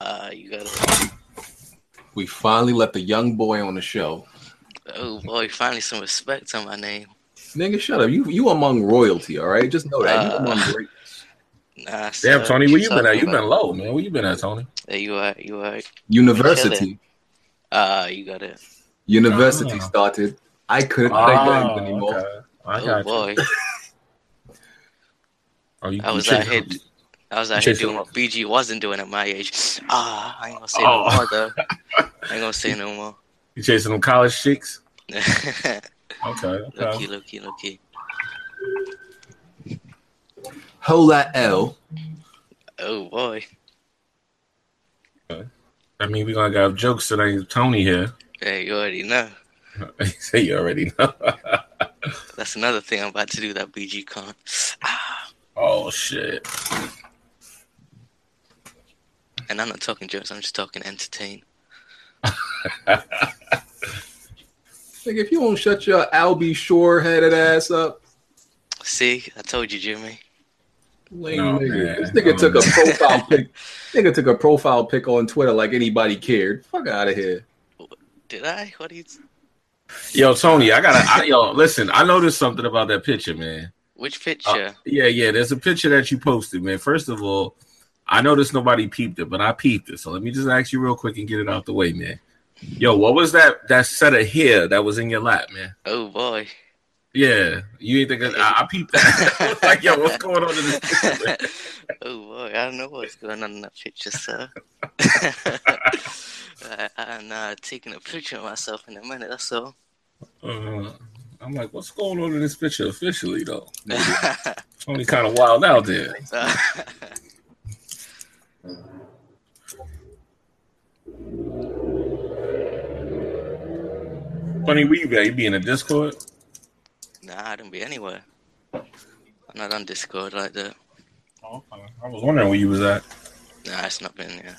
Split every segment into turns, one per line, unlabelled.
Like Uh, you gotta.
We finally let the young boy on the show.
Oh boy, finally some respect on my name.
Nigga, shut up. You you among royalty, all right? Just know that. you
Uh,
among great.
Nah,
Damn,
so-
Tony, where you
so
been at? You
anyway.
been low, man. Where you been at, Tony?
Yeah, you are. You are.
University.
Uh, you got it.
University
Ah.
started. I couldn't play
Ah,
games anymore.
Oh, okay. I
Oh
got you.
boy,
Oh, you,
I was
should-
out here- I was out
You
here
should-
doing what BG wasn't doing at my age. Ah, I ain't gonna say
Oh.
no more though. I ain't gonna say no more.
You chasing them college chicks? Okay.
looky,
okay.
looky, looky.
Hola L.
Oh boy.
I mean, we're going to have jokes today. Tony here.
Hey, you already know.
Say you already know.
That's another thing I'm about to do. That BG con. Ah,
oh, shit.
and I'm not talking jokes. I'm just talking entertain.
Nigga, if you won't shut your Albie Shore headed ass up,
See, I told you, Jimmy.
lame
No,
nigga.
man.
This nigga
No,
took a
man.
profile pic. Nigga took a profile pic on Twitter like anybody cared. Fuck out of here.
Did I? What do you?
Yo, Tony, I gotta. I, yo, listen, I noticed something about that picture, man.
Which picture?
Yeah, yeah. There's a picture that you posted, man. First of all, I noticed nobody peeped it, but I peeped it. So let me just ask you real quick and get it out the way, man. Yo, what was that that set of hair that was in your lap, man?
oh boy.
Yeah, you ain't thinking I, I peeped that. I was like, yo, what's going on in this picture? man?
oh boy, I don't know what's going on in that picture, sir. I, I'm uh, taking a picture of myself in a minute. That's all.
Uh, I'm like, what's going on in this picture officially though? Tony kind of wild out there. Funny, we you at? You be in a Discord?
nah, I don't be anywhere. I'm not on Discord like that.
Oh, okay. I was wondering where you was at.
Nah, it's not been yeah.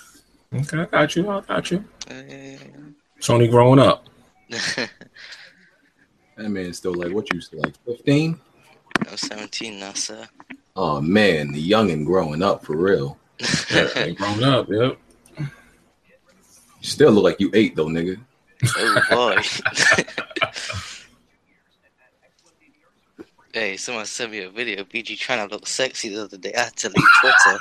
Okay, I got you. I got you.
Yeah, yeah, yeah,
Tony growing up.
yeah.
That man's still like what you still like 15?
I'm 17 now, sir.
Oh man, the young and growing up for real.
Yeah, they growing up. Yep.
You still look like you eight though, nigga.
oh boy. hey, someone sent me a video of BG trying to look sexy the other day. I had to leave Twitter.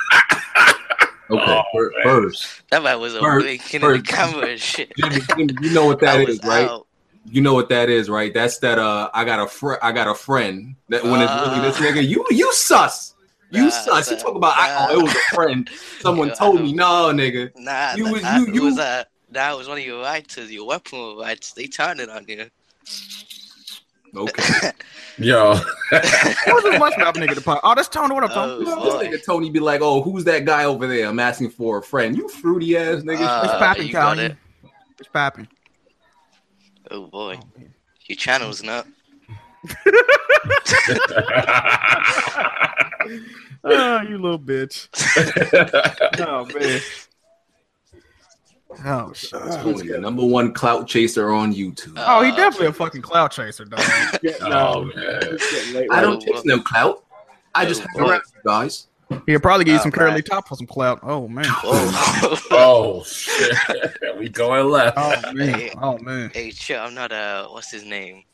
Okay,
Oh,
fir-
man.
first,
That man was a
Bird,
blinking in
bird.
the camera and shit.
Jimmy, Jimmy, you know what that
I
is,
was
right?
out.
You know what that is, right? That's that. Uh, I got a friend. I got a friend. That when it's really this
Ah.
nigga, you you sus. You
Nah,
sus. You
son.
talk about I, oh, it was a friend. Someone
Yo, I
told
don't-
me, no, nigga.
Nah,
You
that-
was-
that
you- you-
was uh, that was one of your writers, your weapon writers. They turned it on you.
Okay.
Yo.
Who's this voicemail nigga to pop? Oh, that's Tony. What up, Tony?
Oh,
You know,
boy.
this nigga Tony be like, oh, who's that guy over there? I'm asking for a friend. You fruity ass nigga.
Ah.
What's
Uh,
poppin',
you got
Tony?
it.
What's poppin'?
Oh boy, your channel's not.
Oh, you little bitch. Oh, man. Oh, shit.
Tony, the number one clout chaser on YouTube.
Uh,
Oh, he definitely a fucking cloud chaser, dog.
oh man.
I
oh,
don't chase no clout. I just hang
oh,
around you guys.
He'll probably give you
Oh,
some curly
man.
top for some clout. Oh, man.
Whoa.
Oh shit. we going left.
Oh, man. Oh, man.
hey, chill. I'm not uh, what's his name?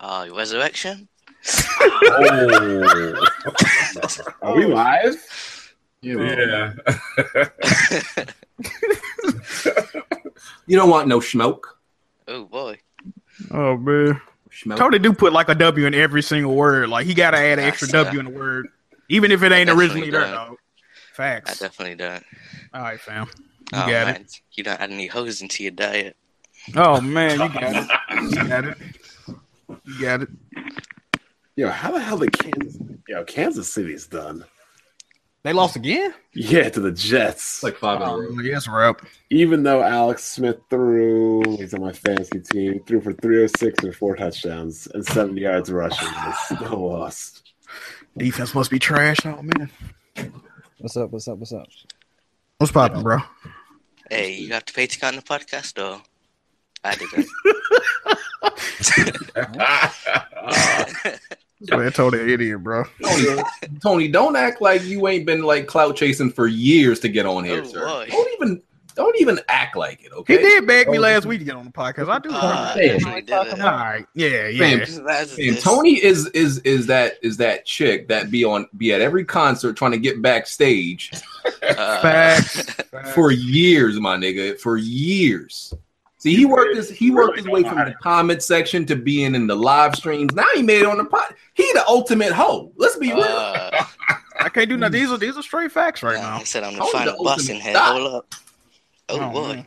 Uh, resurrection.
Oh. Are we live?
Yeah, bro.
Yeah.
You don't want no smoke.
oh boy.
Oh, man.
Smoke.
Tony do put like a W in every single word. Like, he got to add an extra
That's, uh,
W in the word, even if it ain't
definitely
originally there,
don't.
dog.
I
Facts.
definitely don't.
All right, fam. You
Oh,
got
man. You don't add any hoes into your diet.
it. Oh, man. You got it. You got it. You got it.
Yo, how the hell did Kansas? Yo, Kansas City's done.
They lost again?
Yeah, to the Jets.
It's like five in a row.
Oh, yes, Rob.
even though Alex Smith threw, he's on my fantasy team, threw for 306 and four touchdowns and 70 yards rushing. They still lost.
Defense must be trash. Oh, man.
What's up? What's up? What's up?
What's poppin', bro?
Hey, you have to pay to get on the podcast, though. I did that.
Ah.
Uh,
Man, Tony, an idiot, bro.
Tony, Tony, don't act like you ain't been like clout chasing for years to get on here,
Oh,
sir.
boy.
Don't even Don't even act like it,
He
okay?
did beg
Oh.
me last week to get on the podcast. I do.
Uh,
remember.
Hey.
actually did it.
All right. Yeah.
Fam,
Yeah.
That's
And
this.
Tony is is is that is that chick that be on be at every concert trying to get backstage
Uh,
Facts.
for years, my nigga, for years. See, he worked his he worked his way from the comment section to being in the live streams. Now he made it on the pod. He the ultimate hoe. Let's be real.
uh,
I can't do nothing. These are these are straight facts right
nah,
now.
he said I'm the
Tony
final
the
boss in
ultimate
here.
thot.
Hold up. Oh,
Oh,
boy.
man.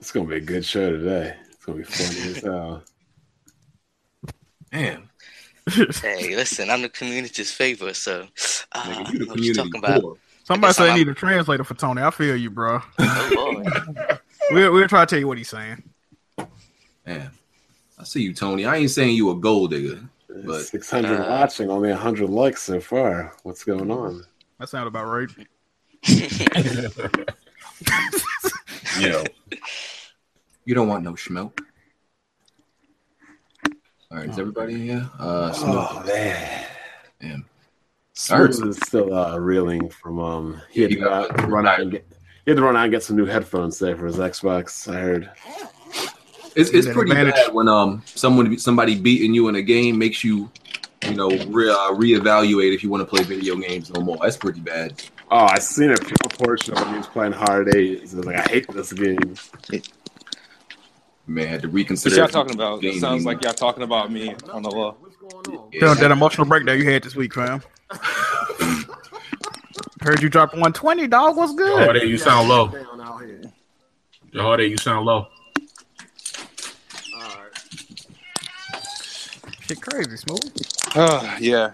It's gonna be a good show today. It's gonna be funny as hell.
Man,
Hey, listen, I'm the community's favorite, so uh,
nigga,
you what
you the
you
community
talking about.
core.
Somebody
guess
said I
I'm-
need a translator for Tony. I feel you, bro.
Oh boy.
We'll, we'll try to tell you what he's saying.
Man, I see you, Tony. I ain't saying you a gold digger. But,
Six hundred
uh,
watching, only hundred likes so far. What's going on?
That sounds about right.
Yo,
You don't want no schmilk. All
Oh.
right, is everybody in here? Uh, Snoop,
Oh man,
man.
Smooth is still uh, reeling from um. He had
You
to go
got-
out, run out and get. He had to run out and get some new headphones today for his Xbox. I heard.
It's, it's
An
pretty
advantage.
bad when um someone somebody beating you in a game makes you you know re- uh, reevaluate if you want to play video games no more. That's pretty bad.
Oh, I seen a portion of him. He was playing Hard Eight. He was like, "I hate this game."
Man, I had to
What
reconsider.
y'all
if
talking about?
game
It sounds
anymore.
like y'all talking about me on the low.
Yeah.
Feel that emotional breakdown you had this week, fam. Heard you dropped 120, dog. What's good?
Jordan, you sound low. Jordan, you sound low.
Shit crazy, smooth.
Uh, yeah.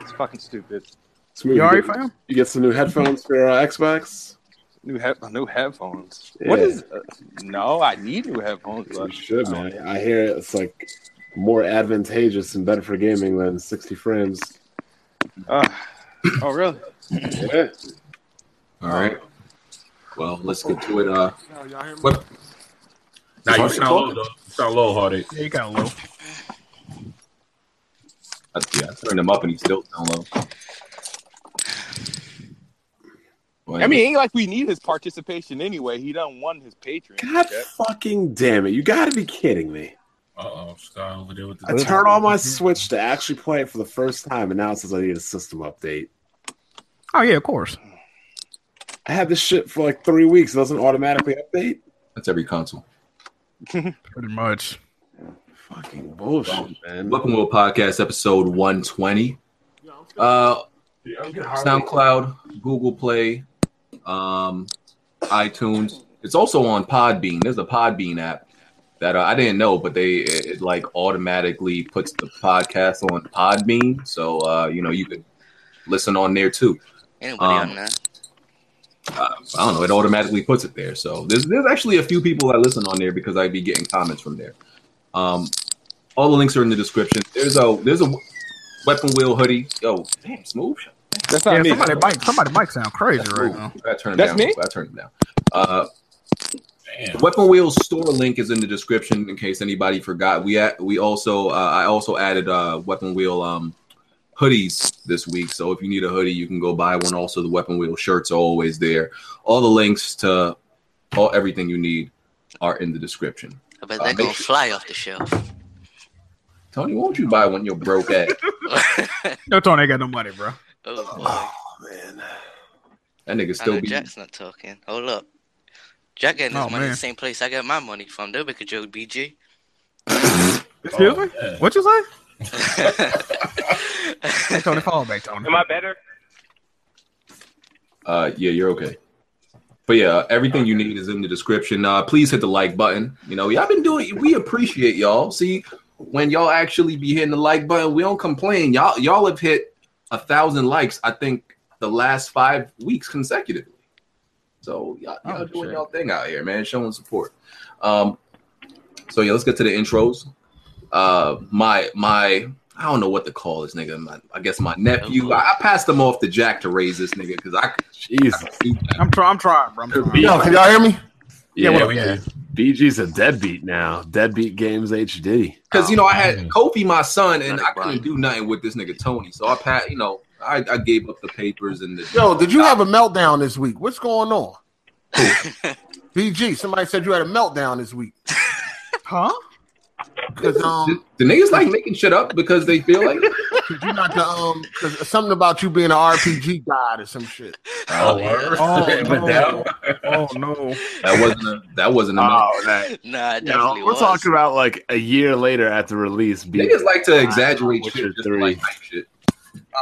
It's fucking stupid.
Smooth,
You all right,
get-
fam?
You get some new headphones for uh, Xbox.
New head,
uh,
new headphones. What
Yeah.
is? Uh, no, I need new headphones.
You
But
should, man. I hear it's like more advantageous and better for gaming than 60 frames.
Uh, oh, really?
Yeah.
All right. Well, let's get to it. Uh,
Now you
Jordan
sound low,
talking.
though. You sound low, Hardy.
Yeah, you kind of low.
I- yeah, I turned him up and he still sound low. Well,
I mean, it ain't like we need his participation anyway. He done won his Patreon.
God fucking damn it. You gotta be kidding me.
Uh oh, Sky over there with
I
the.
turned on my Switch to actually play it for the first time, and now it says I need a system update.
Oh, yeah, of course.
I had this shit for like three weeks. It doesn't automatically update?
that's every console.
Pretty much.
Fucking bullshit, man.
Welcome to podcast episode one twenty. Uh, SoundCloud, Google Play, um, iTunes. It's also on Podbean. There's a Podbean app that uh, I didn't know, but they it, it, like automatically puts the podcast on Podbean, so uh, you know you could listen on there too.
Anybody
Um,
on that?
Uh, I don't know. It automatically puts it there. So there's there's actually a few people that listen on there because I'd be getting comments from there. Um, all the links are in the description. There's a there's a weapon wheel hoodie. Yo, damn, smooth.
That's not
Yeah,
me.
somebody mic, somebody mic sound crazy right
Ooh,
now.
I turned him
That's
down.
me?
I turned him down. Uh, the Weapon Wheels store link is in the description in case anybody forgot. We at, we also uh, I also added uh, Weapon Wheel um, hoodies this week. So if you need a hoodie, you can go buy one. Also, the Weapon Wheel shirts are always there. All the links to all everything you need are in the description.
I bet
uh,
they're
make
gonna
sure-
fly off the shelf.
Tony, won't you buy one? You're broke at.
No, Tony ain't got no money, bro.
oh
man.
boy.
That nigga
I know
Uh, still be.
Jack's not talking. Hold up. Jack getting his
Oh,
money
man.
the same place I got my money from. They'll make a joke, BG.
Excuse
Oh,
me?
yeah.
What you say? Hey, Tony, call back, Tony.
Am I better?
Uh, yeah, you're okay. But yeah, everything you need is in the description. Uh, please hit the like button. You know, y'all been doing. We appreciate y'all. See, when y'all actually be hitting the like button, we don't complain. Y'all, y'all have hit a thousand likes. I think the last five weeks consecutively. So y'all, y'all
Oh,
doing
shit.
y'all thing out here, man. Showing support. Um, so yeah, let's get to the intros. Uh, my my, I don't know what to call this nigga. My, I guess my nephew. I, I passed him off to Jack to raise this nigga because I.
Jesus.
I'm trying, I'm trying, bro. I'm
Could
trying.
be.
Yo, can y'all hear me?
Yeah,
Yeah, we yeah.
BG's a deadbeat now. Deadbeat Games HD.
Because you know I had
man.
Kofi, my son, and
Not
I
Brian.
couldn't do nothing with this nigga Tony. So I pat, you know, I, I gave up the papers and the. Uh,
Yo, did you have a meltdown this week? What's going on?
BG, somebody said you had a meltdown this week.
Huh?
Because um,
The niggas like making shit up because they feel like it?
cause you're not the um, cause something about you being an RPG god or some shit.
Oh, yeah.
Oh,
But
no.
that-
Oh no.
that wasn't a, that
Ah,
wasn't a
Oh, that,
Nah, it
you know,
definitely
we're
was.
talking about like a year later after release. Being,
niggas like
Ah,
to exaggerate
Witcher
shit just to
three.
like hype shit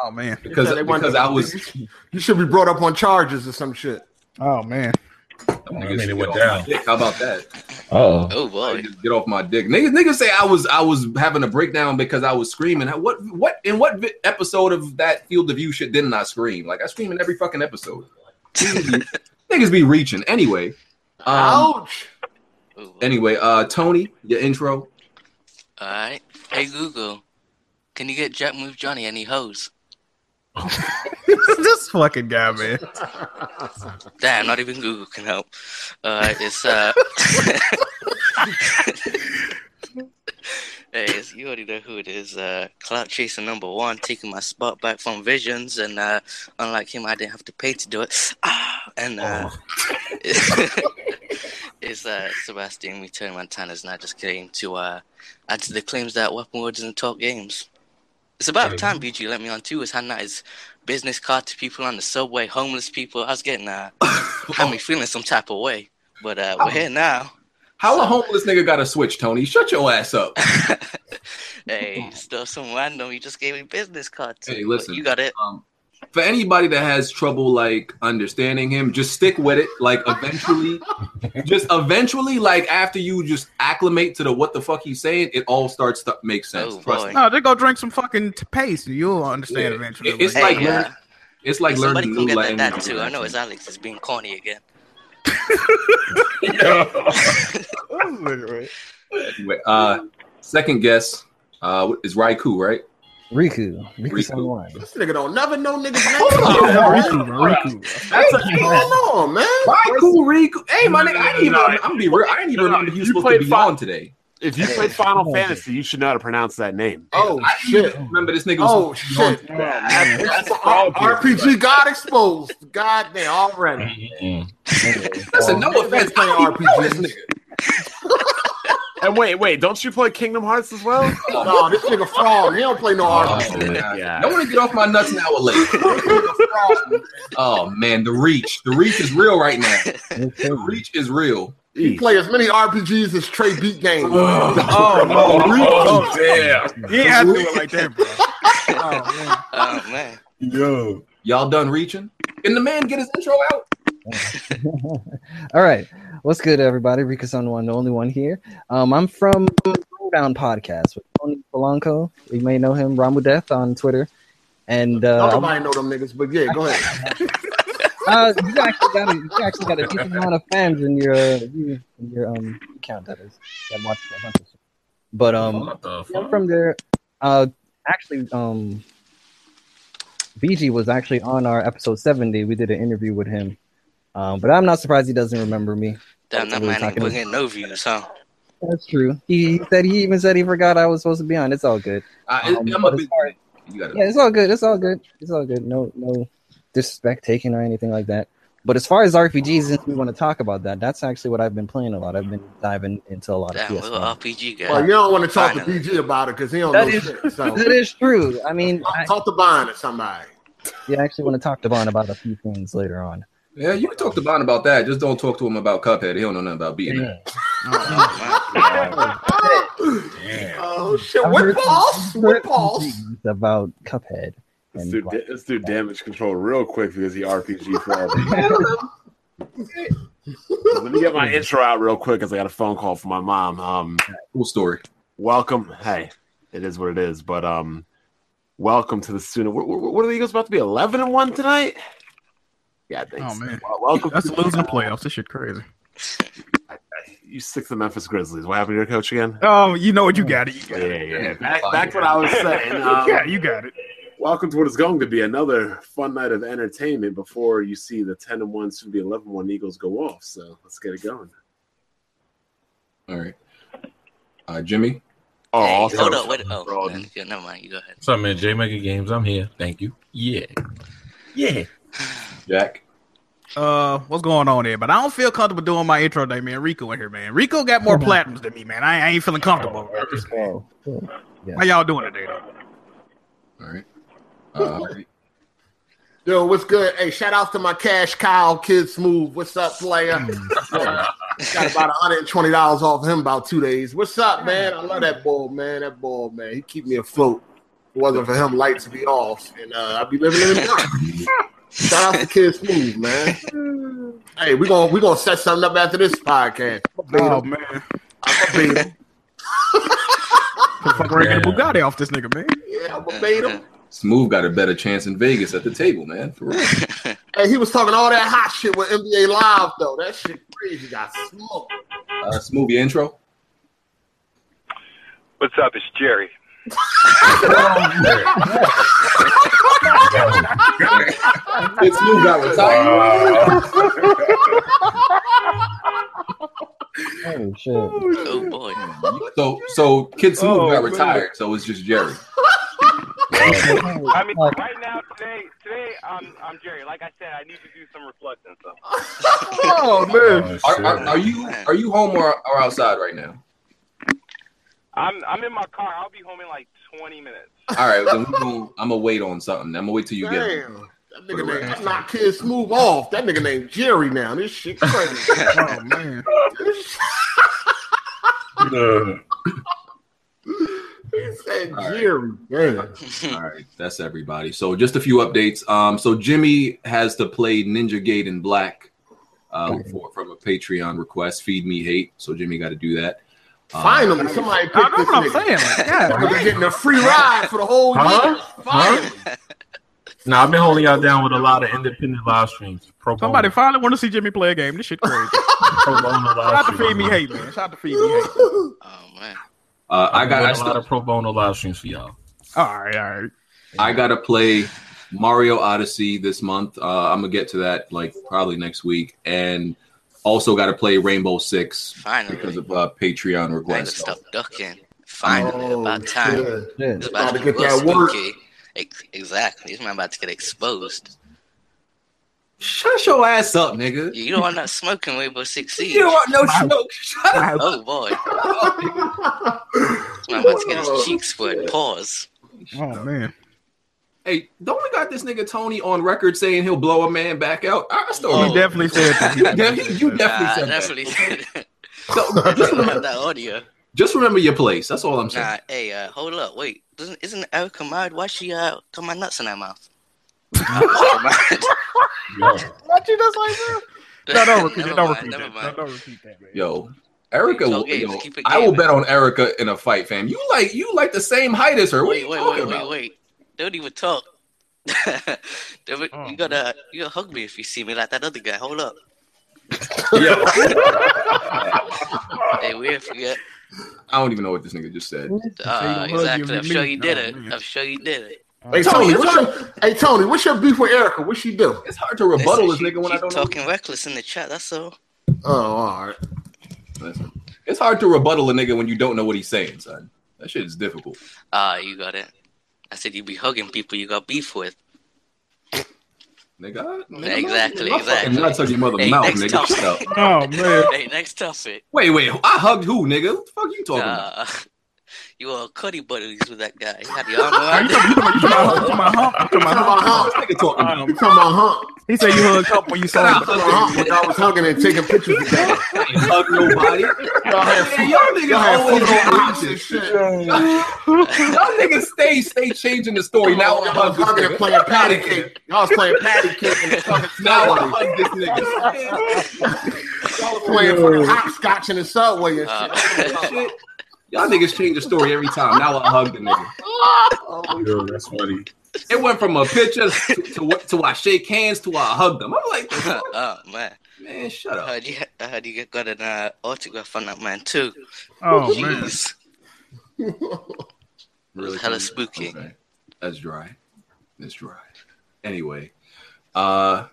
Oh man.
because
They wanted-
because I was
You should be brought up on charges or some shit.
Oh man.
I mean, it
Niggas
went
get off my
down.
dick. How about that?
Oh,
Oh boy.
Niggas get off my dick. Niggas, niggas say I was I was having a breakdown because I was screaming. What what in what vi- episode of that Field of View shit didn't I scream? Like I scream in every fucking episode. niggas be reaching anyway. Um,
Ouch!
Oh, boy.
anyway, uh, Tony, your intro.
All right. Hey Google, can you get Jack Move Johnny any hoes?
this fucking guy, man.
Damn, not even Google can help. Uh, it's uh. hey, it's, you already know who it is. Uh, Clout Chaser number one, taking my spot back from Visions, and uh, unlike him, I didn't have to pay to do it. Ah, and uh, it's uh, Sebastian Return Montana's not just came to uh, add to the claims that Weapon World doesn't talk games. It's about time BG let me on too. Was handing out his business card to people on the subway, homeless people. I was getting uh, had me feeling some type of way. But uh, we're here now.
How a homeless nigga got a switch, Tony? Shut your ass up.
hey, still some random. You just gave me business cards.
Hey,
But
listen.
You got it.
Um, for anybody that has trouble like understanding him, just stick with it. Like eventually, just eventually, like after you just acclimate to the what the fuck he's saying, it all starts to make sense.
Oh,
Trust
boy.
me.
No, just go drink some fucking t- paste. and You'll understand
Yeah.
eventually.
It- it's
Hey,
like
yeah.
learning- It's like
Somebody
learning
can
new
get that,
language.
that too. I know it's Alex is being corny again.
Anyway, uh, second guess uh, is Raikou, right?
Riku. Riku,
Riku.
71.
This nigga don't never know niggas' name.
Riku, Riku.
That's a, ain't that long, man. Oh,
Raikou, Riku. Hey, my nigga, I didn't even.
No, no, no.
I'm gonna be real. I didn't even
No, no,
remember you
you
supposed to
played
be
five-
on today.
if you played Final Fantasy, you should not have pronounced that name.
Oh
I didn't
shit!
even remember this nigga. Was
Oh
supposed to be on
shit! That's RPG got exposed. God damn, already.
Listen, no offense, I don't even know this
RPGs.
nigga.
And wait, wait, don't you play Kingdom Hearts as well?
No, this nigga fraud. He don't play no RPG.
Oh, man.
Yeah.
Don't want to get off my nuts an hour late. oh man, the reach, the reach is real right now. The reach is real.
He play as many RPGs as Trey beat games.
Oh no.
oh, damn.
You ain't have to do it like that, bro. Oh man.
Oh man.
Yo.
Y'all done reaching? Can the man get his intro out?
All right. What's good, everybody? Rika Sun One, the only one here. Um, I'm from Down Podcast with Tony Polanco. You may know him, Ramu Death on Twitter. And
Don't
uh,
nobody know them niggas, but yeah, go ahead.
uh, you actually got a, you actually got a decent amount of fans in your uh, you, in your um account that is that watch a bunch of shit. But um,
Oh, What the
I'm
fuck?
from there. Uh, actually, um, BG was actually on our episode 70. We did an interview with him. Um, but I'm not surprised he doesn't remember me.
Damn, that
We're
man ain't
talking-
bringing no views, huh?
That's true. He, he said he even said he forgot I was supposed to be on. It's all good.
I,
Um,
am a
but as
big,
far-
you gotta,
yeah, it's all good. It's all good. It's all good. No, no disrespect taken or anything like that. But as far as RPGs, since we want to talk about that, that's actually what I've been playing a lot. I've been diving into a lot
Damn,
of PS.
we're RPG guys.
Well, you don't want to talk to
Finally.
BG about it because he don't
That
know
is-
shit. So
That is true. I mean, I,
talk to Bond or somebody.
you actually want to talk to Bon about a few things later on.
yeah, you can talk to Bond about that. Just don't talk to him about Cuphead. He don't know nothing about beating.
Yeah.
it.
Damn.
oh shit!
I've
What
heard
boss?
some-
What
heard some
boss?
things About Cuphead.
Let's
And
do, da- let's do damage control real quick because he RPG for Let me get my intro out real quick because I got a phone call from my mom. Um,
Cool story.
welcome. Hey, it is what it is, but um, welcome to the student. What, what, what are the Eagles about to be? Eleven and one tonight? Yeah, thanks.
Oh, man.
Well, welcome.
That's
to-
losing playoffs. This shit crazy.
you stick to the Memphis Grizzlies. What happened to your coach again?
Oh, you know what you got it. You
Yeah,
got it.
yeah, yeah. Back, back what I was saying. Um,
Yeah, you got it.
Welcome to what is going to be another fun night of entertainment before you see the 10 and 1, soon to be 11 1 Eagles go off. So let's get it going.
All right, uh, Jimmy.
Oh,
Hey,
also,
hold up, wait. Oh,
Broad.
man, yeah, never mind. You go ahead.
What's up, man? J Mega Games. I'm here. Thank you. Yeah. Yeah.
Jack.
Uh, what's going on there? But I don't feel comfortable doing my intro today, man. Rico in here, man. Rico got more platinums than me, man. I, I ain't feeling comfortable.
Whoa.
How y'all doing today, though?
All right. Uh,
Yo, what's good? Hey, shout outs to my cash cow kid smooth. What's up, player?
Oh,
Got about $120 off him about two days. What's up, man? I love that ball, man. That ball, man. He keep me afloat. If it wasn't for him, lights would be off. And uh, I'd be living in the dark. shout out to Kid Smooth, man. Hey, we're gonna we gonna set something up after this podcast.
Oh man,
I'm gonna beat him.
the fuck yeah.
Yeah.
Bugatti off this nigga, man.
Yeah, I'm gonna beat him.
Smooth got a better chance in Vegas at the table, man. For real.
Hey, he was talking all that hot shit with NBA Live though. That shit crazy. Got smoked.
Uh, Smooth, your intro.
What's up? It's Jerry.
Kid Smooth got retired.
Oh shit.
Oh boy.
So, so Kid Smooth got retired. So it's just Jerry.
I mean,
Like,
right now, today, today, I'm, I'm Jerry. Like I said, I need to do some reflecting. So
Oh man,
Oh,
Are,
shit.
are, are you are you home or, or outside right now?
I'm, I'm in my car. I'll be home in like 20 minutes.
All right, then we gonna, I'm gonna wait on something. I'm gonna wait till you get. home.
Damn. That nigga named I knocked Kid Smooth off. That nigga named Jerry now. This shit crazy.
oh man.
Uh,
he said
All right.
Jerry. Man.
All right, that's everybody. So just a few updates. Um, so Jimmy has to play Ninja Gate in Black, uh, for, from a Patreon request. Feed me hate. So Jimmy got to do that. Um,
Finally, somebody
I
picked
know
this
what I'm
nigga.
saying. Like, yeah,
Nigga getting a free ride for the whole year.
Huh?
Finally.
nah, I've been holding y'all down with a lot of independent live streams. Pro
somebody finally want to see Jimmy play a game. This shit crazy.
pro bono live
Shout out to
streams.
feed me hate, man. Shout out to feed me hate.
Oh man.
uh, I got I,
I've been doing a lot
still,
of pro bono live streams for y'all.
All right, all right.
I got to play Mario Odyssey this month. Uh, I'm gonna get to that like probably next week, and also got to play Rainbow Six
Finally.
because of uh, Patreon
I gotta
request.
stop ducking. Finally, about time.
Oh, shit.
It's
shit.
about to get that work. Exactly. This man about to get exposed.
Shut your ass up, nigga.
You don't want that smoking Rainbow Six Siege.
You don't want no smoke. Shut up.
Oh boy. This man about to get his cheeks split. Pause.
Oh man,
Hey, don't we got this nigga Tony on record saying he'll blow a man back out? I I still
Oh.
he definitely said that.
You definitely, you definitely
Nah,
said
that's
that.
what he said.
So,
I
just,
don't have
remember,
that audio.
just remember your place. That's all I'm saying.
Nah, hey, uh, hold up, wait. Doesn't isn't Erica married? Why she uh got my nuts in her mouth?
Yo,
What you just like that? No, don't repeat that. Don't repeat
never
that.
mind.
No, don't repeat that, man.
Yo, Erica, will-
Okay,
yo,
just keep it
I will
gaming.
bet on Erica in a fight, fam. You like you like the same height as her. What are
Wait,
you
wait,
talking
wait, wait,
about?
wait. Don't even talk. Don't-
Oh,
you gotta you gotta hug me if you see me like that other guy. Hold up.
yo,
Hey, we if you
I don't even know what this nigga just said.
uh,
hug you
exactly. I'm
with
sure
me.
you did
No,
it.
man.
I'm sure you did it.
Hey Tony, what's your, hey Tony, what's your beef with Erica? What she do?
It's hard to rebuttal this
Listen,
nigga when I
she's
don't
talking reckless in the chat. That's all.
Oh, all right.
know. Listen, It's hard to rebuttal a nigga when you don't know what he's saying, son. That shit is difficult.
Ah, you got it. I said you be hugging people you got beef with.
Nigga, I- nigga, my-
Exactly,
my fucking
exactly.
Nuts on your mother
Hey,
mouth,
next
nigga.
topic.
Shut up.
Oh man.
hey, next topic.
Wait, wait. I hugged who, nigga? What the fuck you talking about?
Uh, you were cutty buddies with that guy. He had the arm
Are
around.
you talking you talking- you talking about hump? You talking about hump? You talking
You talking
This nigga talking about?
about
about hump? You
hump?
talking about hump?
He said you hugged hump when you saw him.
You talking about hump? When I was hugging and taking pictures together.
I ain't hug nobody.
Y'all had
Man, y'all
Uh-huh. Y'all
niggas
had
always
photo
do
ops and
options.
shit.
Y'all niggas stay stay changing the story. Now I
y'all was
hug this
hugging and
nigga.
playing patty cake. Y'all was playing patty cake and fucking
Now I
subway.
hug this nigga.
Y'all was playing fucking hopscotch in the subway and shit.
Uh,
Shit. Y'all niggas change the story every time. Now I hug the nigga.
yo, that's funny.
It went from a picture to, to what to I shake hands to I hug them. I'm like,
oh man,
man, shut
I
up.
heard you, I heard you got an uh, autograph on that man too.
Oh man.
Jeez, hella
Really funny.
spooky.
Okay. That's dry. That's dry. Anyway, uh,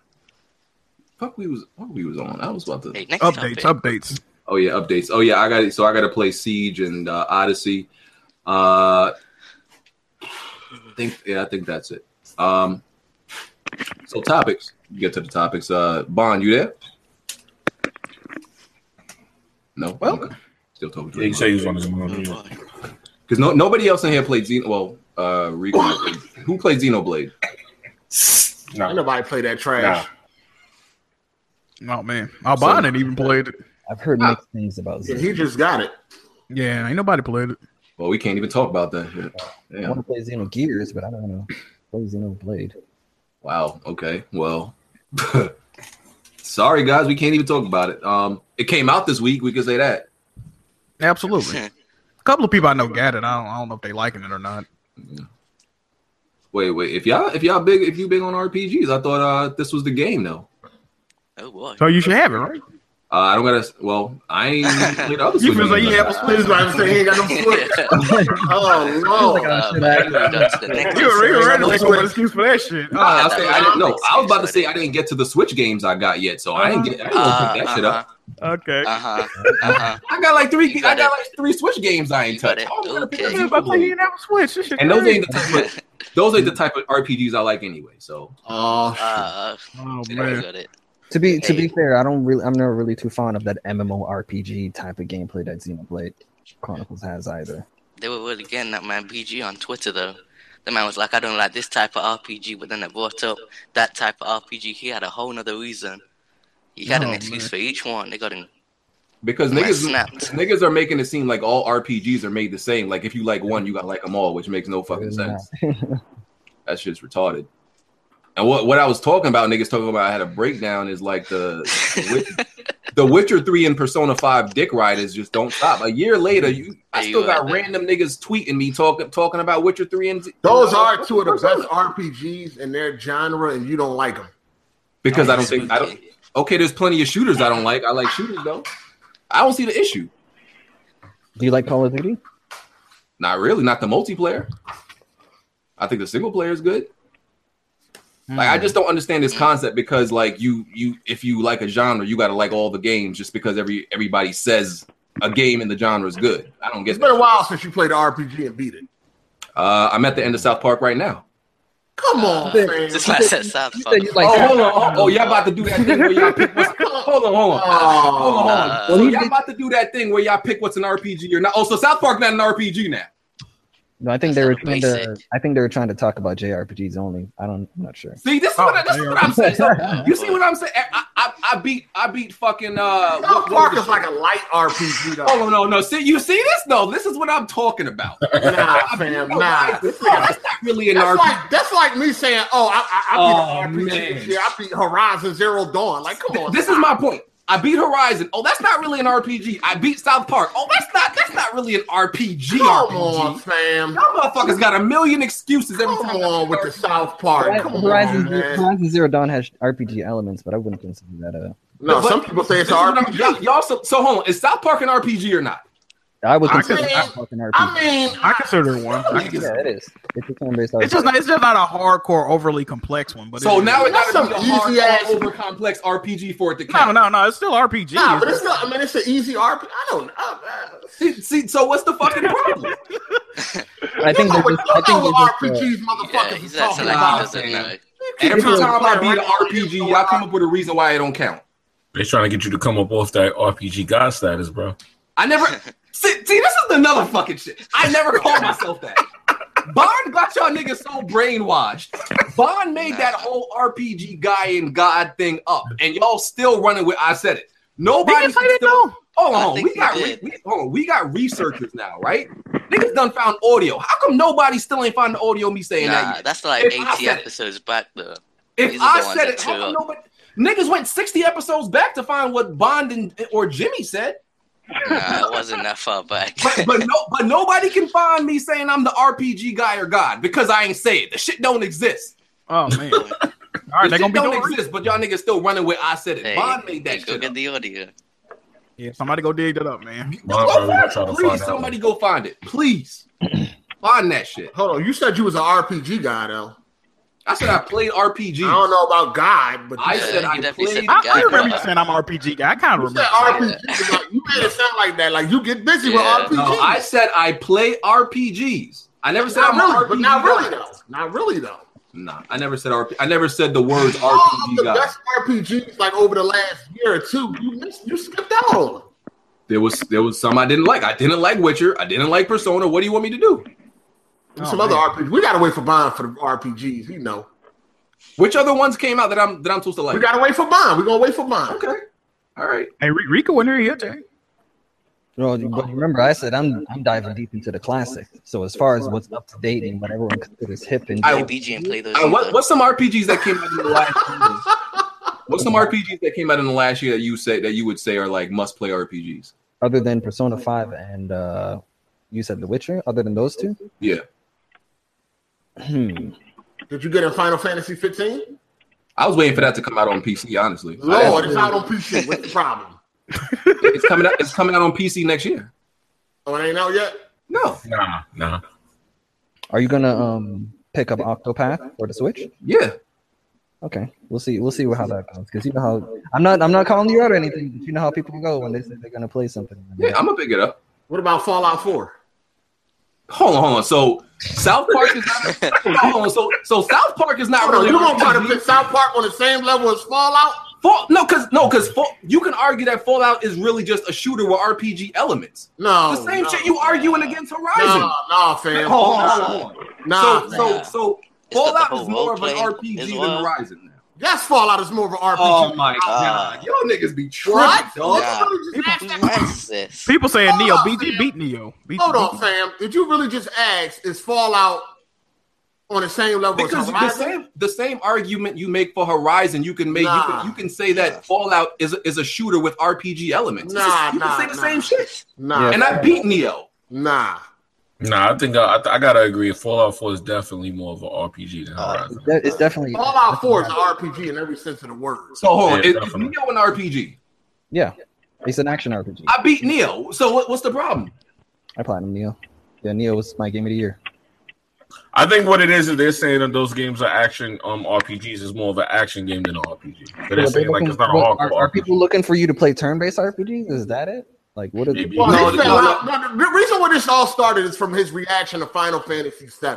fuck, we was what we was on. I was about to.
hey, next
Updates,
topic.
updates.
Oh yeah, updates. Oh yeah, I got it. So I got to play Siege and uh, Odyssey. Uh, I think yeah, I think that's it. Um, So topics. We get to the topics. Uh, Bond, you there? No. Well, still talking.
Yeah, you say you was on this
Oh,
one.
Because no, nobody else in here played Xeno. Well, uh, Rico, who played Xenoblade?
Ain't nobody play that trash.
Oh man, Albon didn't even played it.
I've heard mixed things about
Yeah, he just got it.
Yeah, ain't nobody played it.
Well, we can't even talk about that. Shit.
I
Damn.
want to play Xeno Gears, but I don't know. Play Xeno Blade.
Wow. Okay. Well, sorry guys, we can't even talk about it. Um, it came out this week. We can say that.
Absolutely. A couple of people I know got it. I don't, I don't know if they liking it or not.
Wait, wait. If y'all, if y'all big, if you big on RPGs, I thought uh this was the game though.
Oh boy.
So you should have it, right?
Uh, I don't gotta. Well, I ain't played the other.
You
Switch
feel like
games.
you have a
This is
Switch?
why I'm saying he ain't got no foot. Oh
Like,
no.
oh,
Uh,
shit,
but that
I-
brings us to the next
You already
episode.
already looking for an excuse for that shit.
Nah, I,
Uh,
was saying, I didn't know. I was about to say I didn't get to the Switch games I got yet, so I ain't get. I ain't gonna
Uh,
pick that shit up.
okay.
Uh-huh. Uh-huh.
I got like three.
You
I
got
got
it.
like three Switch games I ain't
You got
touched.
it.
How am I gonna pick
Okay.
up
Yeah, but I thought you
Xenoblade?
didn't have a Switch. This shit
And those
crazy.
ain't the type of, those ain't the type of RPGs I like anyway. So
Oh, shit.
Uh,
Oh
yeah, you
man.
got it.
to be to be
Hey.
fair, I don't really I'm never really too fond of that MMORPG type of gameplay that Xenoblade Chronicles has either.
They were really getting that man BG on Twitter though. The man was like, I don't like this type of RPG, but then I brought up that type of RPG. He had a whole nother reason. He had
Oh,
an excuse
man.
for each one. They got him.
because
Man,
niggas
snapped.
niggas are making it seem like all RPGs are made the same. Like if you like one, you gotta like them all, which makes no fucking
Really
sense. that shit's retarded. And what what I was talking about, niggas talking about, I had a breakdown is like the Wit- the Witcher three and Persona five dick riders just don't stop. A year later, you I
Hey,
still
you
got
out there.
random niggas tweeting me talking talking about Witcher three and
Those are two of the best RPGs in their genre, and you don't like them.
because I don't think I don't. Okay, there's plenty of shooters I don't like. I like shooters though. I don't see the issue.
Do you like Call of Duty?
Not really. Not the multiplayer. I think the single player is good. Like I just don't understand this concept because like you you if you like a genre, you got to like all the games just because every everybody says a game in the genre is good. I don't get
It's been a
that.
while since you played the RPG and beat it.
Uh, I'm at the end of South Park right now.
Come on, man.
Uh, Just like I said, South
You
Park.
said you like
oh, hold on. Oh, oh, y'all about to do that thing where y'all pick what's Hold on, hold on. Hold on,
Oh,
hold on.
Uh,
so y'all about to do that thing where y'all pick what's an RPG or not. Oh, so South Park not an RPG now.
No, I think they were
That's
trying
not
to
basic.
I think they were trying to talk about JRPGs only. I don't I'm not sure.
See, this is,
Oh,
what, I, this is what I'm saying. So, you see what I'm saying? I, I, I beat I beat fucking uh
South
what- what
Park
was
is
it?
like a light RPG, though.
Oh no no see you see this though this is what I'm talking about.
Nah, fam, nah.
No, that's not really an
That's
RPG.
like that's like me saying, "Oh, I, I, I beat
Oh,
an RPG this
man.
year. I beat Horizon Zero Dawn." Like, come on,
this is my point. I beat Horizon. Oh, that's not really an RPG. I beat South Park. Oh, that's not that's not really an RPG.
come
RPG.
on, fam.
Y'all motherfuckers got a million excuses every
Come
time.
on with the South Park. Come
Horizon,
on,
Zero,
man.
Horizon Zero Dawn has RPG elements, but I wouldn't consider that a
No,
But-
some people say
This
it's
is what I'm-
RPG.
y'all, y'all so, so hold on. Is South Park an RPG or not?
I would
I
consider
mean-
South Park an RPG.
I mean,
I consider it one. I
yeah,
consider
it is. It's a turn-based
It's just not. It's just not a hardcore, overly complex one. But
So
it-
now it's
That's
not a
some easy ass-
hard, over complex RPG for it to
no,
count.
no, no. It's still RPG.
nah, but it's not. I mean, it's an easy RPG. I don't. Uh, uh,
See, see, so what's the fucking problem?
I think
you know,
they're just, I
what- you know
think
what
they're just, uh,
RPGs,
Yeah,
motherfuckers.
he's
is
acting
talking
like
about
he
about.
doesn't
man.
know.
Every
People
time I
playing
beat an
right
RPG,
now,
y'all come up with a reason why it don't count.
They're trying to get you to come up off that RPG god status, bro.
I never see, see. This is another fucking shit. I never called myself that. Bond got y'all niggas so brainwashed. Bond made that whole RPG guy and God thing up, and y'all still running with I said it. Nobody
Niggas say
can
that
still- Oh, Hold on,
though.
I
hold on.
think
we got
they
re-
did.
we, hold on, we got researchers now, right? Niggas done found audio. How come nobody still ain't found the audio of me saying that?
Nah,
Yet?
that's like
If I
80
said it.
episodes back though.
If
these are
I
the ones
said
that
it, how come
chew
nobody? Niggas went sixty episodes back to find what Bond and, or Jimmy said.
Nah, it wasn't that far back.
but, but no, but nobody can find me saying I'm the RPG guy or God because I ain't say it. The shit don't exist.
Oh man. All
The
right, they're
shit
gonna be
don't
doing.
exist, but y'all niggas still running with I said it.
Hey,
Bond made that
go
shit.
get
up.
the audio.
Yeah, somebody go dig that up, man.
Bond
Go
probably
find
gonna
it.
try to find
Please,
out.
somebody go find it. Please find that shit.
Hold on, you said you was an RPG guy though.
I said I played RPG.
I don't know about God, but
I
you
said
Yeah,
I
he definitely
played-
said
I,
the
I
guy
remember you
got-
saying I'm a RPG guy. I kind of
You said
remember.
RPG. Like, you made it sound like that. Like you get busy
Yeah.
with
No,
RPGs.
I said I play RPGs. I never said
not
I'm
really,
an RPG
but not
guy.
really though. Not really though.
Nah, I never said RP. I never said the words
All of
RPG
the
guy.
best RPGs like over the last year or two, you missed, you skipped out on. them.
There was there was some I didn't like. I didn't like Witcher. I didn't like Persona. What do you want me to do?
And some other RPGs. We gotta wait for Bond for the RPGs. You know,
Which other ones came out that I'm that I'm supposed to like?
we gotta wait for Bond. We're gonna wait for Bond.
Okay. All right.
Hey, R- Rico, when are you here?
Well, you- but remember, I said I'm I'm diving deep into the classic. So as far as what's up to date and what everyone considers hip and
I-
Play BG and play those.
Uh, what,
either.
what's some RPGs that came out in the last year? What's some RPGs that came out in the last year that you say that you would say are like must play RPGs?
other than Persona Five and uh, you said The Witcher. Other than those two,
Yeah.
hmm.
Did you get in Final Fantasy 15?
I was waiting for that to come out on PC, honestly.
Lord, it's out on PC. What's the problem?
It's coming out it's coming out on PC next year.
Oh, it ain't out yet.
No.
Nah, nah.
are you gonna um pick up Octopath for the Switch?
Yeah.
Okay, we'll see. We'll see how that goes because you know how I'm not. I'm not calling you out or anything. But you know how people go when they say they're gonna play something.
Yeah, I'm gonna pick it up.
What about Fallout 4?
Hold on, hold on. So South Park is not hold on, so so South Park is not
Hold on,
really
you gonna try to
RPG.
put South Park on the same level as Fallout?
Fall, no, because no, because you can argue that Fallout is really just a shooter with RPG elements.
No,
The same
Oh, no,
shit you arguing against Horizon.
No, no, fam.
Hold on, hold on.
Nah,
so,
nah.
so, so
It's got the
Fallout
whole
is more
role
of an
playing
RPG
as
than
well.
Horizon now.
Yes, Fallout is more of an RPG.
Oh my
God.
god, y'all niggas be tripping,
What?
dog.
Yeah.
Did you really just ask that?
What's this?
People saying
Hold
Neo.
on,
BG
man.
beat Neo. BG
Hold on,
beat-
fam. Did you really just ask is Fallout on the same level
Because
as
the
Horizon?
same the same argument you make for Horizon, you can make you,
Nah.
can, you can say that Fallout is a, is a shooter with RPG elements. It's
Nah,
just- you
nah,
can say the
nah.
same shit.
Nah,
And I beat Neo.
nah.
Nah, I think uh, I, I, th- I gotta agree. Fallout Four is definitely more of an RPG than
It's,
Horizon.
de- it's definitely
Fallout 4 is an RPG in every sense of the word.
So hold on,
Yeah,
is, is
definitely.
Neo an RPG?
yeah. It's an action RPG.
I beat Neo. So what, what's the problem?
I platinum Neo. Yeah, Neo was my game of the year.
I think what it is is they're saying that those games are action um RPGs is more of an action game than an RPG. But they're
What, they
saying like
looking-
it's not a
what-
hardcore
are, are
RPG.
people looking for you to play turn-based RPGs? Is that it? Like what is
Maybe.
Well,
No,
he
no,
fell
no.
out- no, the reason where this all started is from his reaction to Final Fantasy VII.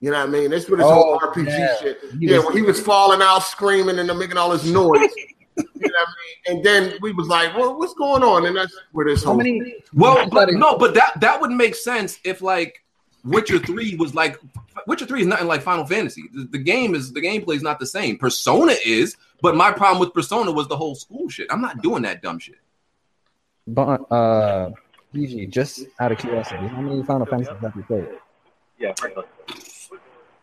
You know what I mean? That's where this
Oh,
whole RPG
yeah.
shit.
He
yeah,
was-
when he was falling out, screaming, and then making all this noise. you know what I mean? And then we was like, "Well, what's going on?" And that's where this
how
whole
many
Well,
I
but,
thought it-
no, but that that would make sense if like Witcher Three was like Witcher Three is nothing like Final Fantasy. The, the game is the gameplay is not the same. Persona is, but my problem with Persona was the whole school shit. I'm not doing that dumb shit.
Bon, uh, BG, just out of curiosity, how many Final Fantasies have you played?
Yeah.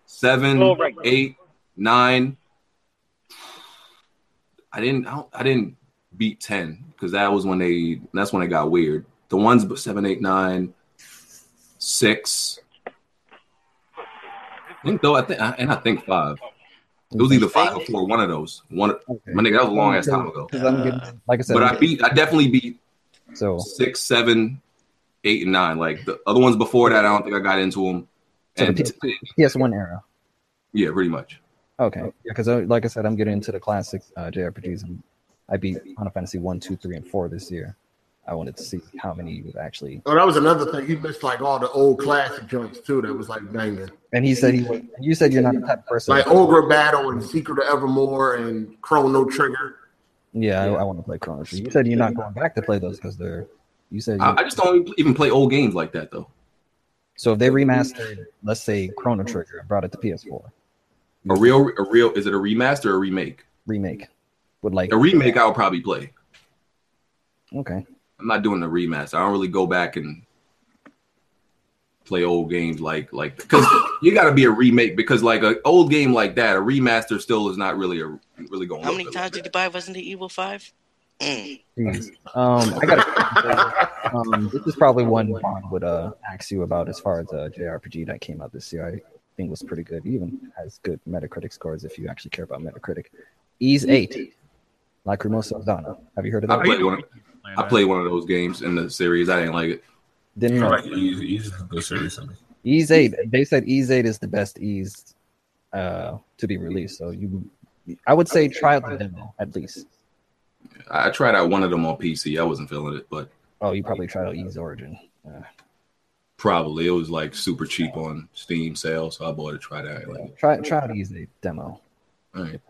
Seven,
Well, right.
eight, nine. I didn't. I, don't, I didn't beat ten because that was when they. That's when it got weird. The ones but seven, eight, nine, six. I think though. I think and I think five. It was either five or four, one of those. One, my nigga, that was a long ass time ago.
'Cause I'm getting- like I said,
But I beat, I definitely beat
so
six, seven, eight, and nine. Like the other ones before that, I don't think I got into them.
So the
And
PS2 PS1 era.
yeah, pretty much.
Okay, because like I said, I'm getting into the classic uh, JRPGs. And I beat Final Fantasy one, two, three, and four this year. I wanted to see how many you actually.
Oh, that was another thing. He missed like all the old classic joints too. That was like banging,
And he said he. was- You said you're not the type of person.
like Ogre Battle and Secret of Evermore and Chrono Trigger.
yeah, I, I want to play Chrono Trigger. You said you're not going back to play those because they're. You said you,
I, I just don't even play old games like that though.
so. If they remastered, let's say Chrono Trigger, and brought it to PS4
A real, a real. Is it a remaster or a remake?
remake, would like
A remake, I would probably play.
okay.
I'm not doing the remaster. I don't really go back and play old games like like because you got to be a remake because like an old game like that, a remaster still is not really a really going.
How many times did you buy Resident Evil Five? Mm.
Jeez. Um, I got a um, this is probably one Bond would uh, ask you about as far as uh, a JRPG that came out this year. I think was pretty good. Even has good Metacritic scores if you actually care about Metacritic. Ease Eight, Lacrimosa Donna. Have you heard of
I
that?
played one. I played one of those games in the series. I didn't like it.
Didn't know.
Like, he's, he's a good series. to me.
Ease Eight. They said Ease Eight is the best Ease uh, to be released. So you, I would say try out the demo at least.
I I tried out one of them on PC. I wasn't feeling it, but
Oh, you probably tried out Ease Origin.
Probably it was like super cheap on Steam sale, so I bought it. Try that. Like,
Try try to use the demo.
all right.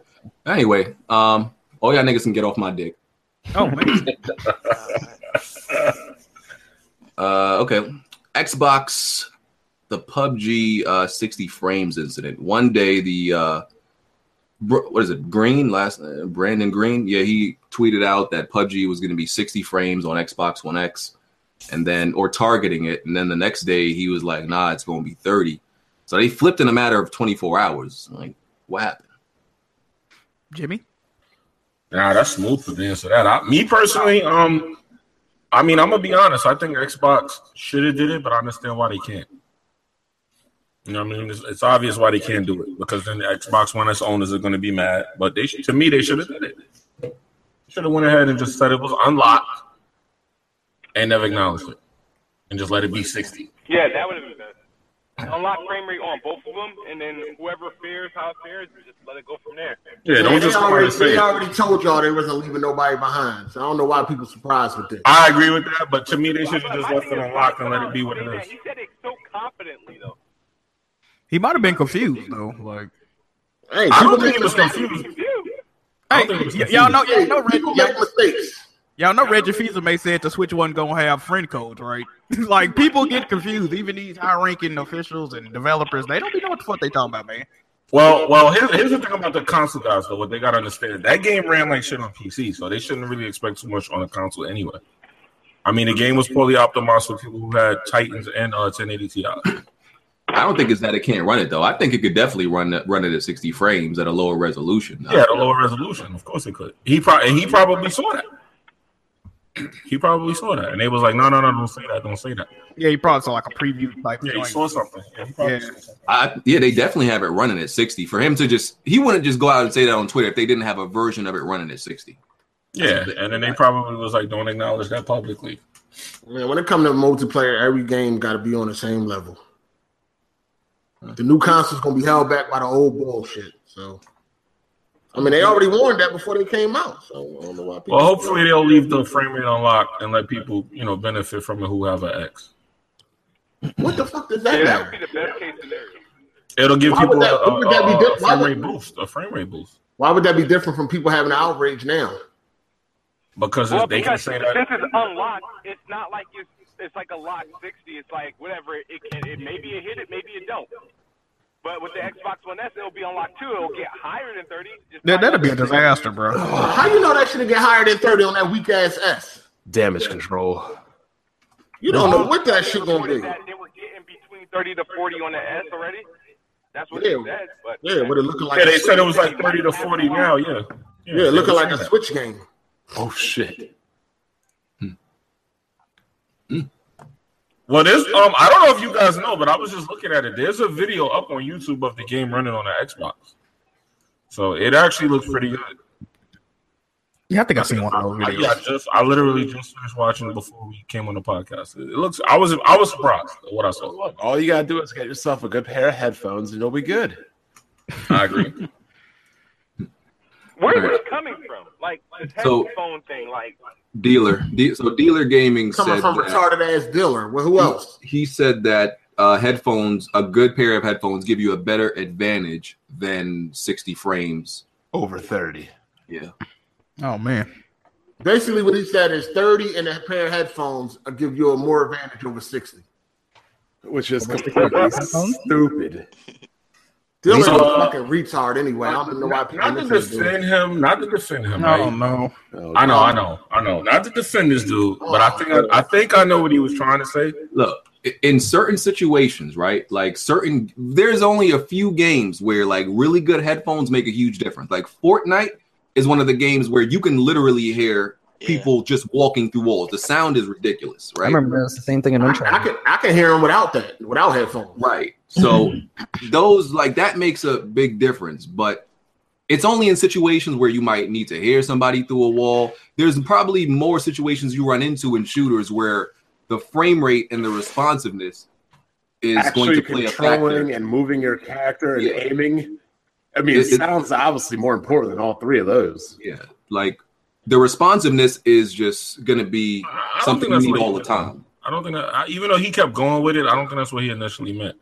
Anyway, um, all y'all niggas can get off my dick.
Oh man.
Uh, okay. Xbox, the PUBG uh, 60 frames incident. One day, the uh, Br- what is it? Green last uh, Brandon Green. Yeah, he tweeted out that PUBG was going to be 60 frames on Xbox One X, and then or targeting it. And then the next day, he was like, "Nah, it's going to be 30." So they flipped in a matter of 24 hours. Like, what happened?
Jimmy?
Nah, that's smooth for the answer to that. I, me personally, um, I mean, I'm gonna be honest. I think Xbox should have did it, but I understand why they can't. You know, what I mean, it's, it's obvious why they can't do it because then the Xbox One S owners are gonna be mad. But they, should- to me, they should have did it. Should have went ahead and just said it was unlocked and never acknowledged it, and just let it be sixty.
Yeah, that would have been best. Unlock frame rate on both of them, and then whoever fares, how it fares, we just let it go from there.
Yeah, don't just
they,
come out
already,
and say
they
it.
already told y'all they wasn't leaving nobody behind. So I don't know why people surprised with this.
I agree with that, but to me, they should have
But
just
my
left
thing
it
is,
unlocked
why
and let it be
Kyle
what
say
it
that?
is.
He said it so confidently, though.
He might have been confused though. Like
Hey,
I
people
don't think
make
he was
mistakes.
confused. I don't
Hey,
think it was
y- y'all know y'all
Hey,
know Reg,
people make mistakes.
y'all know Reggie Fils-Aimé said the Switch wasn't gonna have friend codes, right? like people get confused, even these high ranking officials and developers, they don't be know what the fuck they talking about, man.
Well, well, here's, here's the thing about the console guys, though. What they gotta understand, that game ran like shit on PC, so they shouldn't really expect too much on a console anyway. I mean, the game was poorly optimized for people who had Titans and uh, 1080 Ti.
I don't think it's that it can't run it though. I think it could definitely run it- run it at 60 frames at a lower resolution.
Yeah, at a lower resolution, of course it could. He probably he probably saw that. He probably saw that, and they was like, "No, no, no, don't say that, don't say that."
Yeah, he probably saw like a preview type
Yeah, he
joint.
saw something. Yeah, he probably
Yeah.
saw something.
I, yeah, they definitely have it running at 60. For him to just, he wouldn't just go out and say that on Twitter if they didn't have a version of it running at 60.
yeah, and then they probably was like, "Don't acknowledge that publicly."
Man, when it comes to multiplayer, every game got to be on the same level. The new console's gonna be held back by the old bullshit. So, I mean, they already warned that before they came out. So I don't know why. People
Well, hopefully they'll leave the frame rate unlocked and let people, you know, benefit from it who have an X.
What the fuck does that
Yeah, that would
matter?
be the best case scenario.
It'll give
Why would
people
that-
a,
what would that be
a- a
different? Why
frame
would-
rate boost, a frame rate boost,
Why would that be different from people having an outrage now?
because
Well,
if they can
because
say that.
since it's unlocked, it's not like it's it's like a lock sixty. It's like whatever it can. It maybe it hit it, maybe it don't. But with the Xbox One S, it'll be unlocked too. It'll get higher than thirty. just
That,
like-
that'd be a disaster, bro.
How you know that shouldn't get higher than thirty on that weak ass S?
Damage control.
You don't know what that shit gonna
Reported
be.
that They were getting between thirty to forty on the S already. That's what
Yeah.
they said. But
Yeah, what it looking like?
Yeah, they said it was like thirty to forty now. Yeah,
Yeah, looking
they
like a
said that.
switch game.
Oh shit.
Well, there's um, I don't know if you guys know, but I was just looking at it. There's a video up on YouTube of the game running on the Xbox, so it actually looks pretty good.
Yeah, I think I seen one of those
I, yeah, I
videos.
just, I literally just finished watching it before we came on the podcast. It looks, I was, I was surprised at what I saw.
Look, all you gotta do is get yourself a good pair of headphones and you'll be good.
I agree.
where is
Right.
this coming from? Like this
So-
headphone thing. Like
Dealer. De- so Dealer Gaming
Coming
said
from
that-
retarded ass dealer. Well, who else?
he said that uh, headphones, a good pair of headphones, give you a better advantage than 60 frames.
Over 30.
Yeah.
Oh man.
Basically, what he said is 30 and a pair of headphones will give you a more advantage over 60.
Which is completely stupid.
Dylan's
So,
a
uh,
fucking retard anyway. I don't know why people
Not to
listen to him.
defend him, not to defend him.
Oh
right?
no.
Oh,
I know, I know, I know. Not to defend this dude, but I think I, I think I know what he was trying to say.
Look, i- in certain situations, right? Like certain, there's only a few games where like really good headphones make a huge difference. Like Fortnite is one of the games where you can literally hear
Yeah.
people just walking through walls. The sound is ridiculous,
I
right?
remember that was the same thing in
I, I
Uncharted.
can I can hear him without that, without headphones.
Right. So those like that makes a big difference, but it's only in situations where you might need to hear somebody through a wall. There's probably more situations you run into in shooters where the frame rate and the responsiveness is
Actually
going to play a factor.
controlling and moving your character and
Yeah.
aiming. I mean, it
It- it-
sounds obviously more important than all three of those.
yeah. Like the responsiveness is just going to be
I- I don't
something
think
you
that's
need
what he
all the
meant.
time.
I don't think that, I, even though he kept going with it, I don't think that's what he initially meant.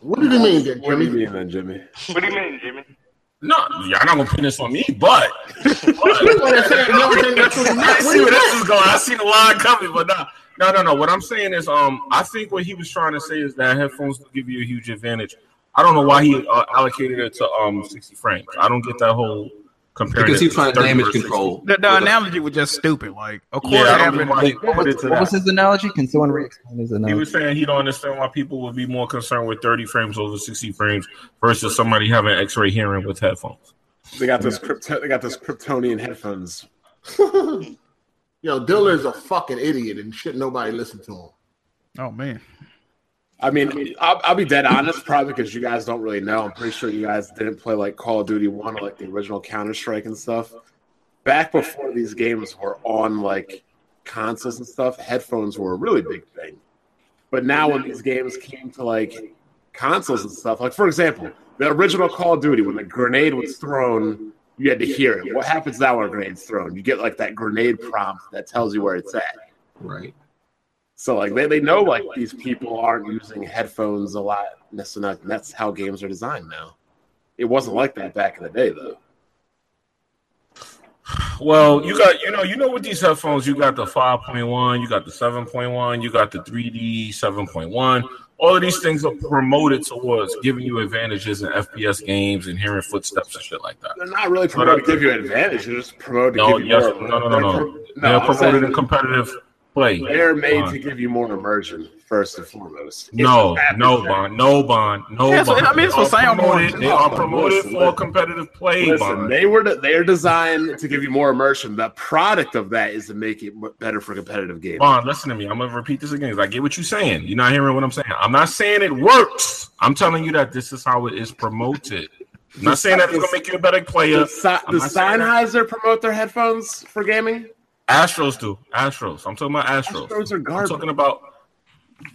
What did he mean, then,
What do you mean, then, Jimmy?
What do you mean, Jimmy?
No, y'all not gonna pin this on me, but I see where this is going. I seen the line coming, but nah. No, no, no. What I'm saying is, um, I think what he was trying to say is that headphones will give you a huge advantage. I don't know why he uh, allocated it to um 60 frames. I don't get that whole comparing.
Because
it
he's trying to
30
damage
versus
control.
The, the analogy was just stupid. Like, of course,
Yeah, I don't
having-
know why he put it to
What was
that.
his analogy? Can someone re-explain his
He
analogy?
was saying he don't understand why people would be more concerned with 30 frames over 60 frames versus somebody having X-ray hearing with headphones.
They got those Krypto- they got those Kryptonian headphones.
Yo, Diller's a fucking idiot and shit. Nobody listen to him.
oh man,
I mean, I'll, I'll be dead honest, probably because you guys don't really know. I'm pretty sure you guys didn't play like Call of Duty One or like the original Counter Strike and stuff. Back before these games were on like consoles and stuff, headphones were a really big thing. But now when these games came to like consoles and stuff, like for example, the original Call of Duty, when the grenade was thrown, you had to hear it. What happens now when a grenade's thrown? You get like that grenade prompt that tells you where it's at.
Right.
So like they, they know like these people aren't using headphones a lot. and That's not that's how games are designed now. It wasn't like that back in the day though.
Well, you got you know you know with these headphones, you got the 5.1, you got the 7.1, you got the 3D 7.1. All of these things are promoted towards giving you advantages in FPS games and hearing footsteps and shit like that.
They're not really promoted to give you an advantage. They're just promoted to
No,
give you
yes,
more.
no, no, no,
They're,
no.
pro-
They're
I'm saying
promoted in competitive play.
they're made
Bond.
to give you more immersion first and foremost. It's
No,
just happened
no
that-
bond, no bond, no
Yeah, so-
bond.
I mean, it's
They
for
are
sound
promoted-
bond.
They are
Listen,
promoted for
listen.
competitive play.
Listen,
bond.
they were they're designed to give you more immersion. The product of that is to make it better for competitive games.
Bond, listen to me. I'm gonna repeat this again. 'cause I get what you're saying. You're not hearing what I'm saying. I'm not saying it works. I'm telling you that this is how it is promoted. I'm not saying that it's gonna make you a better player.
Does, Si-
I'm
does
not saying that-
Sennheiser promote their headphones for gaming?
Astros do. Astros. I'm talking about Astros.
Astros are
I'm
garbage.
talking about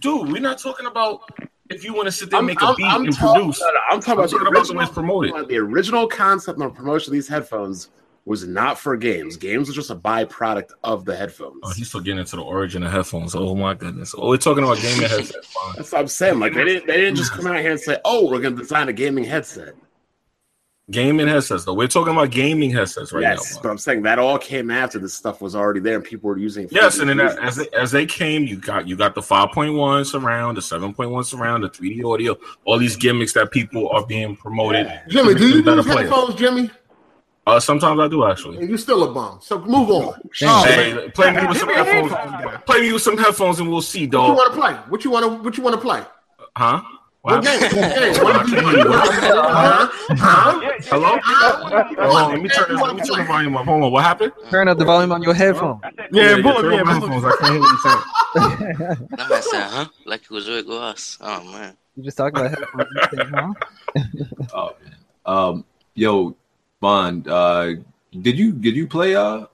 dude. We're not talking about if you want to sit there and
I'm-
make a
I'm-
beat
I'm
and
talking
produce.
about- I'm talking
I'm
about the
talking about the way it's
original-
promoted.
Well, the original concept and the promotion of these headphones was not for games. Games was just a byproduct of the headphones.
Oh, he's still getting into the origin of headphones. Oh my goodness. Oh, we're talking about gaming headsets. Bond.
That's what I'm saying. Like they didn't they didn't just come out here and say, "Oh, we're going to design a gaming headset."
Gaming headsets, though. We're talking about gaming headsets right
yes,
now.
but
Bond.
I'm saying that all came after this stuff was already there and people were using. it for
Yes, and then
different
as,
reasons.
as, they, as they came, you got you got the 5.1 surround, the 7.1 surround, the 3D audio, all these gimmicks that people are being promoted.
Jimmy,
to
do you
make them
use
better players.
headphones, Jimmy?
Uh, sometimes I do actually.
And you still a bum. So move on.
Damn.
hey, play me with some
Oh, Give me a
headphones.
headphone guy.
Play me with some headphones, and we'll see,
What you
dog.
want to play? What you want to? What you want to play?
Huh? What
What game? What
happened?
game? What
I
you Uh-huh.
can't
want?
hear you.
Huh? Huh?
Hello? Hold on, let me turn this. Let me turn the volume up. Hold on, what happened?
Turn up the volume on your headphone.
Yeah,
turn
bullet-
up
yeah,
my
bullet-
headphones. I can't hear what you're saying.
That man said, huh? Like it was Rick Ross. Oh, man.
You just talking about headphones. You think, huh?
Oh man. Um, yo, Bond. Uh, did you did you play uh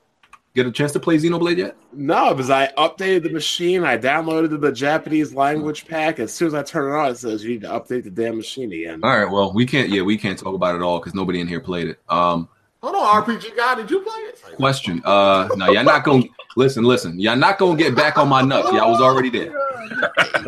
get a chance to play Xenoblade yet?
No, because I updated the machine. I downloaded the Japanese language pack. As soon as I turn it on, it says you need to update the damn machine again.
All right. Well, we can't. Yeah, we can't talk about it all because nobody in here played it. Um,
Hold on, RPG guy. Did you play it?
question. Uh, no, y'all not gonna listen. Listen, y'all not gonna get back on my nuts. Y'all was already there.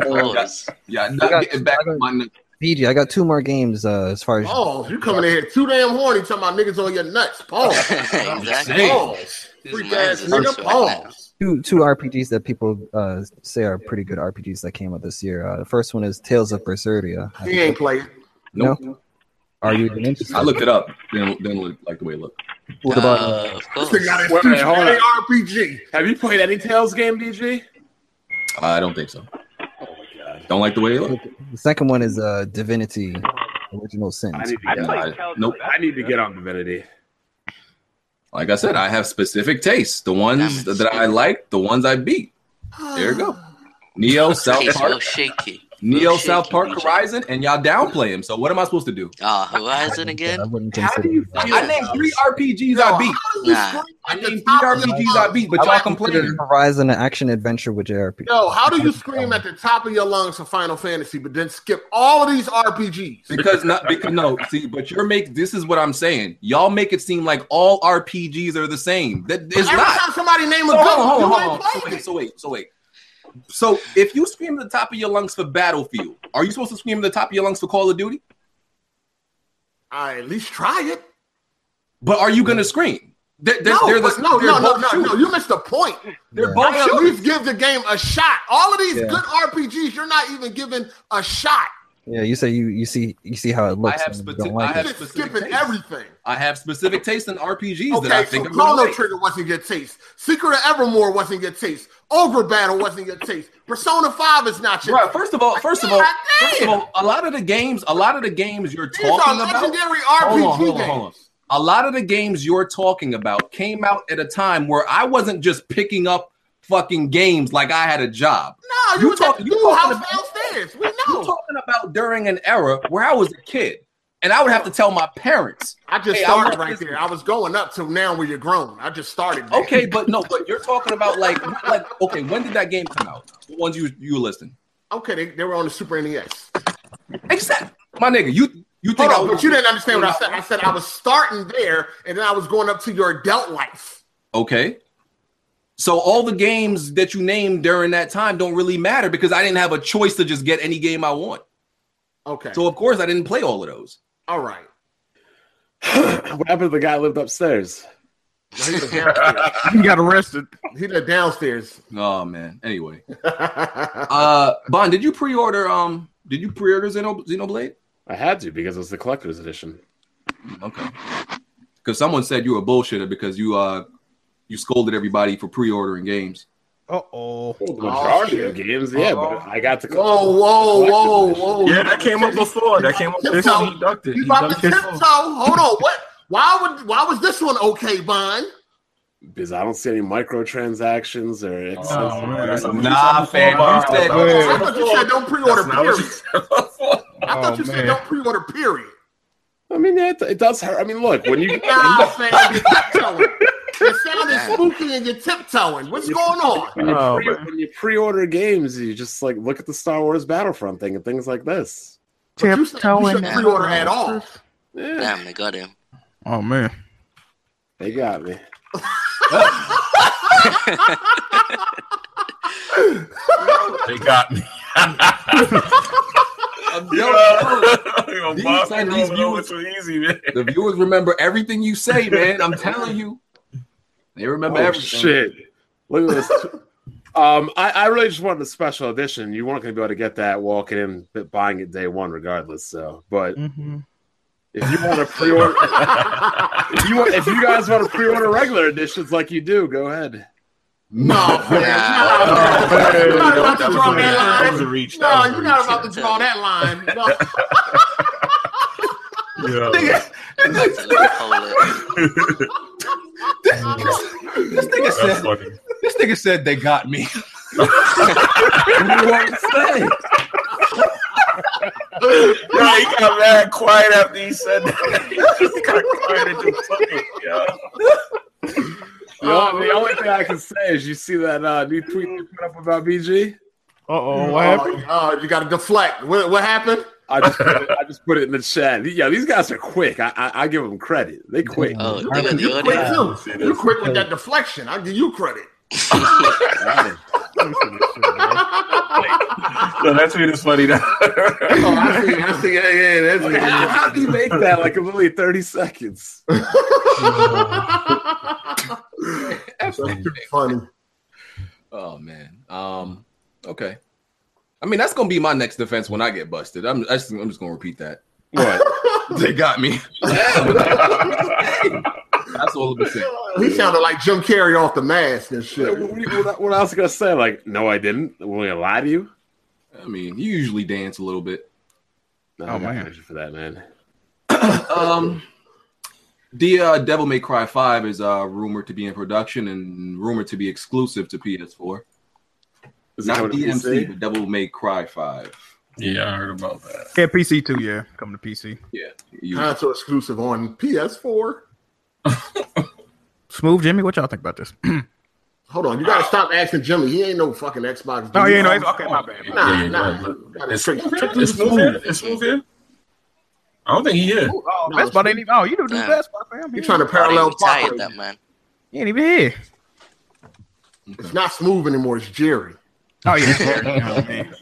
Pause.
Y'all not getting back on my nuts.
BG, I got two more games uh, as far as
Oh, you coming in here too damn horny talking about niggas on your nuts. Pause.
exactly.
Oh,
Damn.
Pause.
These
Freak
minds
ass
is
nigga. Oh.
also like that.
Pause.
two two RPGs that people uh, say are pretty good RPGs that came out this year. Uh, the first one is Tales of Berseria. I
He
think-
ain't playing.
No. Are you even interested?
I looked it up. Didn't, didn't look like the way it looked.
What about uh,
Uh, of
This
course.
thing got his
Wait, wait, hold on.
RPG.
Have you played any Tales game, Oh DG?
I don't think so. Don't like the way it looked.
the second one is uh, Divinity Original Sin.
I need to
I
get
played
on.
Telltale.
Nope.
I need to get on Divinity.
Like I said, I have specific tastes. The ones
Damn it.
that I like, the ones I beat. There you go. Neo South
He's real
Park,
shaky.
Neo
real
South
shaky,
Park
DJ.
Horizon, and y'all downplay him. So what am I supposed to do?
Ah,
I
Horizon
wouldn't-
again?
I wouldn't
How do you
consider
feel?
I named three RPGs I beat.
Nah.
I named three RPGs I beat, but y'all complaining.
Horizon an action adventure with JRP.
Yo, how do you scream at the top of your lungs for Final Fantasy, but then skip all of these RPGs?
Because not because no, see, but you're make this is what I'm saying. Y'all make it seem like all RPGs are the same. That is
Every
not.
time somebody name a
So hold on,
gun,
hold on,
you
hold
ain't
on. So
playing
wait,
it.
so wait, so wait. So if you scream at the top of your lungs for Battlefield, are you supposed to scream at the top of your lungs for Call of Duty?
I at least try it.
But are you gonna scream? They're, they're,
no,
they're the-
but no,
they're
no, no,
both
no,
shooters.
no. You missed the point.
They're both
At
shooters.
least give the game a shot. All of these
Yeah.
good RPGs, you're not even giving a shot.
Yeah, you say you you see you see how it looks.
have
and you
spati-
don't like
I have
it.
Just
specific
skipping
taste.
everything.
I have specific taste in RPGs that I
Okay, so
think I'm gonna
Chrono
like.
Trigger wasn't your taste. Secret of Evermore wasn't your taste. Ogre Battle wasn't your taste. Persona Five is not your.
Bruh, first of all, first of all,
God
first of
damn.
all, a lot of the games, a lot of the games you're
These are
talking about.
legendary
Hold
RPG
on, hold on,
games.
hold on. A lot of the games you're talking about came out at a time where I wasn't just picking up fucking games like I had a job.
No, you,
You
was at
talk-
the
you
dude
talking
house
about-
downstairs. We
You're
know.
talking about during an era where I was a kid, and I would have to tell my parents.
I just
Hey, I
started
want this-
right there. I was going up till now where you're grown. I just started. there.
Okay, but no, but you're talking about like, like okay, when did that game come out? The ones you you listen.
Okay, they, they were on the Super NES.
Exactly, my nigga. You you
Hold
think I
on,
was-
but you didn't understand what I said. I said I was starting there, and then I was going up to your adult life.
Okay. So all the games that you named during that time don't really matter because I didn't have a choice to just get any game I want.
Okay.
So of course I didn't play all of those.
All right.
what happened to the guy who lived upstairs?
No, he the downstairs.
You got arrested.
he the downstairs.
Oh man. Anyway. Uh Bond, did you pre-order um did you pre-order Xeno Xenoblade?
I had to because it was the collector's edition.
Okay. Cuz someone said you were a bullshitter because you uh you scolded everybody for pre-ordering games.
Uh oh.
The majority
shit.
of games, yeah, but I got the
whoa, whoa, whoa, whoa.
Yeah, that came up before. That came up. This
Tiptoe.
he ducked it.
You
He
about to
ducked his
tiptoe?
phone.
Hold on. What? Why would? Why was this one okay, Bond?
because I don't see any microtransactions or expensive.
Oh, man, that's a-
Nah, fam. You said
I thought you said don't pre-order
That's not
period.
what you said before.
I thought
Oh,
you said
man.
don't pre-order period.
I mean, it, it does hurt. I mean, look when you
Nah, fam, you're tiptoeing. You're sounding spooky and you're tiptoeing. What's going on?
when you,
Oh,
pre-
man.
when you pre-order games, you just like look at the Star Wars Battlefront thing and things like this.
But you said you shouldn't pre-order at all.
Yeah,
Damn, they got him.
Oh man.
they got me.
They got me. Yo,
These
Bob's
son of
rolling
these
over
viewers-
too easy, man.
The viewers remember everything you say, man. I'm telling you. They remember
Oh,
everything.
shit! Look at this. um, I, I really just wanted a special edition. You weren't going to be able to get that walking in, but buying it day one, regardless. So, but if you want to pre-order, if you want, if you guys want to pre-order regular editions like you do, go ahead.
No, fam.
Nah.
No, you're not about
That
to
was
draw
a reach. That was
that
a reach.
line. No,
That was a
you're not
reach.
about to draw that line. No.
Yeah.
It's a little hole.
This nigga
That's
said
funny.
this nigga said they got me. what do you want me to say?
Nah, he got mad quiet after he said that. He just got quiet and just took it, yo.
The,
Oh,
only, the only thing I can say is you see that uh, new tweet they put up about BG.
Uh oh. What happened?
Oh, oh, you got to deflect. What, what happened?
I just put it, I just put it in the chat. Yeah, these guys are quick. I I, I give them credit. They quick.
Oh, they got the
You quick
audio.
too.
see
You
this.
quick with that deflection. I'll give you credit.
Yo, that tweet is funny. though.
Oh, I see. I see. Yeah, yeah. That's
How how do you make that like in literally thirty seconds?
funny.
Oh man. Um. Okay. I mean, that's gonna be my next defense when I get busted. I'm. I just, I'm just gonna repeat that. What? they got me. that's all I'm saying.
He sounded like Jim Carrey off the mask and
What,
shit.
what, what, what else gonna say? Like, no, I didn't. Will I lie to you?
I mean, you usually dance a little bit.
No,
Oh,
I got
man.
punished for that man.
Um. The uh, Devil May Cry Five is uh, rumored to be in production and rumored to be exclusive to PS4.
Is it
Not
coming to
DMC,
PC?
but Devil May Cry Five.
yeah, I heard about that.
Yeah, PC too. Yeah, coming to PC.
You-
Console exclusive on PS4.
Smooth Jimmy, what y'all think about this?
Hold on, you gotta stop asking Jimmy. He ain't no fucking Xbox.
No,
dude.
he ain't no Xbox- okay, my bad, my
Nah,
Yeah, yeah,
nah.
yeah.
You gotta
It's,
trick- trick
it's
these
smooth
fools.
here. It's smooth here. I don't think he here.
Oh,
No,
Best Buy ain't even. Oh, you do do
Damn.
Best Buy, fam.
You trying to
They
parallel
retired
park?
that man.
He ain't even here.
It's not smooth anymore. It's Jerry.
Oh yeah, sure. You know what I mean?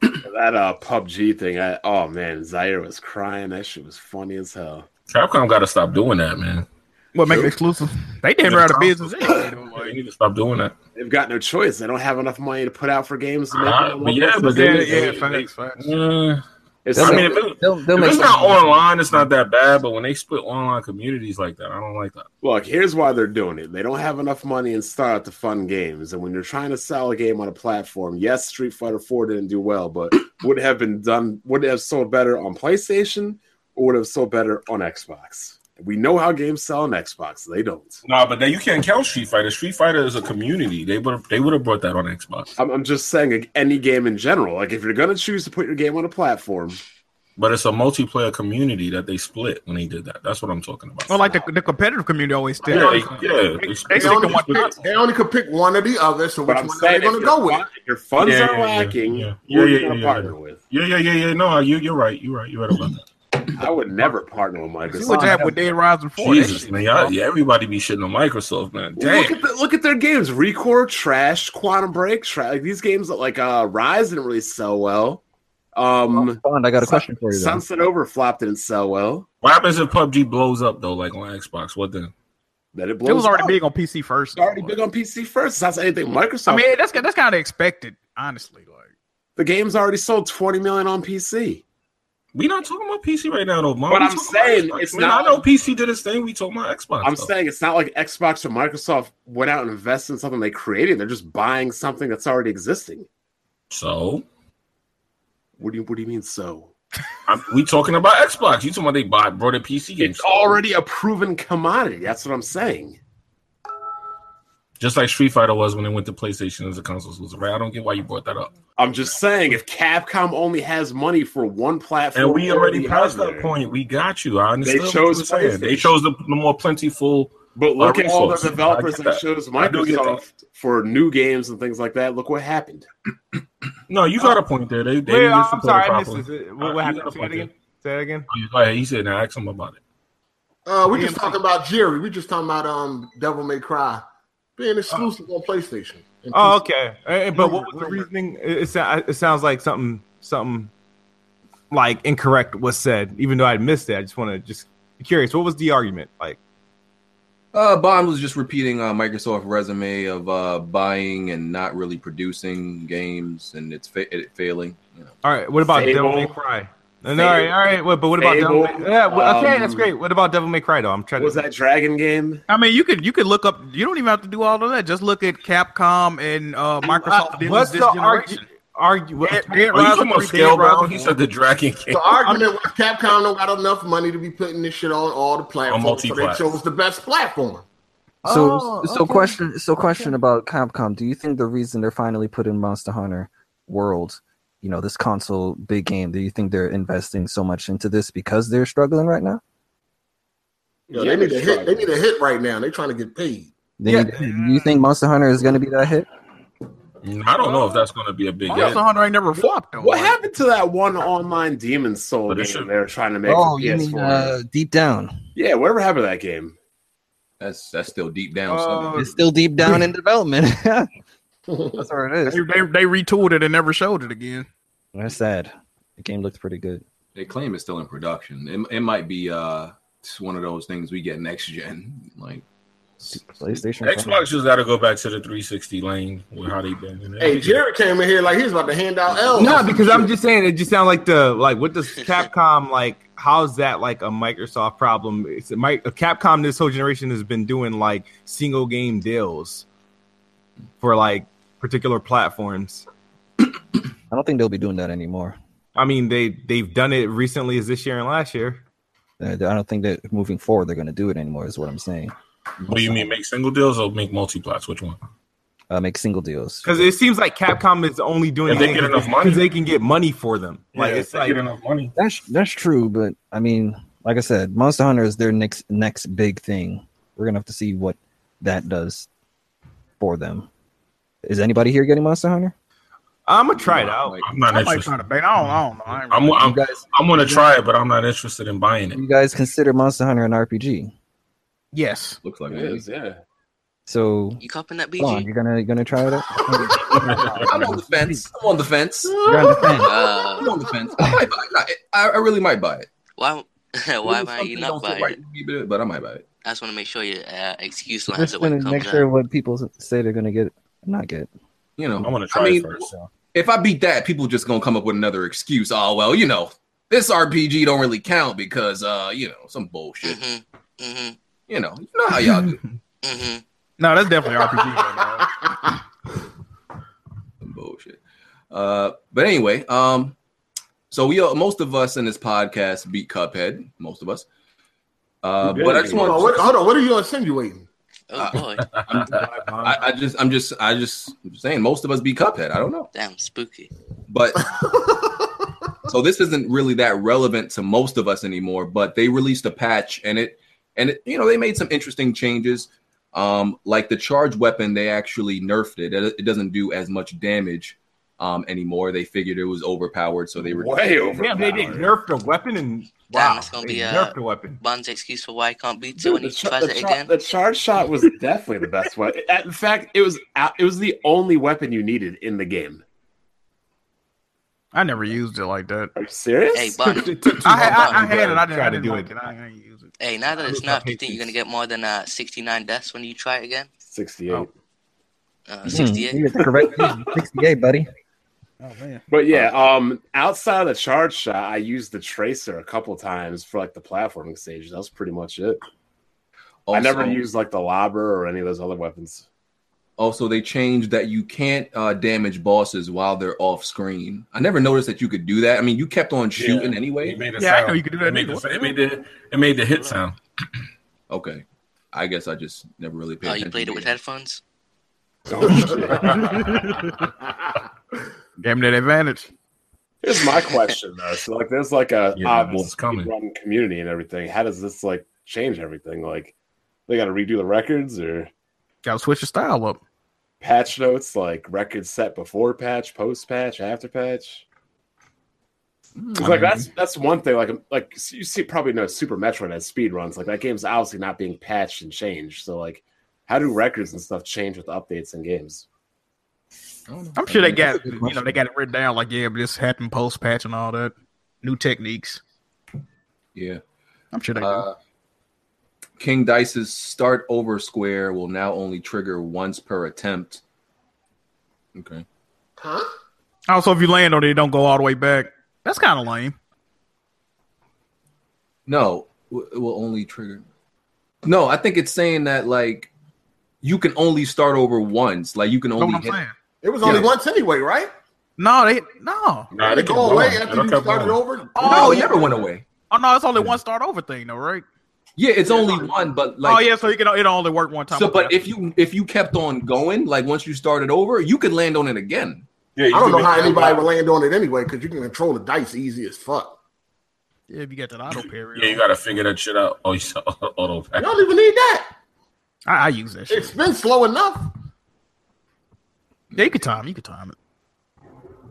that uh PUBG thing, I, oh man, Zaire was crying. That shit was funny as hell.
Capcom got to stop doing that, man.
What make it exclusive? They damn right out of business. anyway, though.
They need to stop doing that.
They've got no choice. They don't have enough money to put out for games to make.
Uh,
it
but yeah, but
Yeah,
they-
yeah,
they-
facts, facts.
Uh,
It's
I
like-
mean, if, it,
They'll, they'll
if
make
it's not
something.
online, it's not that bad. But when they split online communities like that, I don't like that.
Look, here's why they're doing it. They don't have enough money and start to fund games. And when you're trying to sell a game on a platform, yes, Street Fighter 4 didn't do well, but would have been done would have sold better on PlayStation or would have sold better on Xbox. We know how games sell on Xbox. They don't.
Nah, but then you can't count Street Fighter. Street Fighter is a community. They would they would have brought that on Xbox,
I'm, I'm just saying like, any game in general. Like if you're gonna choose to put your game on a platform,
but it's a multiplayer community that they split when they did that. That's what I'm talking about.
Well, like the, the competitive community always still.
yeah, they, yeah, they
They
split
stick
it.
to one
Yeah,
content.
They only could pick one or the other, so
but
which
I'm
one are
saying
they going
if
to go
your
with?
fu- if your funds
Yeah, yeah,
are
yeah,
lacking,
yeah.
who
Yeah,
are you
yeah,
gonna
yeah,
partner
yeah.
with?
yeah, yeah, yeah, yeah. No, you you're right. You're right. You're right about that.
I would never partner with
See
Microsoft.
what happened with Dead Rising Four. that
Jesus,
shit-
man, y'all, yeah, everybody be shitting on Microsoft, man.
Well, Look
Damn.
at the, look at their games. Recore trash, Quantum Break trash. Like these games, like uh, Rise didn't really sell well. Um,
Bond, I got a question for you. though.
Sunset Overflop didn't sell well.
What happens if PUBG blows up though, like on Xbox? What then?
That it blows.
It was already
up.
big on PC first.
It's already
though.
big on PC first. That's anything. Microsoft.
Oh.
I mean, that's that's kind of expected, honestly. Like,
the game's already sold twenty million on PC.
We not talking about PC right now, though, Mom.
But
We
I'm
talking
saying
about Xbox,
it's
man.
not-
I know PC did its thing. We talking about Xbox.
I'm
though.
saying it's not like Xbox or Microsoft went out and invested in something they created. They're just buying something that's already existing.
so.
What do you What do you mean? So
I'm, we talking about Xbox. You talking about they bought brought a PC game?
it's already a proven commodity. That's what I'm saying.
just like Street Fighter was when it went to PlayStation as a console exclusive. Right? I don't get why you brought that up.
I'm just saying, if Capcom only has money for one platform,
And we
or
already
the
passed that
other,
point. We got you. I understand. what you
chose
were saying. They
PlayStation.
chose the, the more plentiful.
But look
Our
at all the
resources.
developers
I get
that
that.
chose
I do get that.
Microsoft for new games and things like that. Look what happened.
No, you got a point there. They, they
Wait,
didn't
I'm
support
sorry,
it
I missed
properly.
this. It-
Uh,
What,
you
what happened?
got a
Say that
point
again. Say that again.
Oh, yeah, Go ahead. He said, "Now ask him about it."
Uh, we just talking about Jerry. We just talking about um Devil May Cry being exclusive on PlayStation. And
Oh,
PC.
okay. Eh, eh, But what
Rumor,
was the
rumor.
reasoning? It, it, sou- it sounds like something, something like incorrect was said. Even though I missed it, I just want to just be curious. What was the argument? Like,
Uh, Bond was just repeating uh, Microsoft resume of uh, buying and not really producing games, and it's fa- it failing. You know.
all right, what about Devil May
Fable.
Cry? No, no, all right, all right. What, but what about
Fable.
Devil May? Yeah, well, okay, that's
Um,
great. What about Devil May Cry? Though I'm trying
Was
to.
that Dragon game?
I mean, you could you could look up. You don't even have to do all of that. Just look at Capcom and uh, Microsoft.
Uh,
did
what's
this
the
generation.
argument? Argue. What,
Dead- Dead
Are Oh, you talking
Rising
about
three, Dead
Scalebound?
Rising
He
four.
said the Dragon King.
The argument was Capcom don't got enough money to be putting this shit on all the platforms, so they
multi-plat.
chose the best platform.
So,
Oh,
so
okay.
question, so question about Capcom. Do you think the reason they're finally putting Monster Hunter World, you know, this console big game, do you think they're investing so much into this because they're struggling right now?
You know,
Yeah,
they need a
that's
hit.
right.
They need a hit right now. They're trying to get paid.
They
Yeah.
need- do you think Monster Hunter is going to be that hit?
I don't know if that's going to be a big hit.
Monster Hunter ain't never flopped though.
What
Like,
happened to that one online Demon Soul
But it
game
should-
they were trying to make
Oh,
for
you
PS4?
mean uh, deep down?
yeah, whatever happened to that game?
That's that's still deep down.
Uh,
It's still deep down in development. That's where it
They,
is.
they, they retooled it and never showed it again.
That's sad. The game looked pretty good.
They claim it's still in production. It, it might be uh it's one of those things we get next gen. Like
PlayStation.
Xbox just got to go back to the 360 lane with how they been. And
Hey, Jerry came in here like he was about to hand out L's.
No, because I'm just saying it just sounds like the like what does Capcom like how's that like a Microsoft problem? It's a, mic- Capcom this whole generation has been doing like single game deals for like particular platforms.
I don't think they'll be doing that anymore.
I mean they they've done it recently as this year and last year.
Uh, I don't think that moving forward they're going to do it anymore. Is what I'm saying.
What do you mean, make single deals or make multiplats? Which one?
Uh, make single deals.
Because it seems like Capcom is only doing
If they
things
get enough money.
because they can get money for them. like
Yeah,
it's
if they get
like
enough money.
That's that's true, but I mean, like I said, Monster Hunter is their next next big thing. We're gonna have to see what that does for them. Is anybody here getting Monster Hunter?
I'm gonna try it out.
like,
I'm not
I might
interested.
try to bait. I don't, I don't know. I ain't
I'm,
really-
I'm,
You guys,
I'm gonna try it, but I'm not interested in buying it.
you guys consider Monster Hunter an RPG?
yes.
looks like
It
it is.
is, yeah.
So
You copping that
come on,
BG?
you're gonna you're gonna try it out.
I'm on the fence. I'm on the fence.
on the fence.
Uh,
I'm on the fence. I might buy it. I, I really might buy it.
Why? why
Even if
might you
something
not
don't feel
buy
right
it?
to me, But but I might buy it.
I just want to make sure your uh, excuse lines
Just
up when
gonna
it
make
comes
sure
out.
what people say they're gonna get, not get. Hmm.
You know,
I want to
I
try
mean,
it first. so.
if I beat that, people just gonna come up with another excuse. Oh well, you know, this RPG don't really count because uh, you know, some bullshit.
Mm-hmm. Mm-hmm.
You know, you know how y'all do.
Mm-hmm.
No, that's definitely RPG. man,
Some bullshit. Uh, but anyway, um, so we uh, most of us in this podcast beat Cuphead. Most of us. Uh,
You did.
but I just
Hold
want.
on, what, hold on, what are you insinuating?
Oh boy,
I'm, I, I just, I'm just, I just I'm saying, most of us beat Cuphead. I don't know,
damn spooky.
but so this isn't really that relevant to most of us anymore. But they released a patch, and it, and it, you know, they made some interesting changes. Um, like the charge weapon, they actually nerfed it. It, it doesn't do as much damage um anymore. They figured it was overpowered, so they were
Way over.
Damn, they, they nerfed a weapon and wow,
that's gonna
they
be, uh,
nerfed a weapon.
Bond's excuse for why he can't beat it
Dude,
when
the,
he
char-
tries
the
it
char-
again.
the charge shot was definitely the best one. In fact, it was out- it was the only weapon you needed in the game.
I never used it like that.
Are you serious?
Hey, Bond.
It took too
I, had- I, I
long to
had it. I didn't,
try
I
to
didn't
do
like
it.
it. I, I didn't use it.
Hey, now that it's
I
nerfed, do you
hate
think you're gonna
these.
get more than uh, 69 deaths when you try it again?
Sixty-eight.
Oh.
Uh,
Hmm,
68.
you get the correct reason. 68, buddy.
Oh man.
But yeah, um, outside of the charge shot, I used the tracer a couple times for like the platforming stages. That was pretty much it. I never
also-
used like the lobber or any of those other weapons.
Also, they changed that you can't uh, damage bosses while they're off screen. I never noticed that you could do that. I mean, you kept on shooting
Yeah.
anyway.
It made a
Yeah, I know
sound.
you could do that
It made,
either.
the, it, made the, it made the hit sound.
Okay, I guess I just never really paid.
Oh,
attention
you played
to
it with headphones?
Damn that advantage.
Here's my question though. So like there's like a
Yeah,
obvious
what's coming?
run community and everything. How does this like change everything? Like they gotta redo the records or
Gotta switch the style up.
patch notes, like records set before patch, post patch, after patch. 'Cause, like that's that's one thing. Like like you see, probably know Super Metroid has speed runs. Like that game's obviously not being patched and changed. So like, how do records and stuff change with updates and games?
I'm sure they got you know they got it written down like yeah, but this happened post patch and all that new techniques.
Yeah.
I'm sure they do.
Uh, King Dice's start over square will now only trigger once per attempt. Okay.
Huh?
Also, if you land on it, it don't go all the way back. That's kind of lame.
No, w- it will only trigger. No, I think it's saying that like you can only start over once. Like you can
That's what
only
I'm
hit
saying.
It was only
Yeah.
once anyway, right?
No, they no.
Nah,
they
kept
go away
going.
after
They
you
kept
start
going.
it over.
No,
Oh,
it never went away.
Oh no, it's only one start over thing though, right?
Yeah, it's only one, but like
oh yeah, so you can it only work one time.
So,
Okay.
but if you if you kept on going, like once you started over, you could land on it again.
Yeah,
I don't know how anybody would land on it anyway, because you can control the dice easy as fuck.
yeah, if you get that auto period,
Yeah, you gotta figure that shit out. Oh, you saw auto
You
pack.
don't even need that.
I, I use that shit.
It's been slow enough.
Yeah, you can time, you can time it.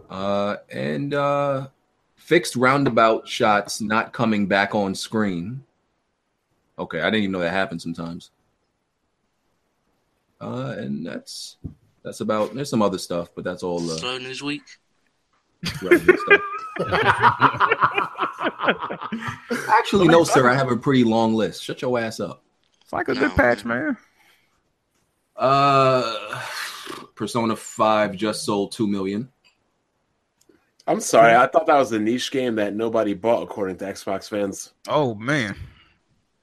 Uh, and uh, fixed roundabout shots not coming back on screen. Okay, I didn't even know that happened sometimes. Uh, and that's that's about. There's some other stuff, but that's all uh,
Slow news week.
relevant stuff. Actually, no, sir. I have a pretty long list. Shut your ass up.
It's like a
No.
good patch, man.
Uh, Persona Five just sold two million.
I'm sorry, I thought that was a niche game that nobody bought, according to Xbox fans.
Oh man,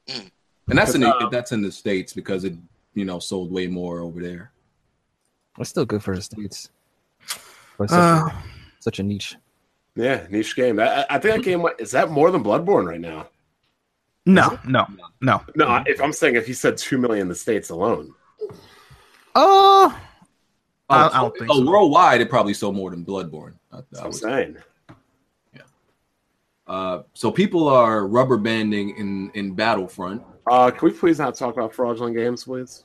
and that's in the, that's in the states because it you know sold way more over there.
It's still good for the states. For such,
Uh,
a, such a niche.
Yeah, niche game. I, I- I think that game went- is that more than Bloodborne right now.
no, no, no.
No, I- if I'm saying if he said two million in the states alone,
Oh, I- I don't
so-
think
oh,
so.
worldwide it probably sold more than Bloodborne. I, I
that's what I'm
would-
saying.
uh, so people are rubber banding in in Battlefront.
Uh, can we please not talk about fraudulent games, please?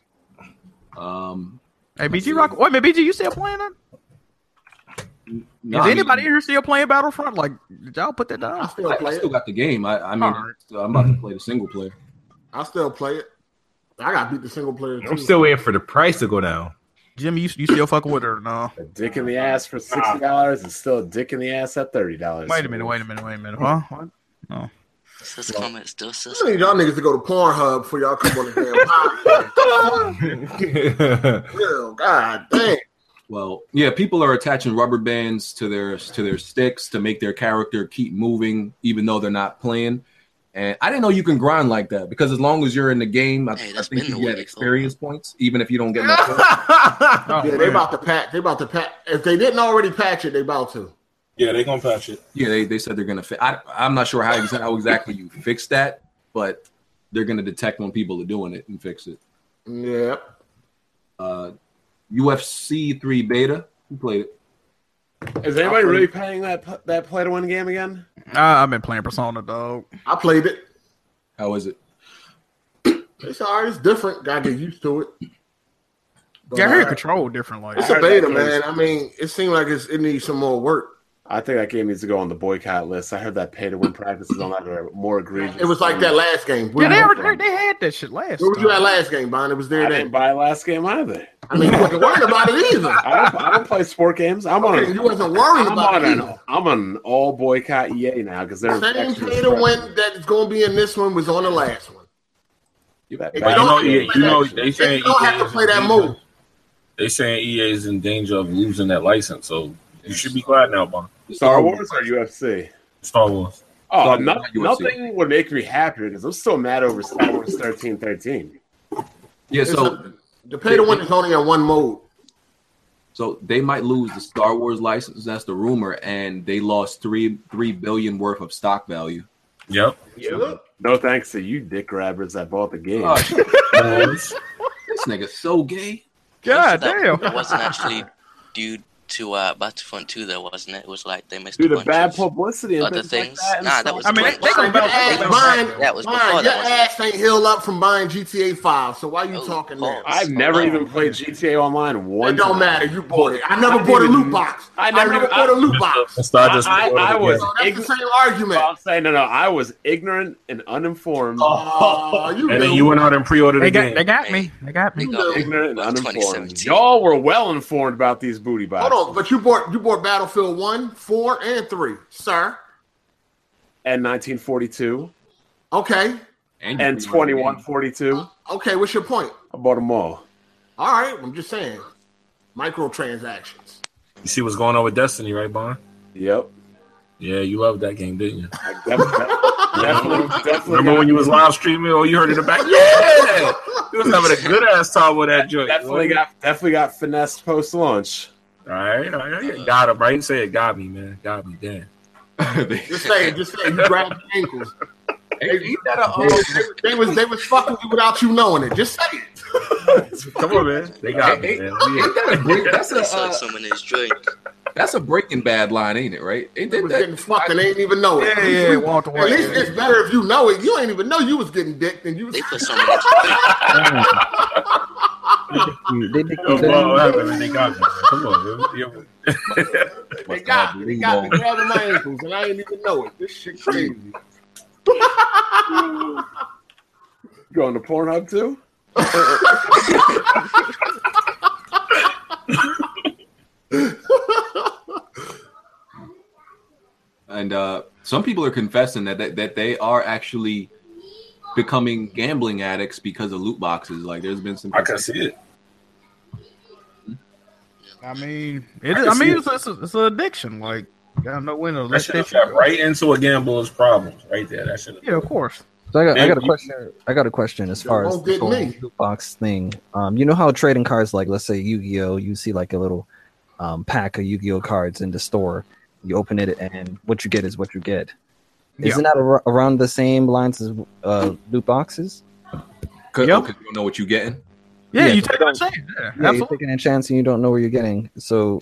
Um,
hey BG Rock, wait, man, BG, you still playing that?
no,
Is
I mean,
anybody here still playing Battlefront? Like, did y'all put that
I
down?
still
I, I
play it.
still got the game. I, I mean,
Alright.
I'm about to play the single player.
I still play it. I got beat the single player.
I'm still waiting for the price to go down.
Jimmy, you, you still fucking with her? No.
A dick
Uh,
in the ass for sixty dollars is still a dick in the ass at thirty dollars.
Wait a minute, wait a minute, wait a minute. Huh? What? No.
Sis comments still sis.
I need y'all niggas to go to Pornhub before y'all come on the damn podcast. Yo, God damn.
Well, yeah, people are attaching rubber bands to their to their sticks to make their character keep moving, even though they're not playing. And I didn't know you can grind like that because as long as you're in the game, I,
Hey,
I
that's
think
been
you
the way
get
they
experience points, even if you don't get much.
Oh,
yeah, they
man.
about to patch. They about to patch. If they didn't already patch it, they about to.
Yeah, they're gonna patch it. Yeah, they, they said they're gonna. Fi- I I'm not sure how exactly how exactly you fix that, but they're gonna detect when people are doing it and fix it.
Yep.
Uh, UFC three beta. Who played it?
Is anybody really playing that that play to win game again?
Nah, I've been playing Persona, dog.
I played it.
How is it?
It's all right. It's different. Gotta get used to it. But,
Yeah, I heard
uh,
control different. Like
It's a beta, man. I mean, it seemed like it's, it needs some more work.
I think that game needs to go on the boycott list. I heard that pay to win practices on that are more egregious.
It was like that last game.
yeah, they,
Where
already- they had that shit last.
was you
time.
at last game, Bond? It was there
I
then.
didn't buy last game either.
I mean, you wasn't worried about it either.
I don't, I don't play sport games. I'm on.
Okay, you wasn't worried
I'm
about
on
it
an-
either.
I'm on an all boycott EA now because they're
Same
extra
pay to
stressful.
win that's going to be in this one was on the last one.
You
If
But you know,
you
EA, you know, they saying
don't
EA
have to
is
play
in
that
danger-
move.
They saying EA is in danger of losing that license, so you should be quiet now, Bon.
Star Wars or UFC?
Star Wars.
Oh,
Star
no,
Wars, not UFC.
nothing would make me happier because I'm still mad over Star Wars 13 13.
Yeah,
It's
so
a- the pay to win is only in one mode.
So they might lose the Star Wars license. That's the rumor, and they lost three three billion worth of stock value.
Yep.
No thanks to you dick grabbers that bought the game.
Oh, shit,
this
nigga's so gay.
God
that
damn.
It wasn't actually due to uh, Battlefront 2, though, wasn't it? It was like they missed
Due
a
to
bunch
bad
of
publicity and
other
things like
things.
that, and
nah,
so-
that was
I mean,
Twitch.
they gonna bounce
Hey,
back.
Mine,
That was
mine,
before
your
that, wasn't
ass ain't healed up from buying GTA 5, so why you
Oh,
talking
oh,
now?
I've never even played GTA Online once.
It don't matter. You bought it. I never
I
bought a
didn't-
loot box.
I
I
never-
never, bought a loot box.
I just
I, I, I was
So that's the
ignorant.
same argument.
I'm saying no, no. I was ignorant and uninformed.
Oh, you
and then
knew.
you went out and pre-ordered
They
the
got,
game.
they got me. They got
They
me.
got
ignorant and
Well,
uninformed.
2017.
Y'all were well informed about these booty boxes.
Hold on, but you bought you bought Battlefield 1, 4, and 3, sir.
And 1942
Okay.
And,
and 2142.
Okay, what's your point?
I bought them all.
All right, I'm just saying. Microtransactions.
You see what's going on with Destiny, right, Bon?
Yep.
Yeah, you loved that game, didn't you?
I def- def- definitely, definitely.
Remember
got-
when you was live streaming? Oh, you heard it in the back. Yeah, you was having a good ass time with that joint.
Definitely got definitely got finessed post launch.
All right, all right, got him. Right, you say it got me, man. Got me, damn.
Just saying, just saying, you grabbed your ankles.
Ain't that a-
They, they was they was fucking you without you knowing it. Just say it.
Come on, man. They got me, man. Yeah.
ain't that a break, that's a
They saw
uh,
someone in his drink.
that's a Breaking Bad line, ain't it? Right? Ain't
They
that,
was
that-
getting fucked and they didn't even know it.
Yeah, yeah, Walter
At
White.
least it's better if you know it. You ain't even know you was getting dicked and you was
They put someone in his drink.
They dick
Oh,
you
wow, what
down.
happened, man? They got me. Man. Come on, man. Yeah.
they got me. They got me grabbing my ankles and I didn't even know it. This shit crazy.
You going to Pornhub too?
and uh, some people are confessing that, that that they are actually becoming gambling addicts because of loot boxes. Like, there's been some.
I can see it.
I mean, it
I
is,
can
I
see
mean,
it.
it's, it's, it's an addiction. Like, you gotta know when to
That
let
should
that
have
shit
got
go.
right into a gambler's problems right there. That should have.
Yeah, of course.
So I got, I got
Thank
a
you.
question. I got a question as
It
far as
won't
the
get
whole
me.
loot box thing. Um, you know how trading cards, like let's say Yu-Gi-Oh, you see like a little um, pack of Yu-Gi-Oh cards in the store. You open it, and what you get is what you get.
Yeah.
Isn't that ar- around the same lines as uh, loot boxes?
Cause,
Yep.
okay, you don't know what you're getting.
Yeah,
Yeah,
you
so
take
don't-
that chance. Yeah,
Yeah, you're
absolutely.
taking a chance and you don't know what you're getting. So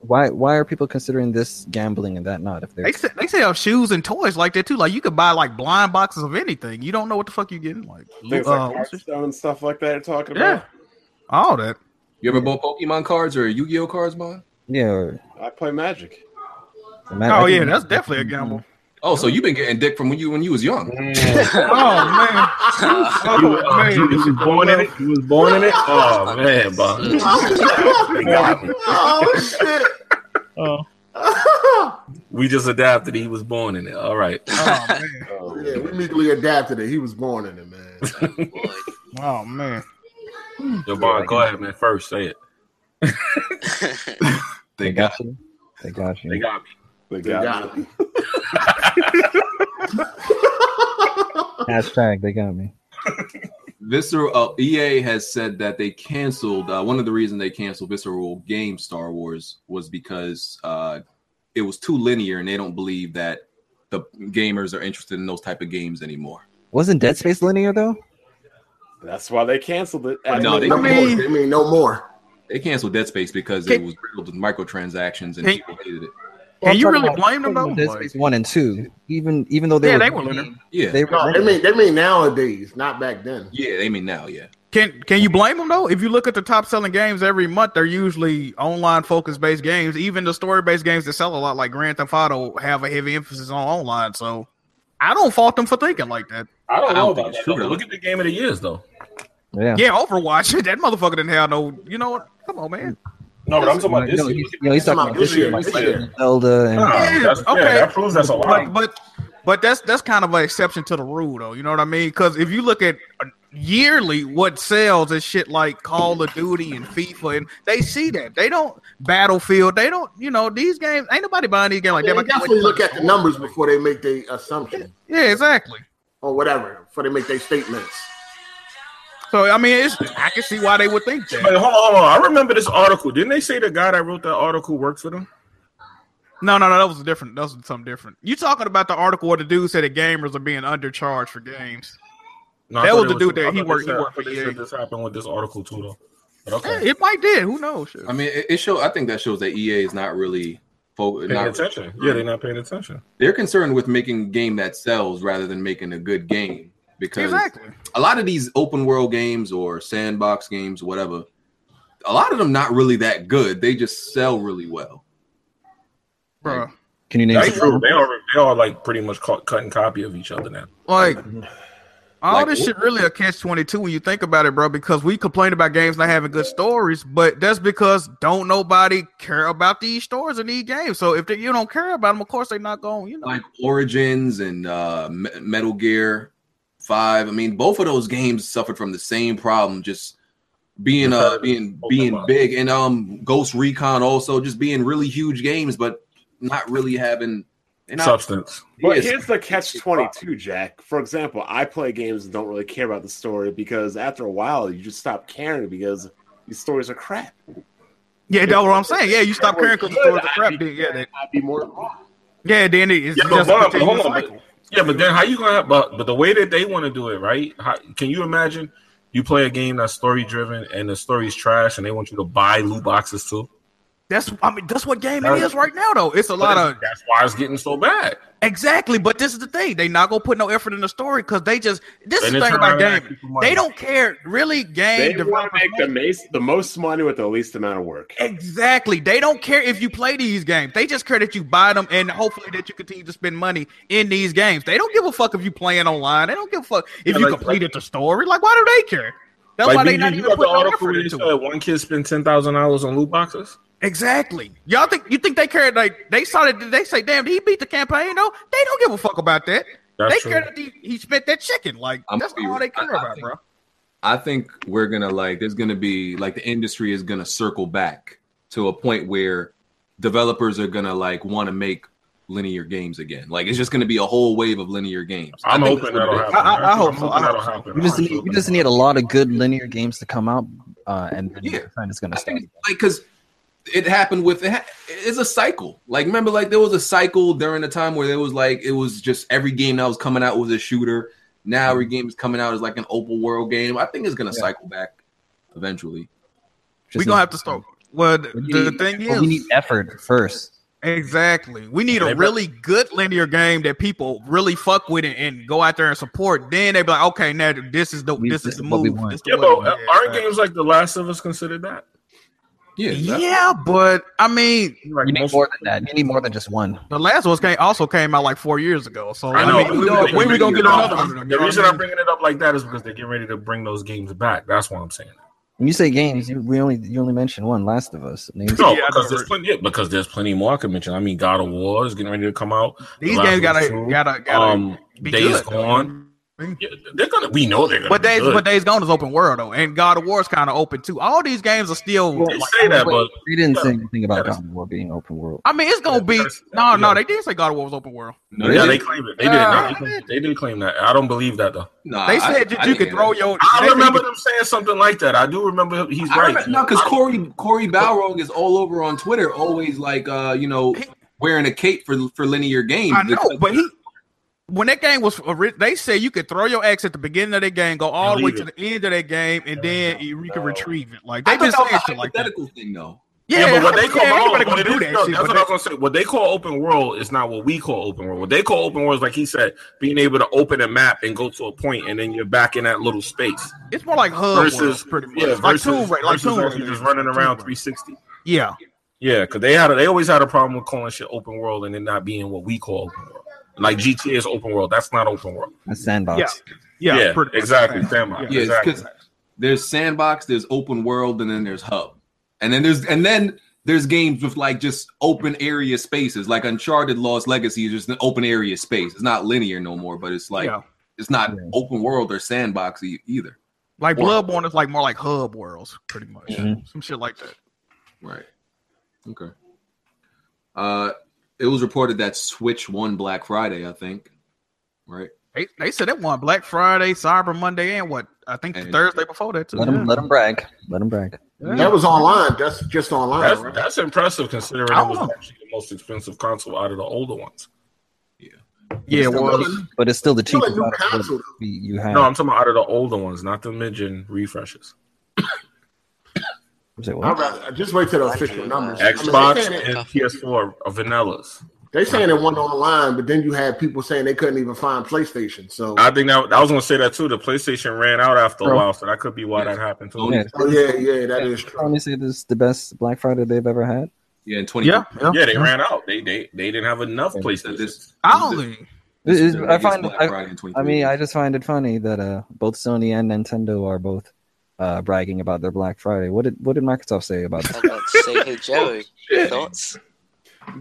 why why are people considering this gambling and that not? If they're
They, se- they sell shoes and toys like that too. Like you could buy like blind boxes of anything. You don't know what the fuck you getting. Like,
Things
uh,
like
what's this-
Hearthstone and stuff like that. You're talking
yeah, all that.
You ever bought Pokemon cards or Yu-Gi-Oh cards, Mon?
yeah, or,
about. I play Magic.
I mean, I
Oh
can-
yeah, that's definitely a gamble.
Oh, so you've been getting dick from when you when you was young.
Mm-hmm. oh man, oh, man. you was born in it. You was born in it. Oh man, bro.
oh shit!
oh. We just adapted. He was born in it. All right.
Oh,
Um,
man. yeah, we legally adapted it. He was born in it, man.
oh man.
Yo, Bond, go ahead, man. First, say it.
They got
you. They got you.
They got me.
They got me.
Hashtag they got me.
Visceral uh, EA has said that they canceled. Uh, one of the reasons they canceled Visceral Game Star Wars was because uh, it was too linear, and they don't believe that the gamers are interested in those type of games anymore.
Wasn't Dead Space linear though?
That's why they canceled it.
No, they,
No more. I mean, no more.
they canceled Dead Space because it was riddled with microtransactions, and
Can-
people hated it.
Can you
I'm
really
talking
blame them
about-
though?
Dead Space one and two, even even though they
Yeah,
were
they were linear.
Yeah,
they were
No, they
linear.
mean they mean nowadays, not back then.
yeah, they mean now, yeah.
Can can you blame them though? If you look at the top selling games every month, they're usually online focus based games. Even the story based games that sell a lot, like Grand Theft Auto, have a heavy emphasis on online. So I don't fault them for thinking like that.
I don't
don't
know
think
about
it's
that.
true,
though.
though.
Look at the game of the years, though.
yeah.
Yeah, Overwatch, that motherfucker didn't have no. You know what? Come on, man.
No, but I'm talking about this
no,
year.
he's, no, he's talking about this year,
This
like
year.
Zelda and
Nah, that's, yeah,
okay.
that proves that's a lot.
But but but that's that's kind of an exception to the rule though. You know what I mean? Because if you look at uh, yearly what sells is shit like Call of Duty and FIFA, and they see that they don't Battlefield. They don't. You know these games. Ain't nobody buying these games like
Yeah,
that.
they
but they
definitely
went-
look at the numbers before they make their assumption
Yeah, exactly.
or whatever, before they make their statements.
So I mean, it's, I can see why they would think
Wait,
that.
hold on, hold on. I remember this article. Didn't they say the guy that wrote that article worked for them?
No, no, no, that was a different. That was something different. You talking about the article where the dude said that gamers are being undercharged for games?
No, I
That
thought
was
it
the dude that
I
he
thought they
worked- he
said-
worked for
they said
EA.
This happened with this article too, though. But
Yeah,
okay,
Eh, it might did. Who knows? Shit.
I mean, it, it show. I think that shows that EA is not really fo-
paying
not
attention. Yeah, they're not paying attention.
they're concerned with making a game that sells rather than making a good game because
Exactly.
a lot of these open world games or sandbox games whatever a lot of them not really that good they just sell really well
Bro.
Can you name?
That's
some-
true. They are they are like pretty much cut, cut and copy of each other now.
Like all
Like,
this shit really a catch twenty two when you think about it, bro. Because we complain about games not having good stories, but that's because don't nobody care about these stories and these games. So if they, you don't care about them, of course they're not going. You know,
like origins and uh, Me- metal gear 5 i mean both of those games suffered from the same problem just being uh being being big and um ghost recon also just being really huge games but not really having and I-
Substance.
But
Yes.
here's the catch 22, Jack. For example, I play games and don't really care about the story because after a while, you just stop caring because these stories are crap.
yeah, that's what I'm saying. Yeah, you stop caring because the stories are crap. Then, yeah, that-
I'd be more involved.
yeah, then it is
Yeah, but
just a
hold on, but
continuous
hold on,
cycle.
Yeah, but then how you gonna have, but but the way that they want to do it, right? How, can you imagine you play a game that's story driven and the story's trash and they want you to buy loot boxes too?
That's I mean that's what game it is right now though. It's a lot of
that's why it's getting so bad.
Exactly, but this is the thing. They not gonna put no effort in the story because they just this
They
is the
didn't turn
thing about
around and ask
gaming.
people money.
They don't care really.
They
Game
want
developers
to make the, mas- the most money with the least amount of work.
exactly. They don't care if you play these games. They just care that you buy them and hopefully that you continue to spend money in these games. They don't give a fuck if you playing online. They don't give a fuck if
Yeah,
you
like-
completed the story. Like why do they care? That's why
Like,
they
you,
not
you
even
got the
putting no
article
effort
where they
into
said
it.
one kid spent ten thousand dollars on loot boxes.
Exactly. Y'all think you think they care? Like they saw that they say, "Damn, did he beat the campaign?" No, they don't give a fuck about that.
That's
they
true.
care that he, he spent that chicken. Like
I'm
that's
gonna be
all they care
real. I- I
about,
think-
bro.
I think we're gonna like there's gonna be like the industry is gonna circle back to a point where developers are gonna like want to make linear games again. Like it's just gonna be a whole wave of linear games.
I'm
I think
hoping
that's
that'll
what it is.
happen.
I- I- I
I'm
hope so.
hoping
I hope
that'll happen.
You just
I'm
need
hoping
you just
that'll
need a lot of good linear games to come out, uh, and then
Yeah.
the trend is going to
I
start.
think like because it happened with it ha- it's a cycle. Like remember, like there was a cycle during the time where there was like it was just every game that was coming out was a shooter. Now every
Mm-hmm.
game is coming out is like an open world game. I think it's gonna
Yeah.
cycle back eventually.
We
Just
gonna
need-
have to start. Well, the,
we
the
need-
thing
but we need
is,
effort first.
exactly, we need
They
a
bet-
really good linear game that people really fuck with and, and go out there and support. Then they be like, "Okay, now this is the
We-
this
this
is the
is what we
move."
want.
This the
Yeah,
way.
but uh, aren't games like The Last of Us considered that?
Yeah,
yeah, but I mean,
you need more than that. You need more than just one.
The last one came, also came out like four years ago. So
I know.
mean,
We gonna-
when we gonna get another one? You know
The
what
reason
I
I'm
mean?
bringing it up like that is because they're getting ready to bring those games back. That's what I'm saying.
When you say games, you, we only you only mentioned one. Last of Us. Names-
No, because there's plenty. yeah, because there's plenty more I could mention. I mean, God of War is getting ready to come out.
These
Last
games
of
gotta-
Us 2.
gotta- gotta
Um,
be
Days
good, though.
Gone. Yeah, they're gonna. We know they're gonna.
But
be
days,
good.
but days gone is open world though, and God of War is kind of open too. All these games are still.
They say that, but
they didn't say anything about God of War being open world.
I mean, it's gonna be no, no. They did say God of War was open world.
no, yeah, they claim it. They did.
Nah,
not. They claim- they did claim that. I don't believe that though.
Nah,
They said that you could throw your.
I
they said
remember
you
them saying something like that. I do remember. He's
I
right.
remember, no, because Corey Corey Balrog is all over on Twitter, always like uh, you know, wearing a cape for for linear games.
I know, but he when that game was ori- they say you could throw your axe at the beginning of that game, go all the way
leave
to the end of that game, and then you, you can retrieve it. Like
I
they
thought
been
that was
saying
a
shit like that.
hypothetical thing though.
Yeah,
Yeah,
but what they call
yeah,
hold on,
everybody
what
gonna
it
do
is-
that
no,
shit,
that's
but
what I was gonna say. What they call open world is not what we call open world. What they call open world is like he said, being able to open a map and go to a point, and then you're back in that little space.
It's more like hub
Versus,
world, pretty much.
yeah, versus,
like Tomb Raider, like
versus
Tomb
actually
Raider.
just running around 360.
Yeah,
Yeah, because they had a, they always had a problem with calling shit open world and it not being what we call open world. Like GTA is open world. That's not open world.
A sandbox.
Yeah, pretty much.
exactly. Sandbox.
Yeah, it's
exactly.
'cause there's sandbox, there's open world, and then there's hub, and then there's and then there's games with like just open area spaces, like Uncharted Lost Legacy is just an open area space. It's not linear no more, but it's like
Yeah.
it's not open world or sandbox e- either.
like
Or-
Bloodborne is like more like hub worlds, pretty much.
Mm-hmm.
Mhm.
Some shit like that.
Right. Okay. Uh, it was reported that Switch won Black Friday, I think. Right.
They, they said it won Black Friday, Cyber Monday, and what I think the
And-
Thursday before that too.
Let him let him brag. Let him brag.
That was online. That's just online.
That's,
right?
that's impressive considering
I
it
don't
was
know.
actually the most expensive console out of the older ones.
Yeah,
It's still
well,
the- but it's still the
still a
cheapest
new
out of
console.
what we- you have.
No, I'm talking about out of the older ones, not the mid-gen refreshes.
Was it
I'd
what?
rather- just wait till the official numbers. I mean, they
Xbox
saying it-
and PS4 are vanillas.
They saying it went online, but then you had people saying they couldn't even find PlayStation. So
I think that I was gonna say that too. The PlayStation ran out after a
Bro.
while, so that could be why that happened too.
Yeah.
Yeah,
oh, yeah, yeah, that is true.
Tony said this is the best Black Friday they've ever had.
Yeah, in 20.
they ran out. They they they didn't have enough PlayStation.
I don't think
It is-
the
I find
biggest Black Friday in
I,
23
I mean I just find it funny that uh both Sony and Nintendo are both uh bragging about their Black Friday. What did what did Microsoft say about
I'm
that?
about to say,
Oh,
hey, Joey, thoughts?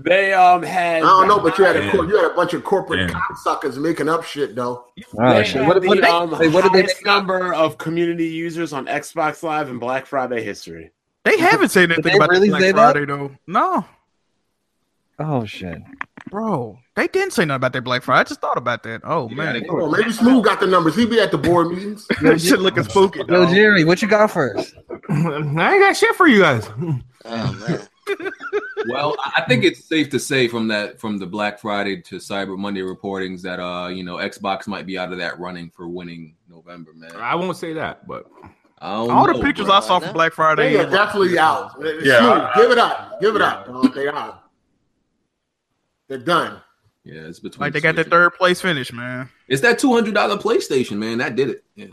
They um had
I don't know, but you had a
Yeah.
cor- you had a bunch of corporate
Yeah.
cocksuckers making up shit though.
All right,
They
Oh, shit.
had
what,
the
what,
um,
wait, what did they
highest number of community users on Xbox Live in Black Friday history.
they haven't said anything
they
about
really
Black
say that?
Friday though. No,
Oh shit.
bro, they didn't say nothing about their Black Friday. I just thought about that. Oh man,
they-
Hold on, maybe Smooth got the numbers. He be at the board meetings.
that shit looking spooky.
Yo,
dog.
Jerry, what you got first?
I ain't got shit for you guys.
Oh, man.
Well, I- I think it's safe to say from that from the Black Friday to Cyber Monday reportings that uh you know Xbox might be out of that running for winning November, man.
I won't say that, but
I don't
All the
know,
pictures
bro.
I saw from Black Friday.
They are definitely out.
Yeah,
Smooth,
I-
give it up. Give it up. dog. They out. They're done.
Yeah, it's between.
Like they got
Switch
that
and-
third place finish, man.
It's that two hundred dollar PlayStation, man. That did it. Yeah.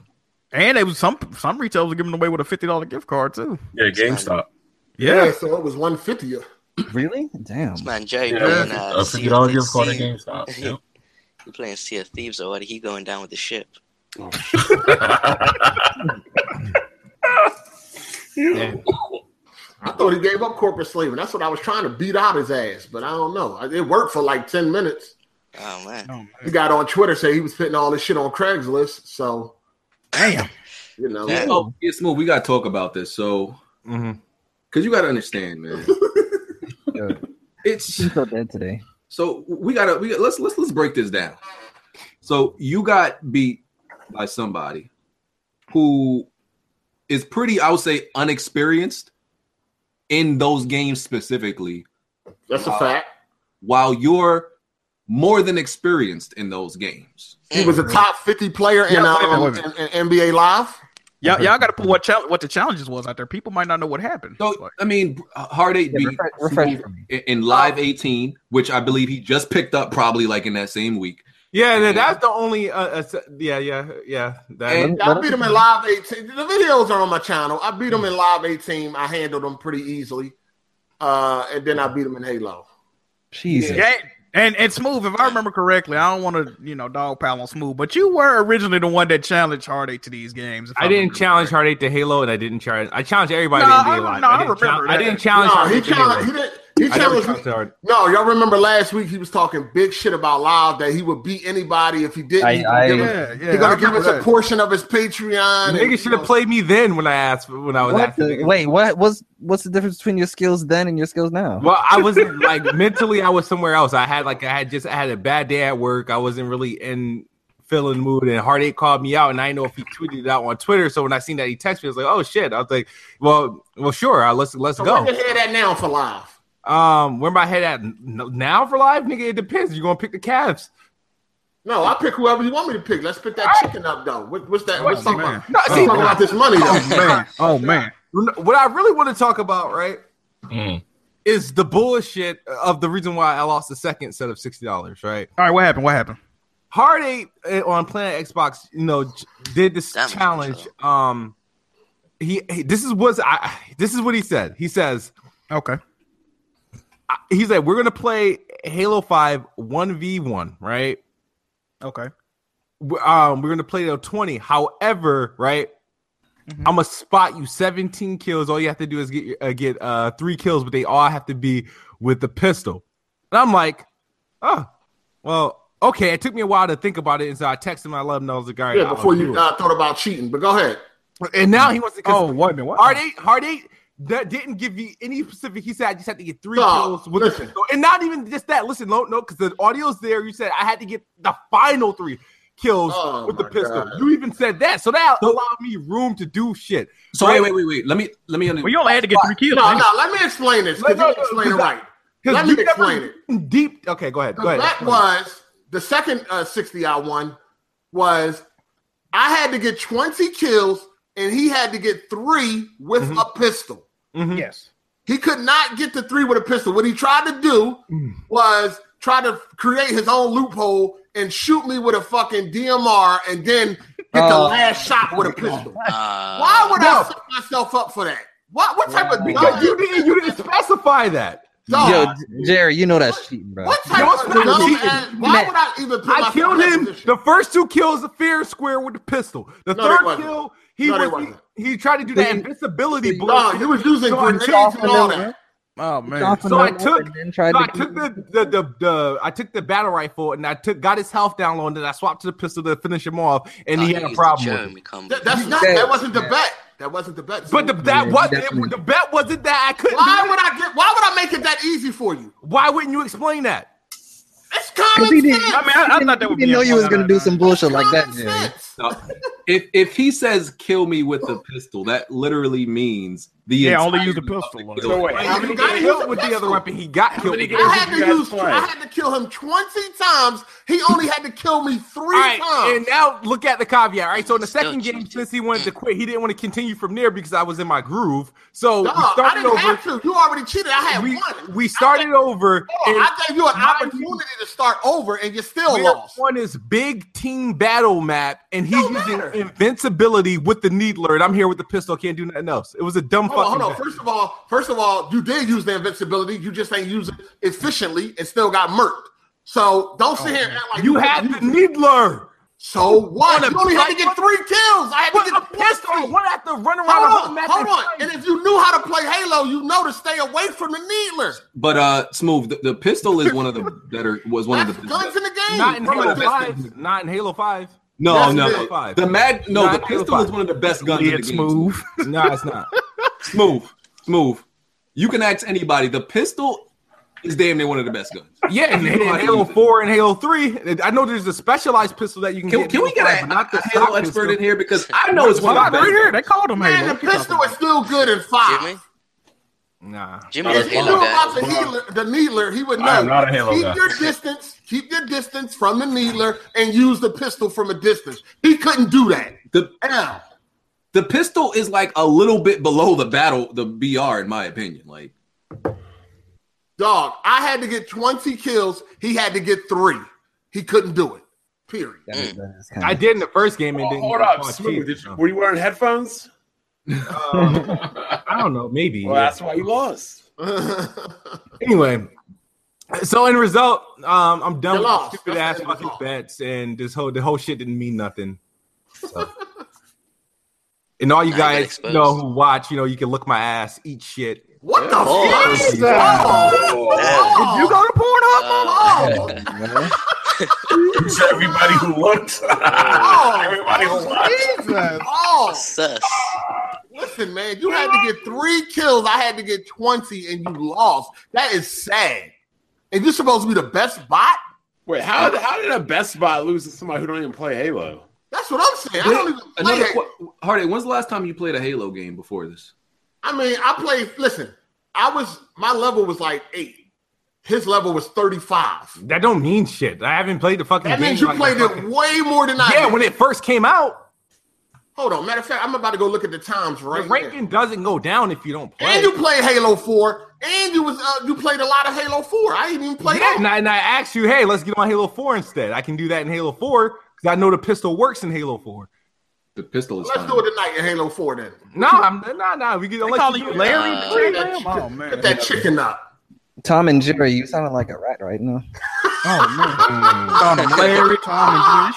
And they was some some retailers were giving away with a fifty dollar gift card too.
Yeah, GameStop.
Yeah, so it was 150.
Really? Damn.
This man, Joey,
Yeah, Oh,
playing, uh,
a
sea
fifty
of
dollar
Thieves.
gift card at
Sea-
GameStop. yeah.
He playing Sea of Thieves already. He going down with the ship.
I thought he gave up corporate slaving. That's what I was trying to beat out his ass, but I don't know. It worked for like 10 minutes.
Oh, man.
He got on Twitter saying he was putting all this shit on Craigslist. So,
Damn.
you know,
Yeah.
Oh, yeah, Smooth. We got to talk about this. So,
Mhm.
because you got to understand, man.
Yo,
It's
I'm so dead today.
So we gotta we got, let's let's let's break this down. So you got beat by somebody who is pretty, I would say, unexperienced in those games specifically,
that's a fact.
while you're more than experienced in those games.
He was a top 50 player in,
Yeah, wait a minute,
um,
wait a minute.
in- in NBA Live.
Y'all, y'all got to put what chal- what the challenges was out there. People might not know what happened.
So
Like,
I mean, Hard Eight
Yeah,
beat
refresh- refresh for me.
in, in Live 18, which I believe he just picked up probably like in that same week.
Yeah, that- that's the only. Uh, uh, se- yeah, yeah, yeah. That,
And I beat them in live 18. The videos are on my channel. I beat them in live 18. I handled them pretty easily. Uh, and then I beat them in Halo.
Jesus.
Yeah, and and Smooth, if I remember correctly, I don't want to you know dog pile on Smooth, but you were originally the one that challenged Heartache to these games. if
I didn't challenge Hard Eight to Halo, and I didn't challenge. I challenged everybody
No,
to NBA
I-
Live.
no, I
I, didn't
remember
challenge- I
that.
didn't challenge.
No,
Hard
he
Eight to
challenged-
Halo.
he
I never
challenged-
challenged Hard-
No, y'all remember last week he was talking big shit about live that he would beat anybody if he didn't.
I-
He gonna
I-
give
Yeah,
us-
yeah,
he
I
gonna give
remember
us a
that.
portion of his Patreon. and, you
Nigga should have
know,
played me then when I asked when I was
What
asking.
the-
niggas.
wait, what was what's the difference between your skills then and your skills now?
Well, I wasn't like mentally. I was somewhere else. I had like I had just I had a bad day at work. I wasn't really in feeling mood, and Heartache called me out, and I didn't know if he tweeted it out on Twitter. So when I seen that he texted me, I was like, "Oh shit!" I was like, "Well, well, sure. uh, Let's let's
So
go."
where the head at now for live?
Um, where my head at n- now for live, nigga? It depends. You gonna pick the Cavs?
No, I pick whoever you want me to pick. Let's pick that chicken up though. What, what's that? What's
Oh,
talking
man.
about?
No,
Let's
see-
talk about this money. Though.
Oh, man.
Oh man.
What I really want to talk about, right, Mm. is the bullshit of the reason why I lost the second set of sixty dollars, right?
All right, what happened? What happened?
Hard Eight uh, on Planet Xbox, you know, j- did this challenge. Um, he, he- this is was I this is what he said. He says,
"Okay."
He said we're gonna play Halo Five one v one, right?
Okay.
w- um, we're gonna play to 20. However, right, I'm gonna spot you 17 kills. All you have to do is get your- uh, get uh three kills, but they all have to be with the pistol. And I'm like, oh, well, okay. It took me a while to think about it, and so I texted him. I let him know I was like, all right,
Yeah,
I'll
before you
do it.
uh, thought about cheating, but go ahead.
And now he wants to.
Oh, wait a minute. What?
Hard eight, hard eight. That didn't give you any specific. He said I just had to get three
No,
kills with the pistol, and not even just that. Listen, no, no, because the audio's there. You said I had to get the final three kills
Oh,
with the
my
pistol.
God.
You even said that, so that allowed me room to do shit.
So wait, wait, wait, wait. Let me let me.
Well, you only had to get three kills,
No,
man.
no. Let me explain this because
No,
you
no,
didn't explain it
no, 'cause I-
right.
'cause
Let
you
me
never-
explain it.
Deep. Okay, go ahead. Go ahead.
That was the second uh, 60 I won was I had to get 20 kills and he had to get three with
Mm-hmm.
a pistol.
Yes.
He could not get the three with a pistol. What he tried to do
Mm.
was try to create his own loophole and shoot me with a fucking DMR and then get the
Oh.
last shot with a pistol.
Why
Uh,
Why would I set myself up for that? What what type of
Because you didn't you didn't specify that.
Yo, J- Jerry, you know that's cheating, bro.
What type
Yo, it's
of
not
dumb
cheating.
ass- Why would I even put
I
myself
killed
in that
him. The first two kills, the fear square with the pistol. The
No, they
third
wasn't.
kill, he
No, they
was
wasn't.
he, he tried to do that invincibility
No,
bullshit.
you was using
So I
grenades
took-
and all that.
Oh man.
Man. So I took, so I took the, the, the, the I took the battle rifle and I took got his health down low and then I swapped to the pistol to finish him off and
Oh,
he had a problem. With it.
That- that's not. That wasn't the bet. That wasn't the bet.
But the, that was it, the bet wasn't that I couldn't.
Why would I get? Why would I make it that easy for you?
Why wouldn't you explain that?
It's
Because
common
he
sense.
didn't, he didn't- he didn't know you was gonna do some bullshit like that,
Common
Jerry.
sense.
No. if if he says kill me with the pistol, that literally means the
Yeah, only use
the
pistol.
So wait,
How many
gotta
got
use
killed
a
with the other
pistol.
weapon? He got killed.
I
with the other
had to
weapon.
use. I had to kill him twenty times. He only had to kill me three
All right,
times.
and now look at the caveat. Right, so in the second game, since he wanted to quit, he didn't want to continue from there because I was in my groove. So
Dog,
we
I
started
didn't have
over.
to. You already cheated. I had
We,
one.
we started over.
Oh,
and
I gave you an
my
opportunity to start over, and you still
player
lost.
One is big team battle map, and he's using invincibility with the needler, and I'm here with the pistol. Can't do nothing else. It was a dumb
Hold on,
fucking.
hold on.
bet.
First of all, first of all, you did use the invincibility. You just ain't use it efficiently, and still got murked. So don't sit here and act like
Oh, you
didn't
had
use
the needler.
So
On
what?
a-
You only had to get three kills. I had
What,
to get
a pistol? What, I have to run around the whole
Hold on,
map
hold
and
on. And if you knew how to play Halo, you know to stay away from the needler.
But uh, smooth. The, the pistol is one of the better. Was one of the.
Guns in the game.
Not in
Bro,
Halo
that's-
Five. Not in Halo Five.
No,
That's
no,
Halo
no. The mag. No, the pistol is one of the best guns in the game.
Smooth. no, it's not.
Smooth, smooth. You can ask anybody. The pistol is damn near one of the best guns.
Yeah, and, and Halo Four and Halo Three. I know there's a specialized pistol that you can.
Can-
get
can we get a- Halo expert in here? Because I know it's one of the best.
right here. They called him
Man,
Halo.
the pistol is still good in five.
Nah,
Oh,
Jimmy if he knew about the, healer, the needler, he would know.
I am not a Halo
keep
guy.
your distance, keep your distance from the needler, and use the pistol from a distance. He couldn't do that.
The,
Ow.
the pistol is like a little bit below the battle, the BR, in my opinion. Like
Dog, I had to get 20 kills. He had to get three. He couldn't do it. Period.
I did in the first game and
Hold-
didn't.
hold
get
up,
caught
Smooth,
cheating.
did you-
Were you wearing headphones?
I don't know. Maybe.
Well, that's why you lost.
anyway, so in result, um, I'm
You
done
lost.
with stupid ass fucking bets, and this whole the whole shit didn't mean nothing. So. and all you
I got
guys you know who watch, you know, you can look my ass, eat shit.
What the fuck
Pussy.
is that? Oh,
Did you go to Pornhub?
Uh,
oh,
everybody who looked. everybody who looked.
Jesus. Oh,
Sus.
listen, man, you had to get three kills. I had to get 20 and you lost. That is sad. And you're supposed to be the best bot?
Wait, how, how did a Best Buy lose to somebody who don't even play Halo?
That's what I'm saying. I don't even play
Another
it.
qu- Hardy, when's the last time you played a Halo game before this?
I mean, I played. Listen, I was my level was like eight. His level was thirty five.
That don't mean shit. I haven't played the fucking
That
game.
means you
like a
played
fucking-
it way more than I.
Yeah,
did.
when it first came out,
Hold on. Matter of fact, I'm about to go look at the times
the
right now.
ranking doesn't go down if you don't play.
And you played Halo Four, and you was uh, you played a lot of Halo Four. I didn't even play
yeah,
that.
and I, and I asked you, hey, let's get on Halo 4 instead. I can do that in Halo 4 because I know the pistol works in Halo 4.
The pistol is
Let's
fine.
do it tonight in Halo Four then.
No, I'm no, no. We can let
call
you
you
do it.
Larry?
Uh,
Larry
that
Lamb?
chicken-
Oh man.
Get that chicken up.
Tom and Jerry, you sounding like a rat right now.
Oh, no, Larry, Tom, and Jerry. This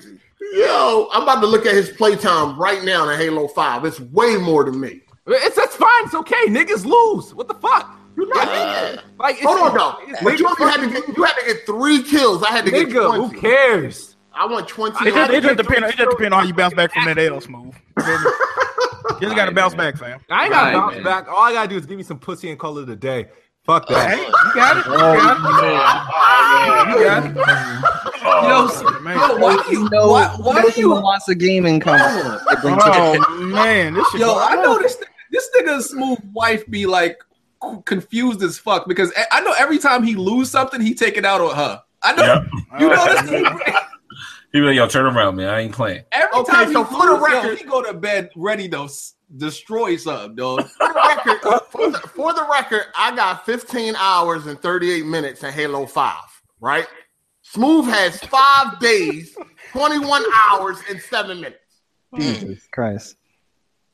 shit crazy.
Yo, I'm about to look at his playtime right now in Halo Five. It's way more than me.
It's that's fine. It's okay. Niggas lose. What the fuck? You know,
Yeah.
like it's,
Hold on, though.
it's
But
niggas
you only had to get you had to get three kills. I had to get
Nigga,
twenty.
who cares?
I want twenty.
It
I
just,
had to
it just
get
depend. It just depend on how you bounce back from that Adolf smooth. You just got to bounce back, fam.
I ain't gotta
Right,
bounce
man.
back. All I gotta do is give me some pussy and call it a day. Fuck that.
Hey, you got it. You Oh, got it. You got it.
uh,
Yo,
Man.
yo, why do you know? Why, why do you?
wants a gaming console? It brings it-
Oh man, this shit.
Yo, I know this. nigga- This nigga's smooth wife be like c- confused as fuck because e, I- I know every time he lose something, he take it out on her. I know.
Yep.
You know this.
He be like, yo, turn around, man. I ain't playing.
Every
Okay,
time
so
he
for the
lose, yo,
record-
he go to bed ready to s- destroy something, dog.
for, the, for the record, I got 15 hours and 38 minutes in Halo 5, right? Smooth has five days, 21 hours, and seven minutes.
Jesus Christ.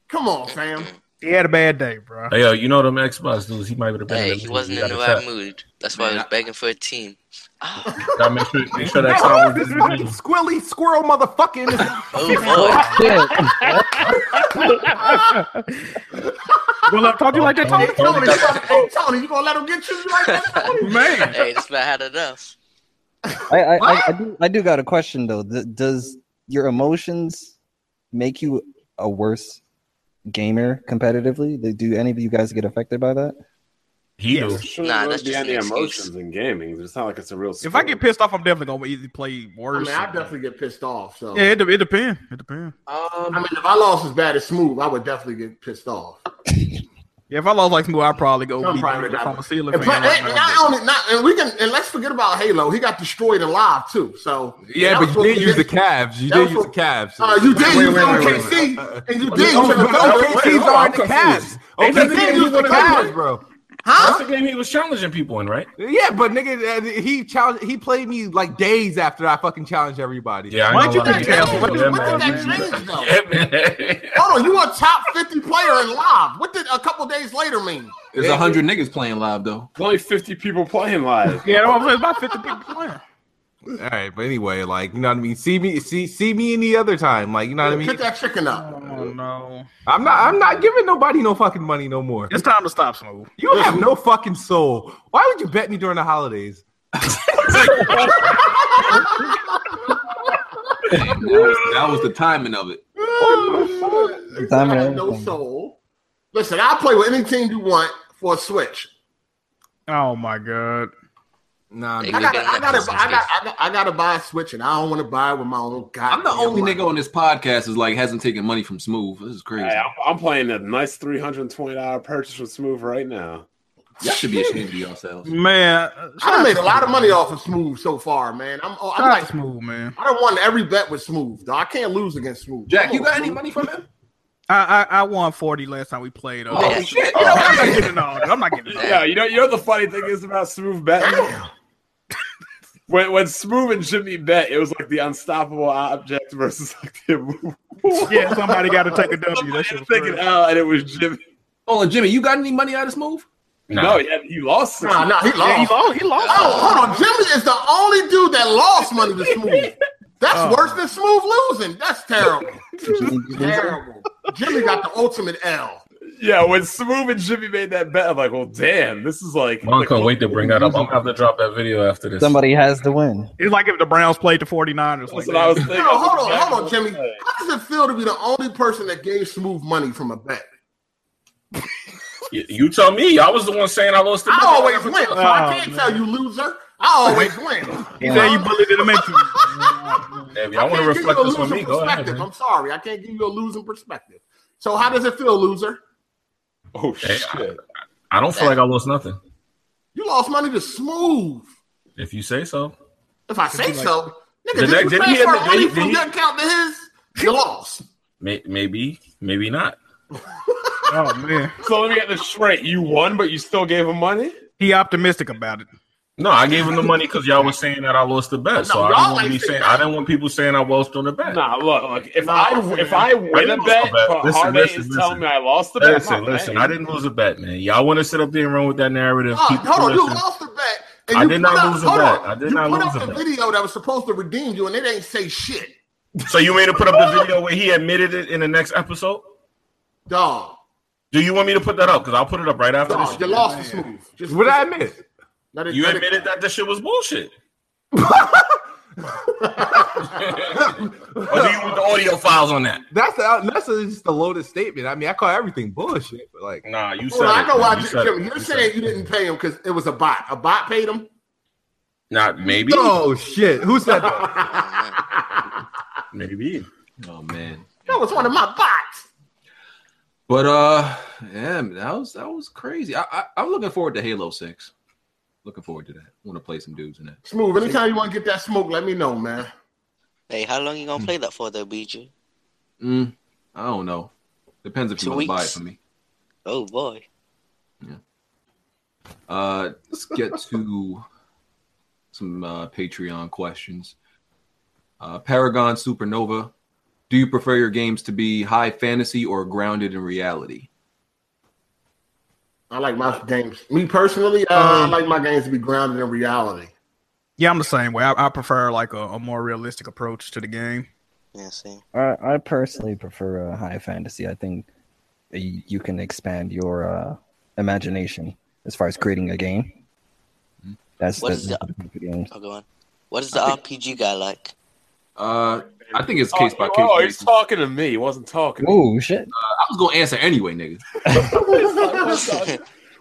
Come on, fam.
He had a bad day, bro.
Hey, yo, you know them Xbox dudes. He might be the better.
Hey,
than
he
me.
wasn't
You
in the
gotta
right mood. That's why I was begging for a team.
check. Gotta make sure, make sure that
Hey,
sound
who's this fucking squilly squirrel motherfucker in this?
Oh
Well, I talk to you like that, Tony.
Hey, Tony, you gonna, hey, Tony, you gonna let him get you like that? Tony?
boy!
Man,
hey, this man had enough.
I, I, I, I, do, I do got a question though. Th- does your emotions make you a worse gamer competitively? Like, Do any of you guys get affected by that?
He do.
Sure,
Nah,
nah,
that's
that's
just
behind
an
the
excuse.
emotions in gaming. It's not like it's a real.
if I
sport.
get pissed off, I'm definitely gonna either play
I
worse.
mean, I definitely get pissed off. So,
Yeah, it, de- it depends. It depends.
I mean, if I lost as bad as Smooth, I would definitely get pissed off.
Yeah, if I lost like Smooth, I'd probably go
Some
beat
private
the from
diamond.
a ceiling
And,
fan.
plus- and
right now.
not only, not, and we can, and let's forget about Halo. He got destroyed in live too. So,
Yeah,
And that
but you
was
did use the
supposed to
Cavs. You
that was
did use the
what-
Cavs.
Uh, you did.
Wait,
you
wait,
found
wait, wait,
KC, and you did.
Oh,
you
but
found-
OKC's
Hold on,
are
I'm
in the
confused.
Cavs. OKC's
confused
used the
with that.
Cavs, bro.
Huh?
That's the game he was challenging people in, right?
Yeah, but nigga, uh, he challenged. He played me like days after I fucking challenged everybody.
Yeah, I
Why
know
don't you
a lot
think
of
that-
people
what
do
did-
what did that
man.
change, though?
Yeah, man.
Hold on, you were a top 50 player in live. What did a couple days later mean?
There's a hundred niggas playing live though.
There's only fifty people playing live.
Yeah, I'm playing about 50 people playing.
All right, but anyway, like you know what I mean. See me, see, see me any other time. Like you know what I mean.
Pick that chicken up.
Oh no,
I'm not, I'm not giving nobody no fucking money no more.
it's time to stop, Smooth.
You have no fucking soul. Why would you bet me during the holidays?
That was, that was the timing of it.
Time
I have
out.
no soul. Listen, I'll play with any team you want for a switch.
Oh my god.
Nah,
Hey,
I
man.
gotta, I gotta,
Sounds
I gotta, I gotta, I gotta buy a switch, and I don't want to buy it with my own guy.
I'm the only nigga on this podcast is like hasn't taken money from Smooth. This is crazy.
Hey, I'm, I'm playing a nice three hundred and twenty dollar purchase with Smooth right now.
Y'all should be ashamed of yourselves.
Man, uh,
I done made a lot of money off of Smooth so far, man. I'm, oh, I'm
Shout out
like,
to Smooth, man.
I don't want every bet with Smooth. Though I can't lose against Smooth.
Jack,
Come
you
on,
got any
Smooth.
money from him?
I, I I won 40 last time we played. Uh,
Oh,
Yeah.
shit.
You know what? I'm not getting on. I'm not getting on.
Yeah, you know, you know what the funny thing is about Smooth betting. When, when Smooth and Jimmy bet, it was like the unstoppable object versus like the
yeah, somebody got to take a W. That shit was
thinking L, and it was Jimmy.
Hold on, Jimmy, you got any money out of this move?
No, yeah, you lost. it.
Nah, nah, he lost.
Yeah, you lost.
He lost. Oh, hold on. Jimmy is the only dude that lost money to Smooth. That's
Oh.
worse than Smooth losing. That's terrible. terrible. Jimmy got the ultimate L.
Yeah, when Smooth and Jimmy made that bet, I'm like, well, damn, this is like.
Monco, wait to bring that up. I'm gonna have to drop that video after this.
Somebody has to win.
It's like if the Browns played the 49ers. Like
That's what I was
that.
thinking.
No, hold on, hold on, Jimmy. How does it feel to be the only person that gave Smooth money from a bet?
You- You tell me. I was the one saying I lost the
I
bet.
always win, so I
Oh,
can't tell you loser. I always win.
He said you bullied him into it.
Baby, I want to
can't give you
reflect
a
this on me.
losing
Go ahead,
perspective.
man.
I'm sorry, I can't give you a losing perspective. So how does it feel, loser?
Oh
Hey,
shit!
I don't feel like I lost nothing.
You lost money to Smooth.
If you say so.
If I say so, nigga,
The
did
next-
you
did he have
transfer
the- did
money
he-
from
did he-
your account to his? You lost.
May- Maybe, maybe not.
Oh man,
So let me get this straight. You won, but you still gave him money.
he optimistic about it.
No, I gave him the money because y'all were saying that I lost the bet. So
No,
I
y'all
didn't want to
ain't
be
saying
saying
that.
I didn't want people saying I lost on the bet.
Nah, look, look. If I if I win a
didn't lose
bet,
the bet.
but
Listen,
Harvey
listen,
is telling
listen.
me I lost the bet. I'm
listen,
not
listen.
mad.
I didn't lose a bet, man. Y'all want to sit up there and run with that narrative.
Oh,
Keep
hold on, you
listening.
lost the bet. And
I
you
did
put
not
up-
lose a
hold
bet.
on.
I did
you
not
put
lose
up
a
the
bet.
video that was supposed to redeem you, and it ain't say shit,
So you made to put up the video where he admitted it in the next episode?
dog.
Do you want me to put that up? Because I'll put it up right after
Dog, you
this.
lost the smooth. Just
What I admit?
Let it,
You
let
admitted that this shit was bullshit. or do you want the audio files on that?
That's the, that's a, just the loaded statement. I mean, I call everything bullshit, but like,
Nah, you said
Well, I
it,
know
man.
why
You
you
said it.
Jimmy, you're
You said
saying
it.
you didn't pay him because it was a bot. A bot paid him.
Not maybe.
oh shit, who said that?
Maybe.
Oh man.
That was one of my bots.
But uh, yeah, man, that was that was crazy. I, I I'm looking forward to Halo Six. Looking forward to that. want to play some dudes in that.
Smooth. Anytime you want to get that smoke, let me know, man.
Hey, how long you
Hmm.
gonna play that for, though, BG?
Mm, I don't know. Depends if
Two
you want to buy it
weeks.
for me.
Oh boy.
Uh, let's get to some uh, Patreon questions. Uh, Paragon Supernova, do you prefer your games to be high fantasy or grounded in reality?
I like my games. Me personally, uh, I like my games to be grounded in reality.
Yeah, I'm the same way. I, I prefer like a, a more realistic approach to the game.
Yeah, see.
I, I personally prefer uh, high fantasy. I think you, you can expand your uh, imagination as far as creating a game. That's
What
that's
is the-
the type of games.
I'll Oh, go on. What is the RPG guy like?
Uh, I think it's
Oh,
case by case.
Oh, he's
basis.
talking to me. He wasn't talking. to me.
Oh shit!
I was gonna answer anyway, nigga.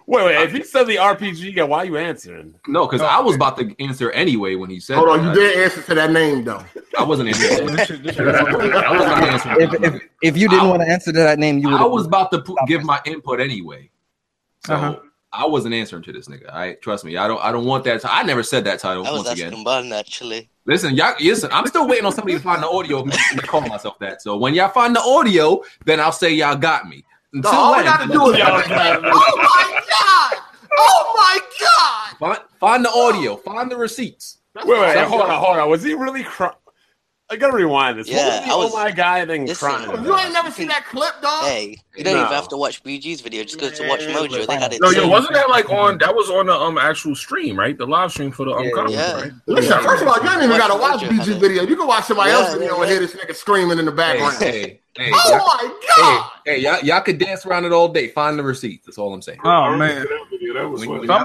Wait, wait. If he said the RPG, yeah, why are you answering?
No, because I was about to answer anyway when he said.
Hold
that.
on, you did answer to that name though.
I, I wasn't answering. I was about to answer.
If if, if you didn't
I-
want to answer to that name, you would.
I was about to pu- give my input anyway, so
Uh-huh.
I wasn't answering to this nigga. I trust me. I don't. I don't want that. T- I never said that title.
I was
once again,
asking Barn actually.
listen, y'all. Listen, I'm still waiting on somebody to find the audio. of me calling myself that. So when y'all find the audio, then I'll say y'all got me.
No,
Until
all we
then,
gotta do is Oh my god! Oh my god!
find, find the audio. Find the receipts.
That's
Wait, wait.
awesome.
Hold on, hold on. Was he really crying? I gotta rewind this.
Yeah,
what was the
I was-
oh my guy thing
Listen.
crying? about?
You ain't never seen that clip, dog.
Hey, you don't
No.
even have to watch BG's video. Just go to Watch Mojo. They had it.
No, yo,
saved.
wasn't that like on? That was on the um actual stream, right? The live stream for the um
Yeah.
comic,
Yeah.
right?
Listen, first of all, you ain't even gotta watch
Watch
BG
Mojo.
video. You can watch somebody
Yeah,
else's video
yeah,
and hear
yeah.
this nigga screaming in the
Hey,
background.
hey, hey, y'all,
oh my
hey,
god!
hey, y'all, y'all could dance around it all day. Find the receipts. That's all I'm saying.
Oh
When,
man,
when y'all
somebody,
find the
you know,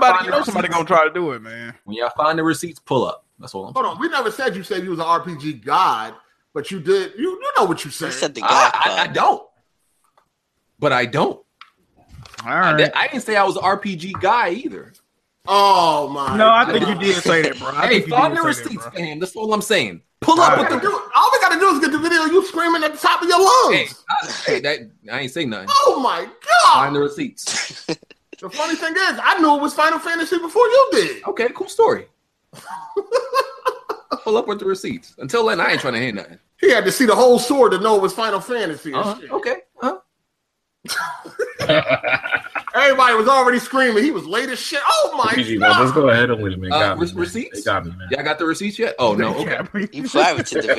somebody
receipts-
gonna try to do it, man.
When y'all find the receipts, pull up. That's all I'm
Hold on, we never said you said you was an RPG god, but you did. You you know what you
You
said.
said the guy.
I, I, I
card.
don't. But I don't.
All
I,
right.
di- I didn't say I was an RPG guy either.
oh my!
No, I think you did say that, bro. I
Hey,
think you
find
did
the
say that,
receipts,
bro.
fam. That's all I'm saying. Pull up
All we,
with
gotta
the.
do, all we gotta do is get the video of you screaming at the top of your
Hey,
lungs.
I, hey, that I ain't say nothing.
Oh my
Find
god!
the receipts.
The funny thing is, I knew it was Final Fantasy before you did.
Okay, cool story. Pull up with the receipts. Until then, I ain't trying to hear nothing.
He had to see the whole
Uh-huh.
sword to know it was Final Fantasy. and
Uh-huh.
shit.
Okay. Uh-huh.
Everybody was already screaming. He was late as shit. Oh my
PG,
god!
man, let's go ahead and wait a minute.
Uh,
Got me,
re-
man.
receipts?
They got me, man.
Y'all got the receipts yet? Oh no. Okay.
You pirated the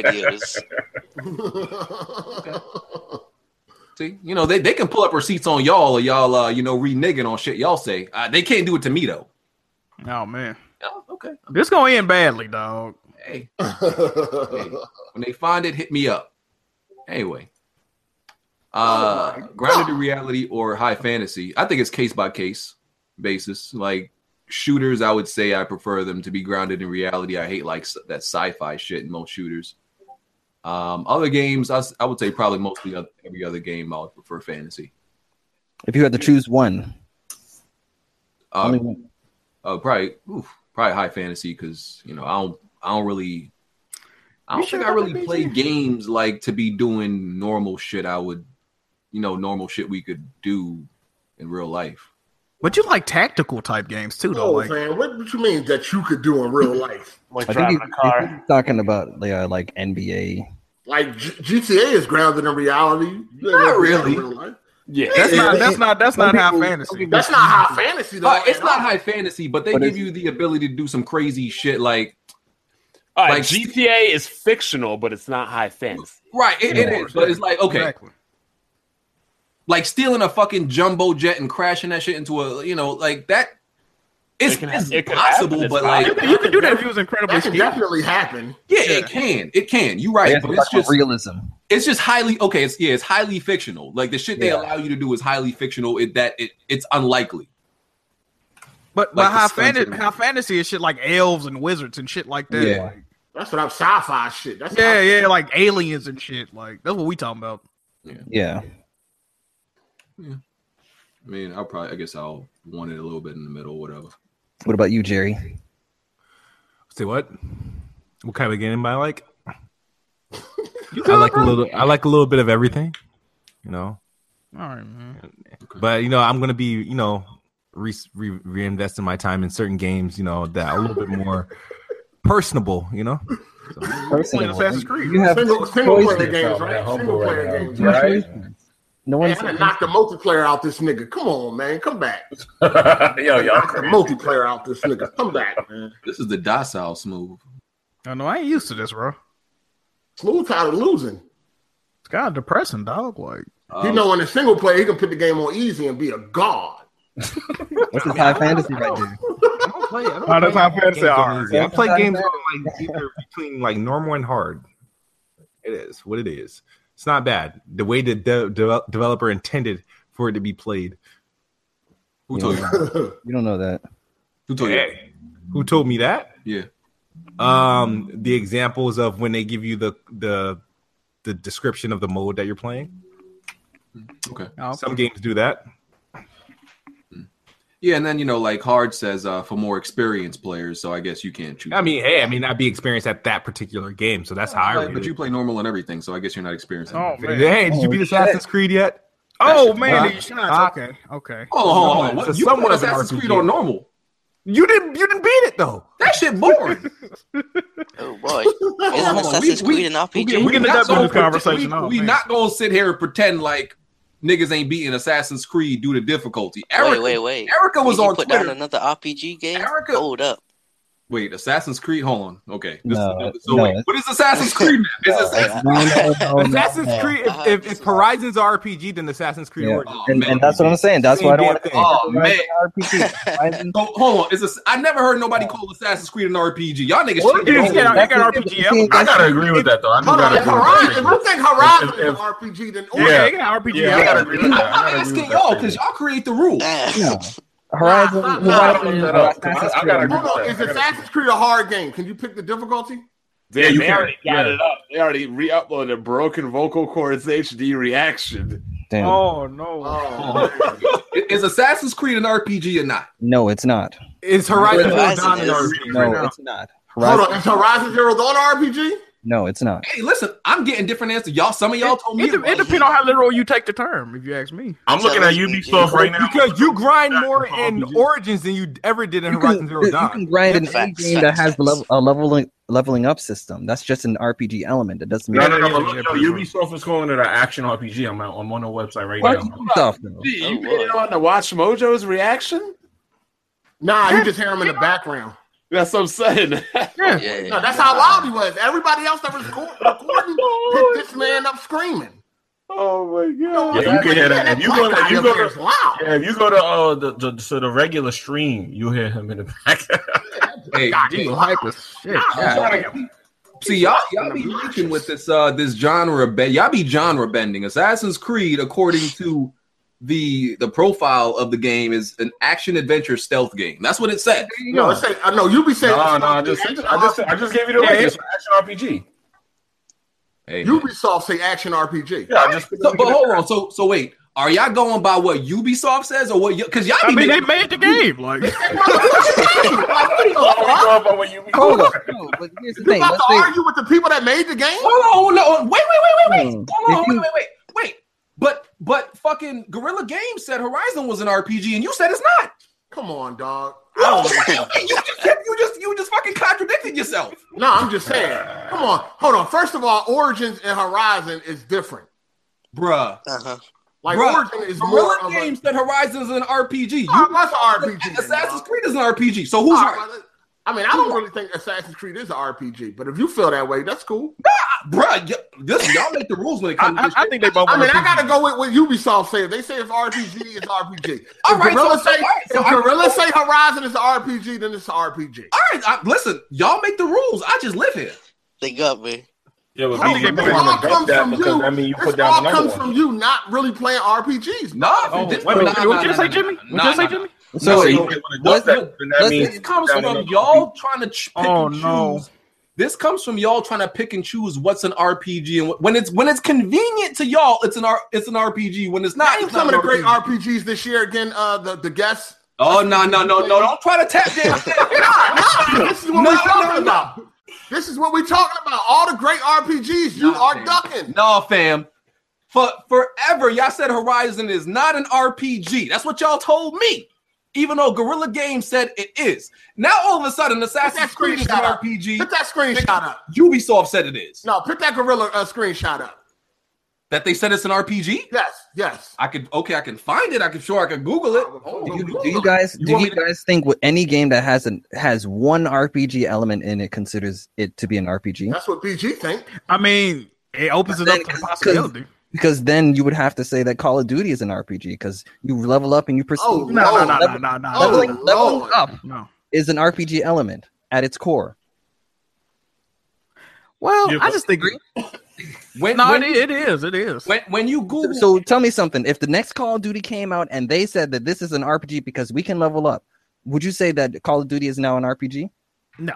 videos.
See, you know they, they can pull up receipts on y'all or y'all uh you know re nigging on shit y'all say. Uh, they can't do it to me though.
Oh man.
okay.
This gonna end badly, dog.
Hey. Hey, when they find it, hit me up. Anyway. Uh grounded in reality or high fantasy. I think it's case by case basis. Like shooters, I would say I prefer them to be grounded in reality. I hate like s- that sci-fi shit in most shooters. Um other games, I, s- I would say probably mostly oth- every other game I would prefer fantasy.
If you had to choose one,
Uh,
Only one.
uh probably oof, probably high fantasy because you know I don't I don't really I don't think I really play games like to be doing normal shit I would you know normal shit we could do in real life.
But you like tactical type games too, though.
No,
like
Oh, man, what, what you mean that you could do in real life? Like
I think you- I think you're talking about yeah, like NBA.
like G- GTA is grounded in reality. Not
really.
Yeah,
that's not that's not that's
Some
not high
people-
fantasy.
That's not high fantasy though.
Uh, it's
at
not
all.
high fantasy, but they
But
give
it's-
you the ability to do some crazy shit like
All right,
Like-
GTA is fictional, but it's not high fantasy.
right it, it
Yeah.
is, but it's like okay
Exactly.
like stealing a fucking jumbo jet and crashing that shit into a you know like that. It's,
It can-
it's
it can happen,
possible,
it's
but
fine.
like
You could, you could do that if you was incredibly
That can
skilled.
definitely happen.
yeah, it can, it can. You right,
I guess
but
it's
it's
like
just
realism.
it's just highly okay. It's yeah, it's highly fictional. Like the shit they
Yeah.
allow you to do is highly fictional. It that it, it's unlikely.
But
Like
but
the
high
stunts
fantasy
and-
high fantasy is shit like elves and wizards and shit like that.
Yeah.
Like,
That's what I'm sci-fi shit. That's
yeah, yeah, like aliens and shit. Like that's what we talking about.
Yeah.
I mean, I'll probably I guess I'll want it a little bit in the middle, whatever.
What about you, Jerry?
Say what? What kind of game I like? I like a little. I like a little bit of everything. You know,
All right, man.
but you know, I'm gonna be you know re- re- reinvesting my time in certain games. You know, that are a little bit more personable. You know,
Personal one.
Assassin's Creed,
You have
Single,
two
single player
choices.
games,
Oh, man,
right?
humble
Single player
right now.
games,
Two
right?
Right.
choices. No
Man,
one's
I'm gonna knock the multiplayer out this nigga. Come on, man, come back.
Yo, y'all
Knock the
crazy.
multiplayer out this nigga. Come back, man.
This is the docile smooth.
I know I ain't used to this, bro.
Smooth tired of losing.
It's kind of depressing, dog. Like
You
Uh,
Um,
know, in a single player, he can put the game on easy and be a god.
This is high fantasy right there.
I don't play. I don't
Oh, that's
play
how fair to say,
games on
all right.
easy. I play
That's
games
not
on like either between like normal and hard. It is what it is. It's not bad. The way the de- de- developer intended for it to be played.
Who told you?
You don't know that.
Who told you?
Hey, who told me that?
Oh, Yeah.
Um, the examples of when they give you the the the description of the mode that you're playing.
Okay.
Oh,
Some games do that.
Yeah, and then you know, like Hard says, uh, for more experienced players, so I guess you can't choose.
I mean, hey, I mean, I'd be experienced at that particular game, so that's how I read
but
it.
you play normal and everything, so I guess you're not experienced.
oh man,
Hey, did you beat
Oh,
Assassin's Creed yet?
oh
shit.
man,
Uh,
these shots. Okay, okay.
Oh, hold on, hold on.
It's
What,
a
you
somewhat
put
of an
Assassin's
RPG.
Creed on normal?
You didn't. You didn't beat it though.
That shit boring.
Oh boy,
Hold on,
isn't
hold on.
Assassin's
We- we-
Creed an RPG?
We,
We
we
can
not
end up
gonna
with this
pretend-
conversation.
We,
Oh,
we
man.
not gonna sit here and pretend like niggas ain't beating Assassin's Creed due to difficulty. Erica,
wait, wait, wait.
Erica was
Did you
on
put
Twitter.
down another RPG game.
Erica-
Hold up.
Wait, Assassin's Creed. Hold on. Okay. This
No,
is, so
no,
wait,
it's-
what is Assassin's Creed? Now? Is Assassin's
No, no, no, Oh, no,
Assassin's
no.
Creed.
Uh,
If, if, if Horizon's RPG, then Assassin's Creed.
Yeah.
Origins.
And, and that's what I'm saying. That's
Same
why I don't
damn
want to
thing.
Oh, man.
RPG.
Ah.
Why isn't-
so, hold on. Is this, I never heard nobody call Assassin's Creed an RPG. Y'all niggas.
Well,
shit
you
on-
got- you got
That's-
RPG element.
I gotta agree with that though. I do
Hold on,
gotta
if
agree with
Horizon,
that.
if you think Horizon
If-
is an
if-
RPG, then
Yeah,
Yeah.
they got RPG.
Yeah, I gotta agree with that.
I
I
mean,
gotta
it's
agree with
get
that.
y'all because y'all create the rules.
Ah,
No. Horizon,
Nah, nah,
Horizon
nah, nah,
is
nah, nah,
Assassin's
nah, I
Creed.
gotta agree.
Hold on, is Assassin's Creed a hard game? Can you pick the difficulty?
They,
Yeah, you
they
can.
already got
Yeah.
it up. They already re-uploaded broken vocal cords HD reaction.
Damn.
Oh no.
Oh,
Is Assassin's Creed an RPG or not?
no, it's not.
It's Horizon Zero
Horizon
Dawn an
is-
RPG
No,
right now.
it's not.
hold
Horizon,
on, is Horizon Zero Dawn RPG?
no, it's not.
Hey, listen, I'm getting different answers. Y'all, some of y'all told me
It, de- it
was.
depends on how literal you take the term, if you ask me.
I'm looking at Ubisoft right now.
Because you grind more in
RPG.
Origins than you ever did in
You
Horizon
can,
Zero
you
Dawn.
can grind an
Facts,
game that
facts,
has
facts.
level, a level leveling up system. That's just an RPG element. It doesn't
No,
mean
no, no, but look, yo, Ubisoft is calling it an action RPG. I'm, out- I'm on the website right
What?
now.
Ubisoft, though.
Gee, you getting on to watch Mojo's reaction?
Nah, you just hear him in the background.
That's what I'm saying.
Yeah. No, that's how loud he was. Everybody else that was record- recording picked this man up screaming.
Oh my god!
Yeah, you can hear that. If you go, to, if you go
It's
to,
loud.
yeah, if you go to uh, the, the to the regular stream, you hear him in the background.
Hey,
God, you hype as shit.
I'm
God.
trying to- See y'all, y'all be reaching with this uh this genre bend. Y'all be genre bending. Assassin's Creed, according to the the profile of the game, is an action adventure stealth game. That's what it said.
No, I say, I know you be saying.
no, no, I just, I just, I just gave you the
Yeah,
link.
yeah.
It's an action RPG.
Hey, man.
Ubisoft say action RPG.
Yeah, I just.
So- but hold on. So so wait, are y'all going by what Ubisoft says or what? Because y'all
I
be
mean, they
making-
made the game. Like,
Oh, we go about what you mean.
Hold up. No, but here's the
You
thing.
about
Let's
to
say,
argue with the people that made the game?
Hold on, hold on, wait, wait, wait, wait,
Hmm.
wait. Hold
If
on, wait,
you-
wait, wait, wait. But but fucking Gorilla Games said Horizon was an RPG, and you said it's not.
Come on, dog.
No, you just kept- you just you just fucking contradicted yourself.
No, I'm just saying. Come on, hold on. First of all, Origins and Horizon is different.
Bruh.
Uh-huh.
Like
Bruh,
Origin is more
Gorilla
of a,
Games said Horizon is an RPG. You
Oh, that's an RPG.
said
then,
Assassin's
dog.
Creed is an RPG. So who's
All
right?
right, I mean, I don't really think Assassin's Creed is an RPG, but if you feel that way, that's cool.
Bruh, y- this, y'all make the rules when it
I,
comes to this
I- I think they both.
I
wanna
mean, I
keep-
gotta go with what Ubisoft said. They say it's RPG, it's RPG.
All
If
right,
Gorilla
so- so-
say
all right, so
if
I-
Gorilla say Horizon is an RPG, then it's an RPG.
All right, I, listen, y'all make the rules. I just live here.
They got me.
Yeah, but
Bro,
we didn't
this
put
all
on
comes
that
from
because
you.
I mean you
This
put down
all
another
comes
one.
from you not really playing RPGs.
No,
Oh,
this-
wait a minute,
nah,
what
nah,
did you
nah,
say,
nah,
Jimmy? What
nah,
did you say,
nah,
Jimmy?
No,
so
so
wait,
you didn't
let's
want to do
look-
that, then that
let's-
means
This comes
down
from
another
y'all trying to ch- pick
Oh,
and choose.
no.
This comes from y'all trying to pick and choose what's an RPG and what, when it's when it's convenient to y'all, it's an R, it's an RPG. When it's not,
Name
it's
some
not
of the
an
great
RPG.
RPGs this year again. Uh, the the guests.
Oh no no no no! Don't try to tap dance.
This is what
No,
we're
no,
talking
no.
about. This is what we're talking about. All the great RPGs you
Nah,
are
man.
ducking.
no, fam. For forever, y'all said Horizon is not an RPG. That's what y'all told me. Even though Guerrilla Games said it is. Now all of a sudden, Assassin's
That's
Creed is an
screenshot up.
RPG.
Put that screenshot up.
Ubisoft said it is.
No, put that gorilla uh, screenshot up.
That they said it's an RPG.
Yes, yes.
I could okay, I can find it. I can sure I can Google it.
Oh,
do you,
Google
do you
it.
guys
You
do
want
you
me to-
guys think with any game that has an has one RPG element in it considers it to be an RPG?
That's what BG think.
I mean, it opens it up to the possibility.
Because then you would have to say that Call of Duty is an RPG because you level up and you proceed.
Oh,
No, no, no, no,
Level-
no, no,
Oh,
Leveling,
no,
leveling
Lord.
up
no.
is an RPG element at its core.
Well,
Yeah,
I
but-
just think.
When,
No,
when,
it, it is. It is.
when when you Google
So tell me something. If the next Call of Duty came out and they said that this is an RPG because we can level up, would you say that Call of Duty is now an RPG?
No.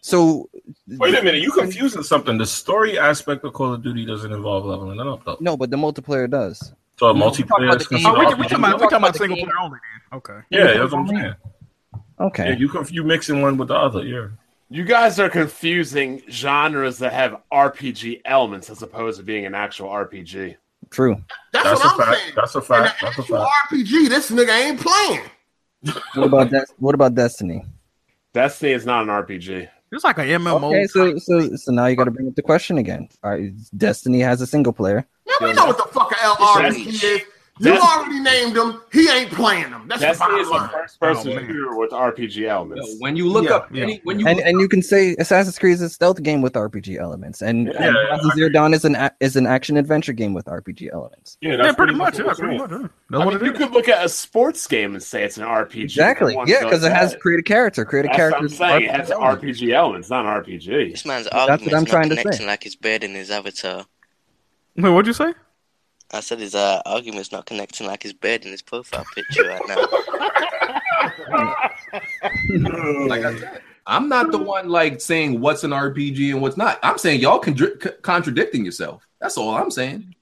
So
Wait a minute, you confusing something. The story aspect of Call of Duty doesn't involve leveling up, though.
no, but the multiplayer does.
So a
No, we're talking
multiplayer
about
is
the game.
Oh,
considered
we, we
RPG.
talking about we talking about
the
single
game.
player only. Then. Okay.
Yeah, that's what I'm saying.
Okay.
Yeah, you conf- you mixing one with the other. Yeah.
You guys are confusing genres that have RPG elements as opposed to being an actual RPG.
True.
That's,
That's,
what
a
I'm
fact.
saying.
That's a
And
fact.
the
That's a
actual
fact.
RPG, this nigga ain't playing.
What about that? What about Destiny?
Destiny is not an RPG.
It's like an MMO.
Okay, so
type.
so so now you got to bring up the question again. All right, Destiny has a single player.
Man, we know what the fuck a LRPG
That's-
is. You
that's-
already named him. He ain't playing him. That's the
Destiny
bottom
is a
line.
first person
Oh, man.
shooter with RPG
No,
elements.
when you look
Yeah,
up any
yeah.
when you
And and you can say Assassin's Creed is a stealth game with RPG elements, and,
Yeah,
and
yeah,
Horizon Zero Dawn is an a- is an action adventure game with RPG elements.
Yeah,
yeah, pretty much.
that's
Yeah,
what
pretty
I'm
much. Yeah. That's
I
what
mean,
it
you
is.
could look at a sports game and say it's an RPG.
Exactly.
Everyone
Yeah,
does
because it has
that.
create a character, create a
That's what
character.
I'm saying. It has
elements.
RPG elements, not an RPG.
This man's
what
argument's
I'm
not
trying to say.
connecting like his bed and his avatar.
Wait, what'd you say?
I said his uh, argument's not connecting like his bed and his profile picture right now.
like I said, I'm not the one like saying what's an RPG and what's not. I'm saying y'all condri- c- contradicting yourself. That's all I'm saying.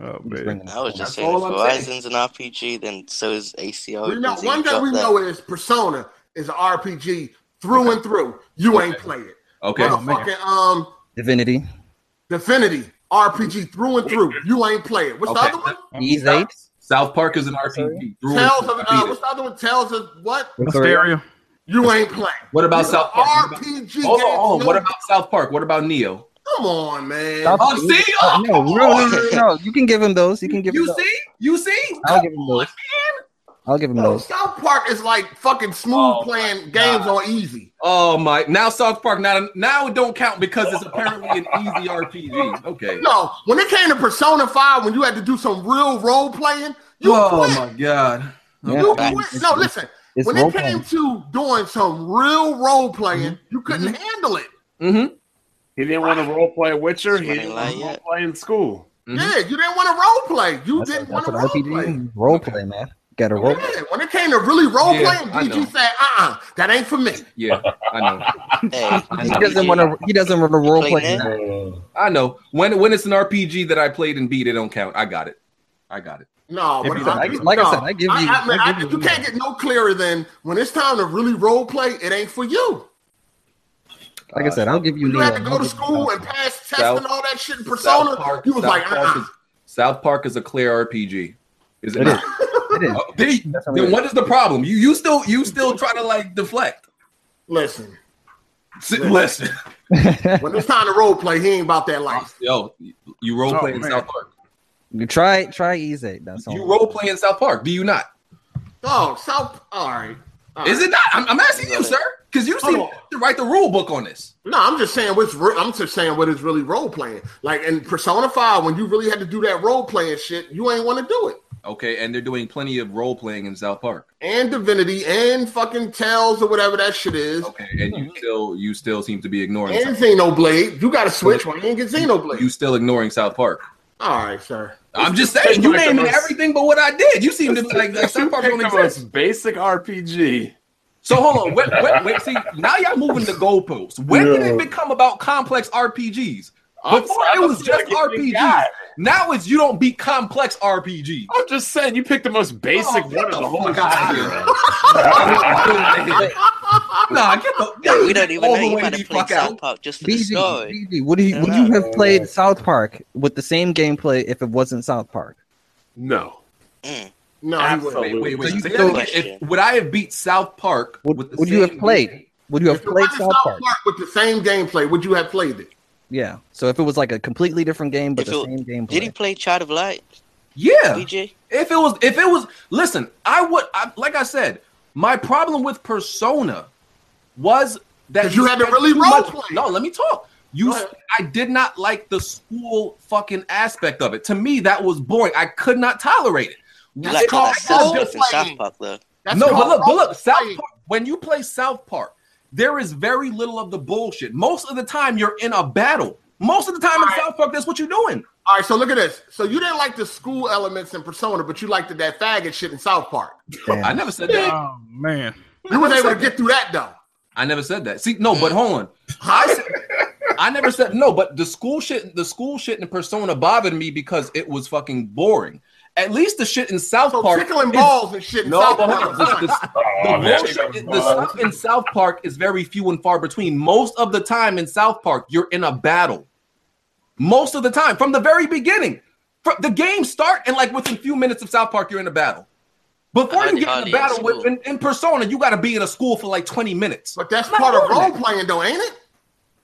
Oh
Just
man.
bringing it
I was just
That's
saying, if
all I'm saying.
Horizon's an RPG, then so is
Uh,
ACO.
We know one thing we know is Persona is an RPG through and through. You ain't play it.
Okay.
Motherfucking um
Divinity.
Divinity RPG through and through. You ain't play it. What's
Okay.
the other one?
These eight.
South Park is an RPG. through and
Tales
through.
of
I beat
uh,
it.
what's the other one? Tales of what?
Mysteria.
Mysterio.
You ain't playing.
What about
These
South
are
Park? What about-
RPG
Hold on, hold
games,
on.
no-
What about South Park? What about Neo?
Come on, man.
Stop
Oh,
it.
see?
Oh, no, no, no, no, no, You can give him those. You can give
You
him those.
see? You see?
I'll give him those. I'll give him
Yo,
those.
South Park is like fucking smooth playing games on easy.
Oh my! Now South Park. Now, now it don't count because it's apparently an easy RPG. Okay.
No, when it came to Persona 5, when you had to do some real role playing, you
Oh
quit.
my god.
Yeah,
You
man,
quit.
it's-
No, listen.
it's
when it
role-playing.
came to doing some real role playing,
Mm-hmm.
you couldn't handle it.
Mm-hmm.
He didn't want to role play Witcher. He didn't
lie
want to role play in school.
Yeah, you didn't want to role play. You
Mm-hmm. That's,
didn't
that's
want to
an
role
RPG.
play.
is Role play, man. Got to role. play.
Yeah, when it came to really role
Yeah,
playing,
I know.
DG said, uh uh that ain't for me.
Yeah, I know.
Hey,
He doesn't want to. He doesn't want to role
play
play.
that?
now.
I know. When when it's an RPG that I played and beat, it don't count. I got it. I got it.
No,
If
but
you said,
I-
I- like I
no.
said, I give you-
I, mean,
I
I-
give you
you can't get no clearer than when it's time to really role play. It ain't for you.
Like I said, I'll give you.
You had to
Neo.
go to school and pass tests and all that shit. in Persona, you was
South
like,
Park
uh
is, South Park is a clear RPG. Is it,
It is.
not?
It is.
Oh, they-
That's what it
then
is.
what is the problem? You you still you still try to like deflect.
listen.
S- Listen,
When it's time to role play, he ain't about that life.
yo, you role play
Oh,
in
man.
South Park.
You try try easy. That's all.
You role play in South Park. Do you not?
Oh, South. All right. All
Uh-uh.
Is
right.
it not? I'm, I'm asking you, sir, because you seem
Hold on.
to write the rule book on this.
No, I'm just saying what's. Re- I'm just saying what is really role playing. Like in Persona Five, when you really had to do that role playing shit, you ain't want to do it.
Okay, and they're doing plenty of role playing in South Park.
And Divinity, and fucking Tales or whatever that shit is,
Okay, and
Mm-hmm.
you still you still seem to be ignoring.
and
South-
Xenoblade. You got to switch when you ain't get Xenoblade.
You still ignoring South Park.
All right, sir.
I'm just saying you named everything but what I did. You seem to be like that South Park
Pick
don't
the
exist.
most basic RPG.
So hold on, wait, wait, wait. See, now y'all moving the goalposts. When did it become about complex RPGs?
I'm
Before
sorry,
it
I'm
was
sorry,
just
you big
RPGs.
guy.
Now it's you don't beat complex RPGs.
I'm just saying, you picked the most basic
Oh,
one
get
of
the
the whole
fuck outta
genre.
here. nah, get the
Yo, we don't even know you
overweight
might
the
have played
fuck
South
out.
Park just for the
BG,
story.
BG, would you would you have played South Park with the same gameplay if it wasn't South Park?
No.
No, he
Wait,
wouldn't.
wait, wait.
So you
Say
still-
that again. If, would I have beat South Park?
Would,
with the
would you have
same-
played? Would you have
If it
played
wasn't
South Park?
with the same gameplay, would you have played it?
Yeah. So if it was like a completely different game but
If
the
it-
same gameplay,
Did he play Child of Light,
Yeah.
BJ?
If it was, if it was, listen, I would. I, like I said, my problem with Persona was that
'Cause you had to
spent
really
too much-
roleplay.
No, let me talk. You,
Go ahead.
I did not like the school fucking aspect of it. To me, that was boring. I could not tolerate it.
Like,
Like,
all that
I
stuff
could've
that's in South
playing.
Park, though.
That's
no,
called
but look, but look, South
role-playing.
Park. When you play South Park, there is very little of the bullshit. Most of the time, you're in a battle. Most of the time in South Park, that's what you're doing.
All right, so look at this. So you didn't like the school elements in Persona, but you liked that faggot shit in South Park.
Damn.
I never said that.
Oh man.
You was able to get through that though.
I never said that. See, no, but hold on. I said, I never said no, but the school shit, the school shit and persona bothered me because it was fucking boring. At least the shit in South
So
Park.
tickling
is-
balls and shit in
No,
South
but hold on.
Park.
The, the- the
Oh, man.
bullshit- the stuff in South Park is very few and far between. Most of the time in South Park, you're in a battle. Most of the time, from the very beginning, from the game start and like within a few minutes of South Park, you're in a battle. Before
Hardly-
you get in
hardly
a
in
battle with,
school.
in, in Persona, you got to be in a school for like 20 minutes.
But that's
Not
part of
doing
role
that.
playing though, ain't it?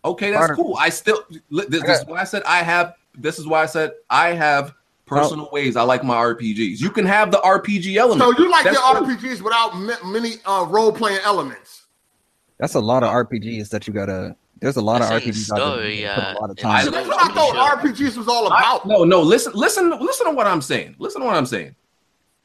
Okay, that's
Part of-
cool. I still li- this, this is why I said I have this is why I said I have personal ways I like my RPGs. You can have the RPG element.
So you like
That's
your
cool.
RPGs without ma- many uh, role playing elements.
that's a lot of RPGs that you gotta. There's a lot of
That's in the
RPGs out there.
story,
that
uh,
put a lot
in
of time.
See,
the-
that's
in.
what I thought RPGs was all
I-
about.
no, no, listen, listen, listen to what I'm saying. Listen to what I'm saying.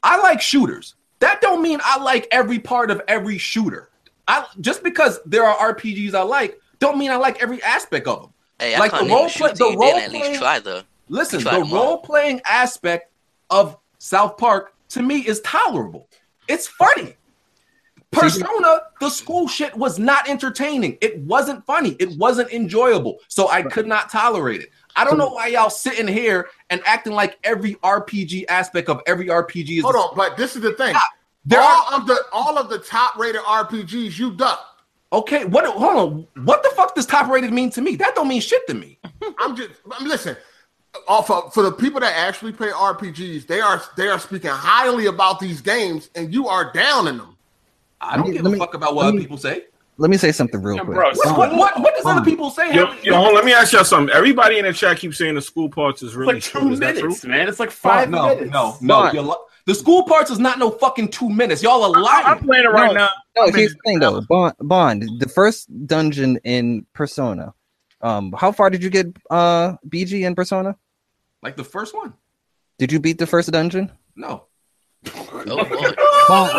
I like shooters. That don't mean I like every part of every shooter. I just because there are RPGs I like, don't mean I like every aspect of them.
Hey, I
Like,
can't
the
even
role play-
shoot
the
that you didn't at
role
least
play-
try, though.
Listen,
Try
the
them all.
role playing aspect of South Park to me is tolerable. It's funny. Persona, the school shit was not entertaining. It wasn't funny. It wasn't enjoyable. So I could not tolerate it. I don't know why y'all sitting here and acting like every RPG aspect of every RPG is.
Hold on, but this is the thing.
There
all
are,
of the all of the top rated RPGs you duck.
okay, what? Hold on. What the fuck does top rated mean to me? That don't mean shit to me.
I'm just I'm, listen. Off of, for the people that actually play RPGs, they are they are speaking highly about these games, and you are down in them.
I don't
Let me-
give
let
a
me-
fuck about
let
what
me-
people say.
Let me say something real quick.
What, what, what, what does other people say?
Yo, yo, hold on, let me ask y'all something. Everybody in the chat keeps saying the school parts is really
like
short.
two
Is that
minutes,
true?
man. It's like five no, minutes. No, no,
Fine.
You're li- the school parts is not no fucking two minutes. Y'all are lying. I'm
playing it
right now. No, here's the thing though. Bond, Bond, the first dungeon in Persona. Um, how far did you get, uh, BG in Persona?
Like the first one.
Did you beat the first dungeon?
No.
Bond,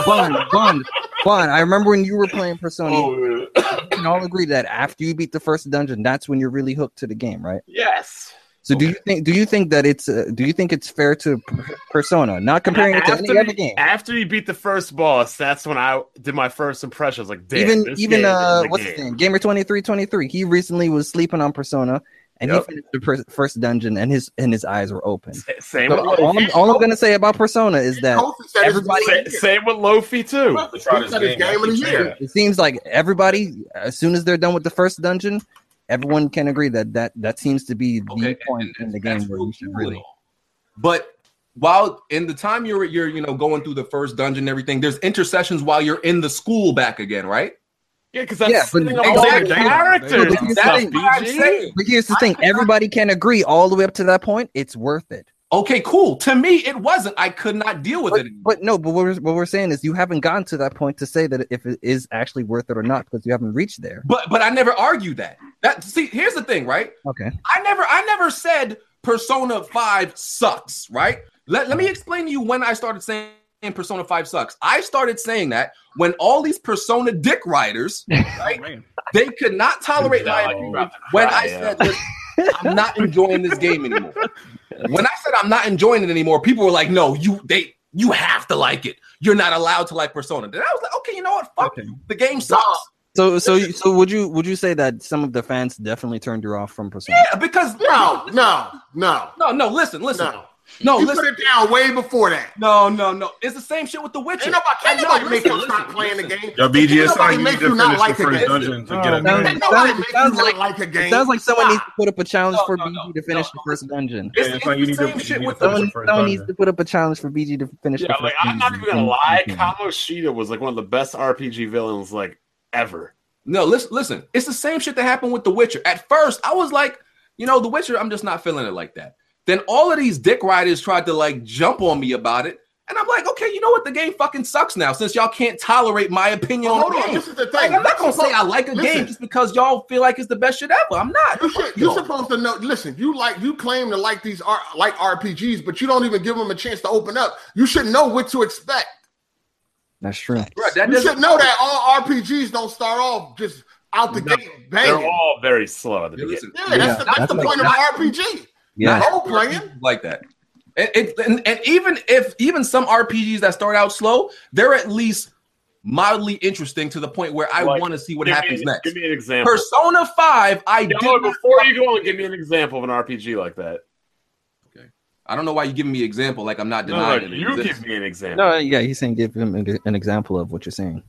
Bond, Bond, Bond. I remember when you were playing Persona. we can all agree that after you beat the first dungeon, that's when you're really hooked to the game, right?
Yes.
So do you think do you think that it's uh, do you think it's fair to P- Persona? Not comparing it to any
you,
other game.
after you beat the first boss, that's when I did my first impression. I was like, damn,
even
this
even
game
uh
is a
what's
game.
his name? Gamer twenty three twenty three. He recently was sleeping on Persona, and
Yep.
he finished the per- first dungeon, and his and his eyes were open.
same
So
with
all, I'm,
Lofi.
all I'm gonna say about Persona is that
Sa- same with Lofi too.
It seems like everybody, as soon as they're done with the first dungeon, everyone can agree that that that seems to be the point in the game where you should really.
But while in the time you're you're you know going through the first dungeon and everything, there's intercessions while you're in the school back again, right?
Yeah, because
Yeah, but,
Exactly.
No, but here's the
That's
thing.
what I'm saying.
But here's the thing: everybody can agree all the way up to that point. It's worth it.
Okay, cool. To me, it wasn't. I could not deal with
but,
it.
But no, but what we're, what we're saying is you haven't gotten to that point to say that if it is actually worth it or not because you haven't reached there.
But but I never argued that. That see, here's the thing, right?
Okay.
I never I never said Persona 5 sucks, right? Let, let me
Mm-hmm.
explain to you when I started saying Persona 5 sucks. I started saying that when all these Persona dick riders,
Oh,
right? they could not tolerate my opinion when I said "Listen, I'm not enjoying this game anymore. When I said I'm not enjoying it anymore, people were like, "No, you they you have to like it. You're not allowed to like Persona." Then I was like, "Okay, you know what? Fuck you. The game sucks."
So so you- so would you would you say that some of the fans definitely turned you off from Persona?
Yeah, because
no, no, no,
no, no. Listen, listen.
No,
No,
you
listen.
put it down way before that.
No, no, no. It's the same shit with The Witcher.
Ain't nobody, can't
I know,
nobody
listen,
make you
listen,
stop playing the game.
Yo, BG,
Can't
it's
nobody
like you need
make
to
not
finish
like
the
the
first
game.
dungeon to get a
no,
man.
Can't nobody make you not like the
It
game.
sounds like someone needs to put up a challenge for BG to finish the first dungeon.
It's- it's like you need to-
same
you
shit
need
with
to finish
Someone,
the first
someone
dungeon.
needs to put up a challenge for BG to finish the
Yeah,
first
like I'm not
dungeon.
even gonna lie, Kamoshida was like one of the best RPG villains like ever.
No, listen, listen. It's the same shit that happened with The Witcher. At first, I was like, you know, The Witcher, I'm just not feeling it like that. Then all of these dick riders tried to like jump on me about it. And I'm like, okay, you know what? The game fucking sucks now since y'all can't tolerate my opinion
Well,
on
hold
the
on,
game.
this is the thing.
Like, I'm not gonna say I like a
Listen.
game just because y'all feel like it's the best shit ever. I'm not. Fuck
You're
y'all.
supposed to know. Listen, you like you claim to like these R- like RPGs, but you don't even give them a chance to open up. You should know what to expect.
That's true.
Bruh, that
you
doesn't-
should know that all RPGs don't start off just out the gate banging.
They're all very slow at the beginning.
Listen,
yeah, that's the, that's the
like-
point of an RPG.
Yeah.
Not role playing.
like that. And, it, and, and even if even some RPGs that start out slow, they're at least mildly interesting to the point where I
Like,
want to see what
give me-
happens next.
Give me an example.
Persona Five, I did.
Yo,
not-
before you go on, give me an example of an RPG like that.
I don't know why you're giving me example like I'm not
No, no,
denying it.
you give me an example.
No, yeah, he's saying give him an, an example of what you're saying.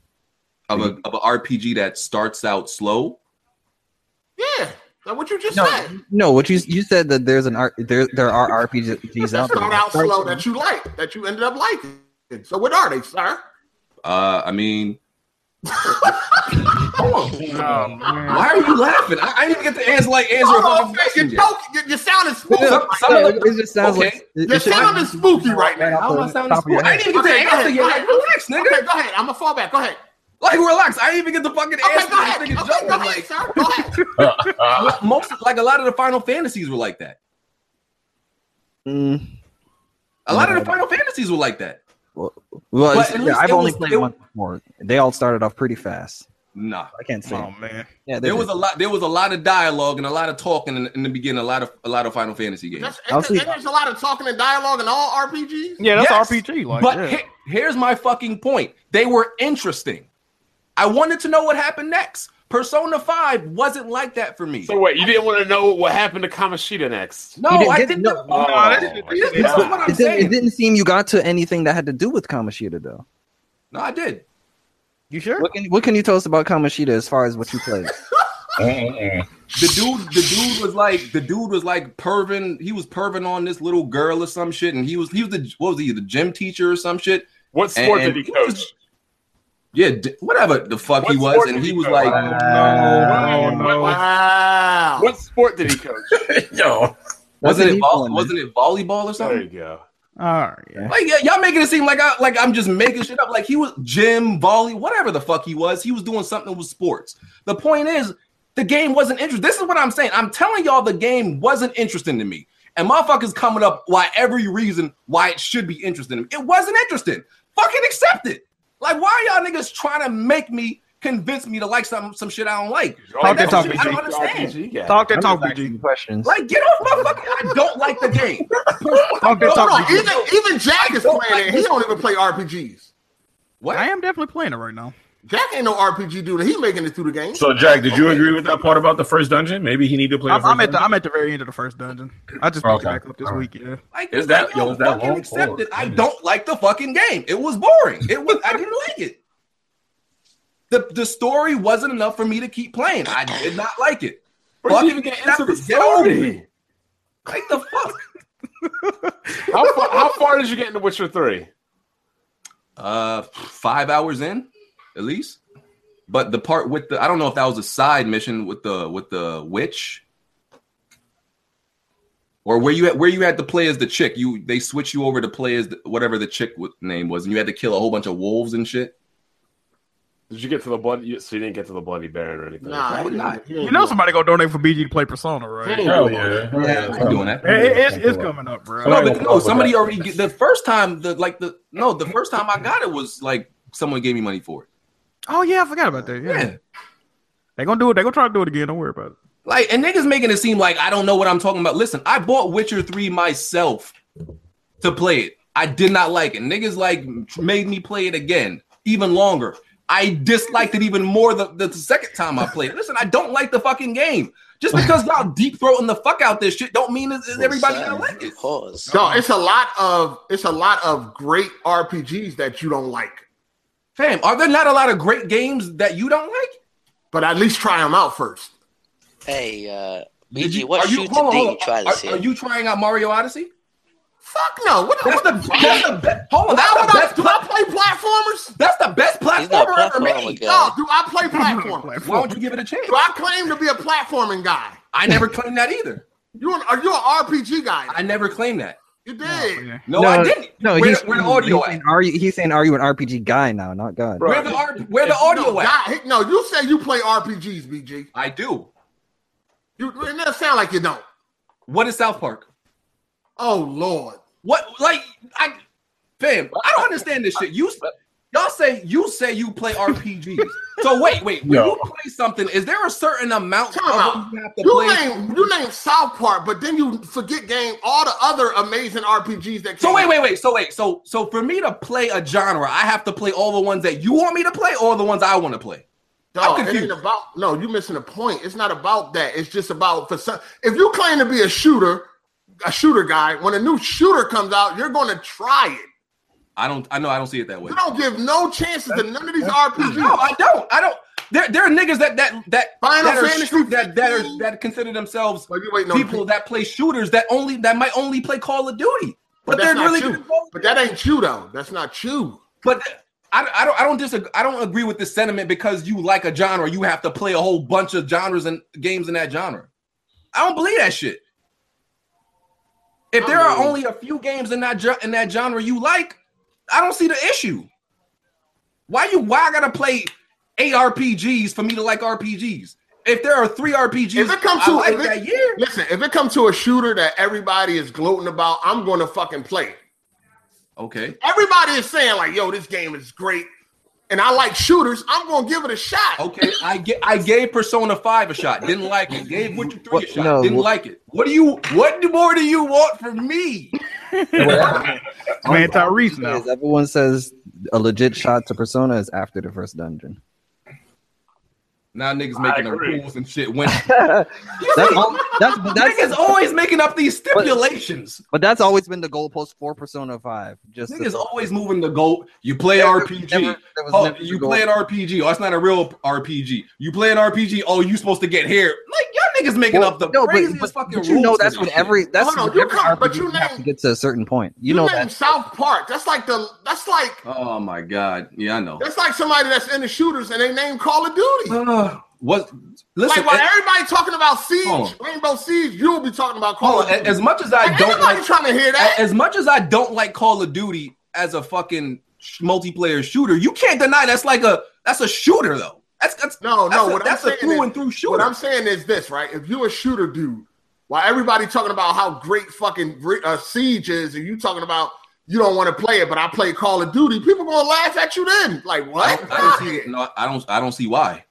of a of a RPG that starts out slow.
Yeah, that's what you just said.
No, what you you said that there's an art there there are RPGs out
That
there.
start out slow that you like that you ended up liking. So what are they, sir?
Uh, I mean, hold on. Why are you laughing? I, I didn't even get to answer like answer a
Hold
fucking
on, man,
question
you
yet.
talk- you- you sound is spooky.
Some- some
No,
of
it,
the-
it just sounds
okay.
like it-
Your
it should-
sound is spooky right now.
How am I
the
sounding
top of your
spooky? I didn't even get
Okay,
to
go
answer
ahead,
yet.
go
Like,
ahead.
relax, nigga.
Okay, go ahead. I'm gonna fall back. Go ahead.
Like, relax. I didn't even get the fucking
Okay,
answer.
go ahead.
This
Okay,
nigga
go
jumping,
ahead,
like,
sir. Go ahead.
lo- most of- like a lot of the Final Fantasies were like that.
Mm,
A lot of the Final Fantasies were like that.
well, well,
But
it's-
at
yeah,
least
I've
it
only
was-
played
it-
one before. They all started off pretty fast.
Nah,
I can't say.
Oh man.
yeah, they
there was
did.
a lot. There was a lot of dialogue and a lot of talking in, in the beginning. A lot of a lot of Final Fantasy games.
That's,
I'll
and,
see.
and there's a lot of talking and dialogue in all RPGs.
Yeah, that's
Yes,
RPG. Like,
but
yeah.
he- here's my fucking point. They were interesting. I wanted to know what happened next. Persona Five wasn't like that for me.
So wait, you didn't want to know what happened to Kamashita next?
no,
You didn't
I
get-
didn't.
no.
Oh,
This is what I'm
it, didn't, it
saying.
didn't seem you got to anything that had to do with Kamashita though.
No, I did.
you sure?
What can what can you tell us about Kamashita as far as what you played?
The dude, the dude was like, the dude was like perving. He was perving on this little girl or some shit, and he was he was the what was he the gym teacher or some shit.
What sport
And-
did he coach?
Yeah, d- whatever the fuck he was,
sport
and
did
he
he
was
play?
like,
Wow. Wow.
What sport did he coach?
Yo, wasn't it vol- wasn't it volleyball or something? There
you go.
All right.
Like y- y'all making it seem like I like I'm just making shit up. Like he was gym, volley, whatever the fuck he was. He was doing something with sports. The point is, the game wasn't interesting. This is what I'm saying. I'm telling y'all, the game wasn't interesting to me. And motherfuckers coming up why every reason why it should be interesting. It wasn't interesting. Fucking accept it. Like why y'all niggas trying to make me convince me to like some some shit I don't like?
Talk
Like, that's
that talk,
shit
BG.
I don't understand.
Talk that talk, BG.
Questions.
Like get off my fucking. I don't like the game.
Talk that
Hold
talk,
on. Even,
BG.
even Jack is playing it. He don't even play RPGs.
What?
I am definitely playing it right now.
Jack ain't no RPG dude. He making it through the game.
So, Jack, did you agree with that part about the first dungeon? Maybe he need to play.
I'm,
the
I'm
first
at the
dungeon?
I'm at the very end of the first dungeon. I just picked
Okay.
it back up this
All right.
week. Yeah.
Like,
Is that-
I don't
yo, is that
fucking
long?
accept it.
Forward.
I don't like the fucking game. It was boring. It was I didn't like it. The the story wasn't enough for me to keep playing. I did not like it.
Bro, you
Fucking
didn't even get
accept
into the
it. Get over it.
story.
Like the fuck?
How far, how far did you get into Witcher Three?
Uh five hours in, at least. But the part with the I don't know if that was a side mission with the with the witch. Or where you at where you had to play as the chick. You they switch you over to play as the, whatever the chick wa- name was, and you had to kill a whole bunch of wolves and shit.
Did you get to the bloody? you- So you didn't get to the bloody Baron or anything?
Nah, he
would
didn't-
not.
he
You
ain't
know
doing-
somebody gonna donate for BG to play Persona,
he
right?
ain't
It,
Hell
doing it.
Oh, yeah.
Yeah.
I'm doing that.
it- it's, it's coming up, bro.
No, but no, somebody already get, the first time the like the no, the first time I got it was like someone gave me money for it.
Oh yeah, I forgot about that. Yeah.
Yeah.
They gonna do it. They gonna try to do it again. Don't worry about it.
Like and niggas making it seem like I don't know what I'm talking about. Listen, I bought Witcher 3 myself to play it. I did not like it. Niggas like made me play it again, even longer. I disliked it even more the, the second time I played it. Listen, I don't like the fucking game. Just because y'all deep throating the fuck out this shit don't mean it's, it's everybody gonna like it.
Pause.
No, it's a lot of it's a lot of great RPGs that you don't like,
Fam, are there not a lot of great games that you don't like?
but at least try them out first.
Hey, uh,
Did
BG, what shooter
hold on,
did
hold
you
on.
try this
Are-
year?
Are you trying out Mario Odyssey?
Fuck no! What,
That's
what
the, that's the best. Hold on,
How
that's
would
the
I,
best.
do I play platformers?
That's the best
He's not a
platformer ever
platformer
made.
guy.
No, do I play platformers?
Why don't you give it a chance?
Do I claim to be a platforming guy?
I never claimed that either.
You an, are you an RPG guy?
I never claimed that.
you
Oh,
did.
yeah.
No, I didn't.
No,
where,
he's
where the audio
he's
at?
saying, Are you? He's saying, "Are you an RPG guy now, not God?"
Bro,
Where the ar- where the
It's-
audio
no,
at?
God, hey, no, you say you play RPGs, BG.
I do.
You it doesn't sound like you don't.
What is South Park?
Oh Lord.
What like I, fam? I don't understand this shit. You y'all say you say you play RPGs. so wait, wait. When
No.
you play something, is there a certain amount
Time
of
out.
what you have to
You
play?
name you name South Park, but then you forget game all the other amazing RPGs that.
So
came
wait,
out.
wait, wait. So wait. So so for me to play a genre, I have to play all the ones that you want me to play, or the ones I want to play.
Dog,
I'm
it ain't
confused.
about no. You're missing the point. It's not about that. It's just about for some. If you claim to be a shooter, a shooter guy, when a new shooter comes out, you're going to try it.
I don't. I know. I don't see it that way.
You don't give no chances to none of these RPGs.
No, I don't. I don't. There, there are niggas that that that
Final
that, are
Fantasy
shoot- that that are
15?
that consider themselves
Well, you waiting on
people that play shooters that only that might only play Call of Duty, but,
that's
they're
not
really
you.
good. at both.
But that ain't you though. That's not you.
But I, I don't I don't disagree. I don't agree with this sentiment because you like a genre, you have to play a whole bunch of genres and games in that genre. I don't believe that shit. If there are only a few games in that gen- in that genre you like, I don't see the issue. Why you why I gotta play eight RPGs for me to like RPGs? If there are three RPGs,
If it comes
I
to
like
if it,
that year.
listen, if it comes to a shooter that everybody is gloating about, I'm going to fucking play. it.
Okay,
Everybody is saying like, "Yo, this game is great," and I like shooters. I'm going to give it a shot.
okay. I get I gave Persona Five a shot, didn't like it. Gave Witcher Three
What-
a shot,
no,
didn't
what-
like it. What do you? What more do you want from me?
Man, Tyrese now.
Because everyone says a legit shot to Persona is after the first dungeon.
Now niggas
I
making up
agree.
rules and shit. When
that's all, that's but that's
niggas always making up these stipulations.
but that's always been the goalpost for Persona Five. Just
niggas
the-
always moving the goal. You play
Never-
RPG.
never- there was
oh,
never
you
the goal.
play an RPG. Oh, it's not a real RPG. You play an RPG. Oh, you supposed to get here. Like
niggas making
Well,
up the
no, but-
craziest
but-
fucking
but you know
rules
that's
and
what
shit.
every that's
Hold on,
what
you
every
come- but
RPG
you
have
name-
to get to a certain point. You, know
name
that.
South Park. That's like the that's like
Oh my god. Yeah, I know.
that's like somebody that's in the shooters and they name Call of Duty.
What? Listen,
like while
a-
everybody talking about Siege,
Hold
Rainbow Siege, you'll be talking about Call
hold
of
on,
Duty.
a- as much as I
Ain't
don't
nobody
like
trying to hear that.
a- as much as I don't like Call of Duty as a fucking sh- multiplayer shooter, you can't deny that's like a that's a shooter though. That's that's
no,
that's
no,
a,
what I'm
that's a
saying
through
is-
and through shooter.
What I'm saying is this, right? If you're a shooter dude, while everybody talking about how great fucking re- uh, Siege is, and you talking about you don't want to play it, but I play Call of Duty, people gonna laugh at you then. Like
I
what?
don't, I don't see, no, I don't I don't see why.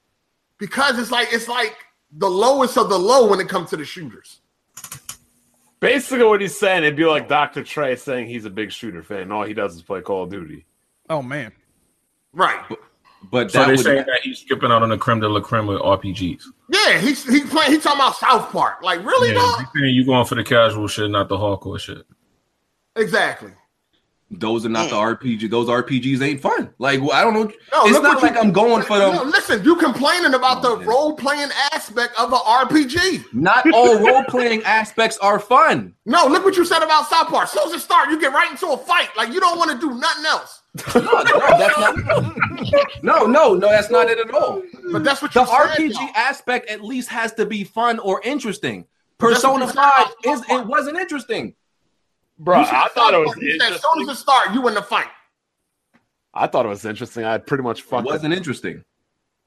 Because it's like it's like the lowest of the low when it comes to the shooters.
Basically, what he's saying, it'd be like Dr. Trey saying he's a big shooter fan. All he does is play Call of Duty.
Oh man.
Right.
But
So
that
they're
would-
saying that he's skipping out on the creme de la creme with RPGs.
Yeah, he's he playing. He talking about South Park. Like really?
Yeah,
dog?
they're saying you going for the casual shit, not the hardcore shit.
Exactly.
Those are not the RPG. Those RPGs ain't fun. Like well, I don't know.
No,
it's
look
not
what you-
like I'm going for them. Oh,
No, listen, you complaining about the role playing aspect of an RPG.
Not all role playing aspects are fun.
No, look what you said about South Park. As soon as it starts, you get right into a fight. Like you don't want to do nothing else.
No, no, that's not. No, no, no, that's not it at all.
But that's what
the
you said,
RPG
though.
aspect at least has to be fun or interesting.
But that's what
Persona
you said
Five
about
is
South Park.
it wasn't interesting.
Bro,
You said
I thought it
South
was
Park, you said As soon as it start, you in the fight.
I thought it was interesting. I pretty much
It
fucked it.
wasn't interesting.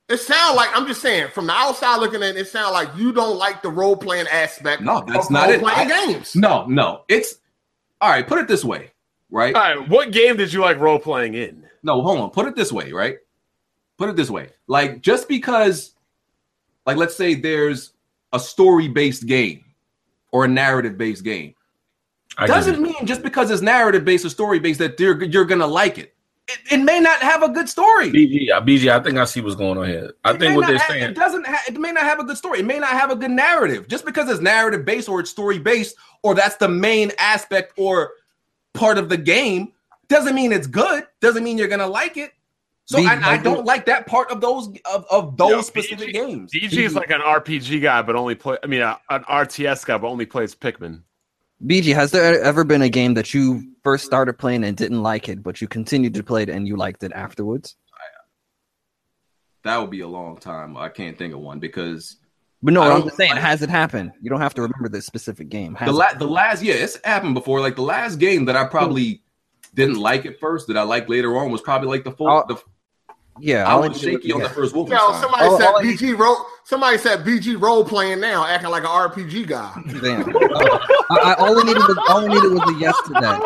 It sound like I'm just saying from the outside looking in, it sound like you don't like the role playing aspect.
No, that's
of
not it.
Playing
I-
games.
No, no, it's all right. Put it this way, right?
All right, what game did you like role playing in?
No, hold on. Put it this way, right? Put it this way. Like just because like let's say there's a story-based game or a narrative-based game.
I get
doesn't
it.
mean just because it's narrative-based or story-based that you're you're going to like it. it. It may not have a good story.
BG, uh, BG, I think I see what's going on here. I
It may
think what
not
they're
ha-
saying.
it doesn't ha- it may not have a good story. It may not have a good narrative. Just because it's narrative based or it's story based or that's the main aspect or part of the game doesn't mean it's good. Doesn't mean you're gonna like it. So
These-
and I don't like that part of those of, of those
Yo,
specific
BG
games.
DG is like an RPG guy, but only play. I mean, uh, an RTS guy, but only plays Pikmin.
BG, has there e-, ever been a game that you first started playing and didn't like it, but you continued to play it and you liked it afterwards?
That would be a long time. I can't think of one because
But no,
I
I'm
don't-
just saying, has it happened? You don't have to remember this specific game. Has
the
it?
la- the last yeah, it's happened before. Like the last game that I probably didn't like at first that I liked later on was probably like the full
I'll-
the
yeah,
Oh, I
I'll
was
let you-
shaky on
yeah.
the first Wolfenstein.
Yo, somebody
Oh,
All-
said
all I-
BG role. Somebody said BG role playing now, acting like an RPG guy.
Damn. I, I, all I needed was all I needed was a yes to that.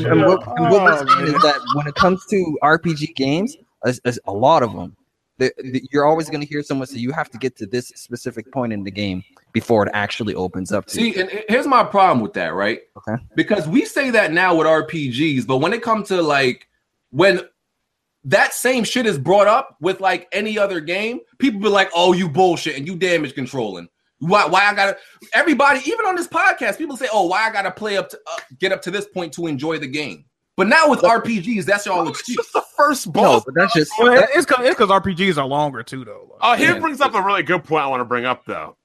And, and what, and what we're saying is that when it comes to RPG games, a, a- a lot of them, the, the, you're always going to hear someone say you have to get to this specific point in the game before it actually opens up to you.
See, and and here's my problem with that, right?
Okay.
Because we say that now with RPGs, but when it comes to like when that same shit is brought up with like any other game, people be like, "Oh, you bullshit and you damage controlling." Why? Why I gotta? Everybody, even on this podcast, people say, "Oh, why I gotta play up to uh, get up to this point to enjoy the game." But now with RPGs, that's y'all excuse.
the first
No, but that's just
Well,
that-
it- it's because RPGs are longer too, though.
Oh, here
Yeah.
brings up a really good point I want to bring up though.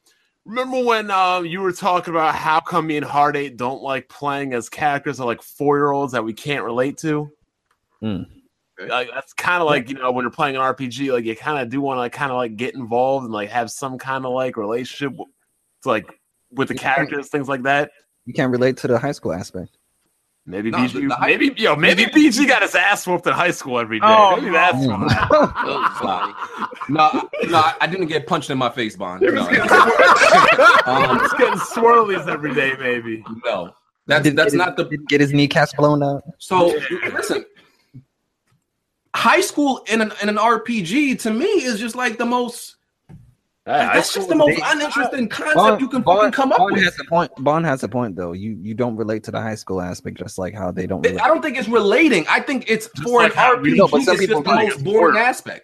Remember when um, you were talking about how come me and Heart Eight don't like playing as characters that are like four year olds that we can't relate to?
Hmm.
Like, that's kind of like you know when you're playing an RPG, like you kind of do want to like, kind of like get involved and like have some kind of like relationship, w- to, like with the characters, things like that.
you can't relate to the high school aspect.
Maybe
No, the-
BG,
the high-
maybe yo, maybe BG got his ass whooped in high school every day.
Oh,
Maybe that's
no.
Oh, sorry.
No, no, I- I didn't get punched in my face, Bond. No,
I'm
um,
just getting swirlies every day, maybe.
no. That's
Didn't
that's
get
not
his,
the
didn't get his kneecaps blown out.
So listen, high school in an in an RPG to me is just like the most.
Yeah,
that's just the most uninteresting concept you can fucking come up
Bond
with.
has a point. Bond has a point though. You you don't relate to the high school aspect just like how they don't.
It-
Relate.
I don't think it's relating. I think it's for
like
an
how
RPG.
we-
No, but some
it's just
people
the
like
most
it.
boring aspect.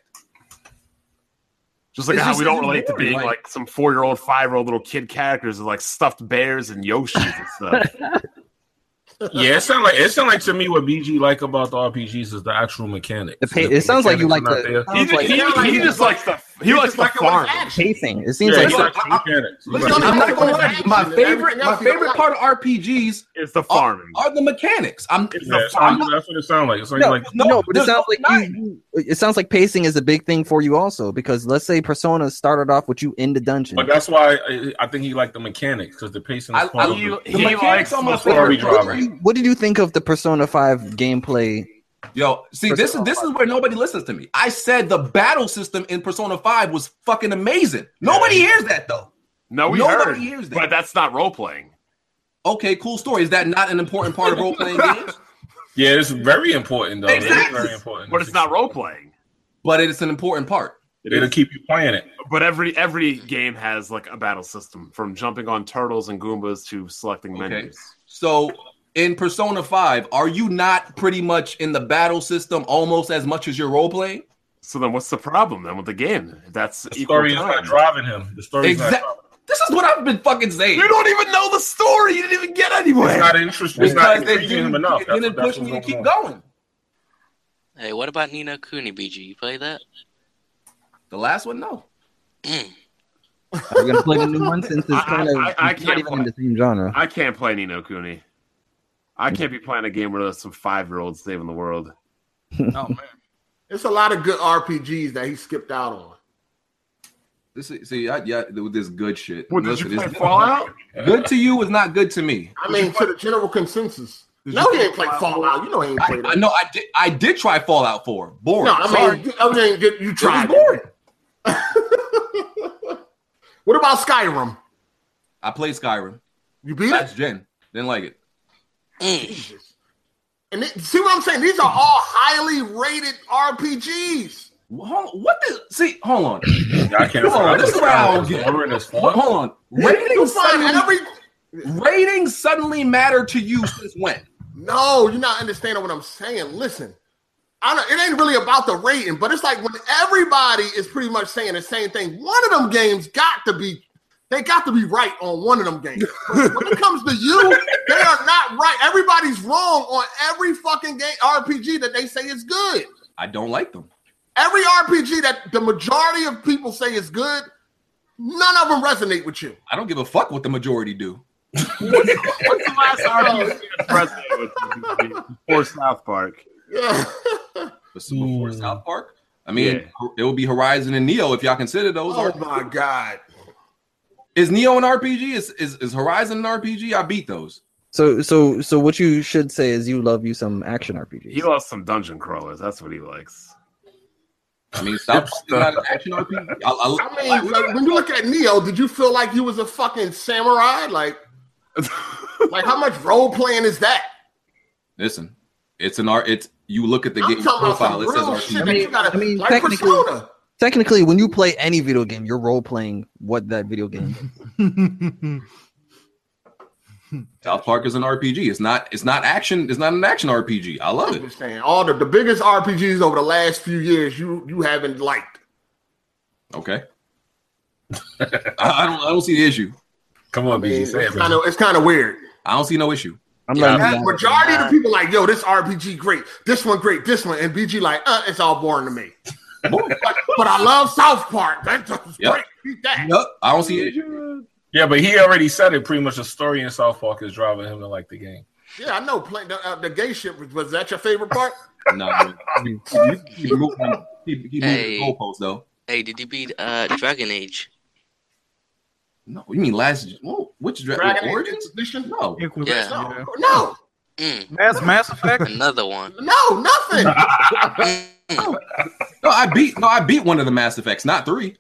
Just like
It's
how
just-
we don't
it's
relate to
boring,
being like,
like-
some four year old, five year old little kid characters with like stuffed bears and Yoshis and stuff.
Yeah, it sounds like it sound like to me what BG like about the RPGs is the actual mechanic.
The pa- it sounds like you like the.
Not there.
he,
sounds
just,
like-
he, he just likes the
He likes the farm.
Pacing. It seems
Yeah,
like
he likes-
I'm not gonna lie. My favorite, my favorite part of RPGs
is the farming.
Are, the mechanics. I'm,
Yeah, it sound- that's what it sounds like. It's like,
no,
like
no, but it sounds like you, it sounds like pacing is a big thing for you also because let's say Persona started off with you in the dungeon.
But that's why I, I think he liked the mechanics because the pacing. Is part of
he-
the,
he The mechanics likes are my the
What, did you, what did you think of the Persona Five gameplay?
Yo, see, this is this is where nobody listens to me. I said the battle system in Persona Five was fucking amazing. Nobody hears that though.
No, we
nobody
heard,
hears that.
but that's not role playing.
Okay, cool story. Is that not an important part of role playing games?
Yeah, it's very important though. It is very important.
But it's not role playing.
But it's an important part.
It'll keep you playing it.
But every every game has like a battle system, from jumping on turtles and goombas to selecting menus.
So in Persona Five, are you not pretty much in the battle system almost as much as your role playing?
So then, what's the problem then with the game? That's the
story is not driving him. The story is not.
Exactly. This is what I've been fucking saying.
You don't even know the story. You didn't even get anywhere.
It's not interesting. It's not
Because they
intriguing him
didn't,
enough.
they didn't
That's-
push
that's
me to
what's
keep
on.
going.
Hey, what about Nino Cooney, BG? You play that?
The last one, no.
Are you gonna play the new one since
I-
it's kind of
I- I
it's
can't
not even in the same genre?
I can't play Nino Cooney. I can't be playing a game where there's some five year olds saving the world.
Oh man,
It's a lot of good RPGs that he skipped out on.
This is, see, I, yeah, with this good shit.
What, did
Listen,
you play
it's-
Fallout?
Good to you was not good to me.
I mean, to the general consensus.
Did
no,
you
he
play
ain't played
Fallout?
Fallout. You know he ain't
I,
played
I
that.
know I did. I did try Fallout Four. Boring.
No, I
Sorry.
mean, I mean, you- you tried.
boring.
what about Skyrim?
I played Skyrim.
You beat
Last gen. Didn't like it.
Mm.
Jesus. And it, see what I'm saying? These are all highly rated RPGs.
Hold on, what the? See, hold on.
I can't.
Hold on, this is where I don't get.
Over in this
Hold on.
You
Ratings
find
suddenly, ratings suddenly matter to you since when?
No, you're not understanding what I'm saying. Listen, I don't, it ain't really about the rating, but it's like when everybody is pretty much saying the same thing. One of them games got to be, they got to be right on one of them games. when it comes to you, they are not right. Everybody's wrong on every fucking game RPG that they say is good.
I don't like them.
Every RPG that the majority of people say is good, none of them resonate with you.
I don't give a fuck what the majority do.
What's the last RPG that resonated with you? Before South Park?
Before
Hmm.
South Park. I mean,
Yeah.
it would be Horizon and Neo if y'all consider those.
Oh
RPGs.
my god.
Is Neo an RPG? Is, is is Horizon an RPG? I beat those.
So so so what you should say is you love you some action RPGs.
He loves some dungeon crawlers. That's what he likes.
I mean, South Park is not an action RPG. I, I,
I mean, like, when you look at Neo, did you feel like you was a fucking samurai? Like, like how much role playing is that?
listen, it's an art. It's you look at the
I'm
game
talking about
profile.
some
It says
real
RPG.
shit that you gotta
I mean,
like
technically-
persona.
Technically, when you play any video game, you're role playing what that video game.
South Park is an RPG. It's not. It's not action. It's not an action RPG. I love
I
it.
understand all the, the biggest RPGs over the last few years you you haven't liked.
Okay. I, I don't. I don't see the issue.
Come on, BG. Say it.
It's kind of it's kind of weird.
I don't see no issue.
I'm
Yeah,
not
The
even
majority of the people like, yo, this RPG great, this one great, this one, and BG like, uh, it's all boring to me. but, but I love South Park. That's
Yep.
great. Beat that.
Nope. I don't see the issue.
Yeah, but he already said it. Pretty much, the story in South Park is driving him to like the game.
Yeah, I know. Playing the, uh, the gay shit was, was that your favorite part?
No. no. You- you Keep moving. Keep, keep moving
Hey.
the goalposts though.
Hey, did you beat uh, Dragon Age?
No, you mean last? Whoa, which dra-
Dragon Age
Origins?
Inquisition?
Oh,
No.
Yeah.
No, no,
Mm,
Mass Mass Effect.
another one. Mm.
no, nothing.
No, I beat. No, I beat one of the Mass Effects. Not three.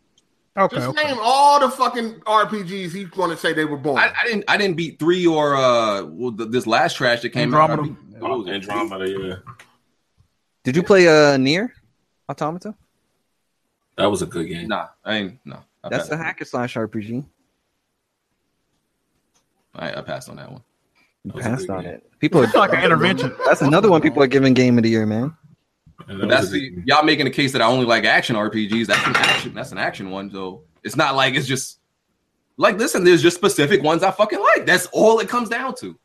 Okay,
Just
okay.
name all the fucking RPGs he's going to say they were born.
I, I didn't. I didn't beat three or uh well, th- this last trash that came out. I
Andromeda.
beat- what was it?
Andromeda, yeah.
Did you play uh near Automata?
That was a good game.
Nah, I ain't. No, I
That's
passed.
the hack and slash RPG.
I, I passed on that one.
You
That was a
passed
good
on
game.
it. People
It's like an intervention.
That's another one people are giving game of the year, man.
Yeah,
But
that
that's
was a good
the,
game.
y'all making a case that I only like action RPGs. That's an action. That's an action one. So it's not like it's just like listen. There's just specific ones I fucking like. That's all it comes down to.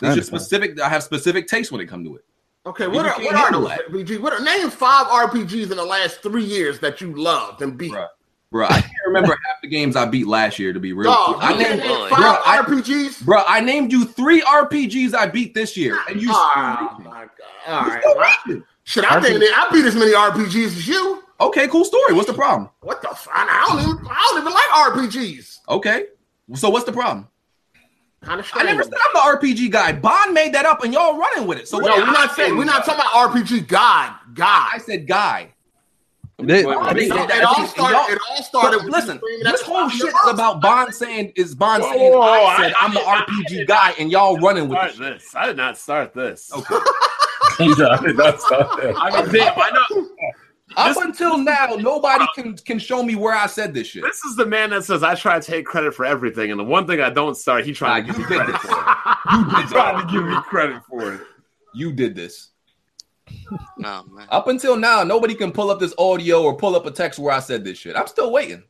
There's just
understand.
specific. I have specific taste when it comes to it.
okay, what
You
are,
can't
what are
handle
those
that.
RPGs? What are, name five RPGs in the last three years that you loved and beat.
Bruh. Bro, I can't remember half the games I beat last year. To be real,
Dog,
I
you
named
can't
bro,
name five
I,
RPGs.
Bro, I named you three RPGs I beat this year, and you.
Ah, my God. All right. Well, I- Shit, I think that I beat as many RPGs as you.
Okay, cool story. What's the problem?
What the fuck? I don't even, I don't even like RPGs.
Okay, so what's the problem?
I,
I never said I'm the RPG guy. Bond made that up, and y'all running with it. So
no, we're not saying we're not talking about RPG. God, God.
I said guy.
They-
It all- it all started. It all started. with
Listen,
you screaming at
this
the
whole
top of your
shit
lungs.
about Bond saying is Bond
Whoa,
saying
whoa, whoa,
I said
I-
I'm the RPG guy, and y'all running with
Start
it.
this. I did not start this.
Okay.
I mean, damn, I know.
Up until now, nobody can can show me where I said this shit.
This is the man that says I try to take credit for everything, and the one thing I don't start, he tried to give me credit for. It. He tried to give me credit for it.
You did this.
No, Oh, man.
Up until now, nobody can pull up this audio or pull up a text where I said this shit. I'm still waiting.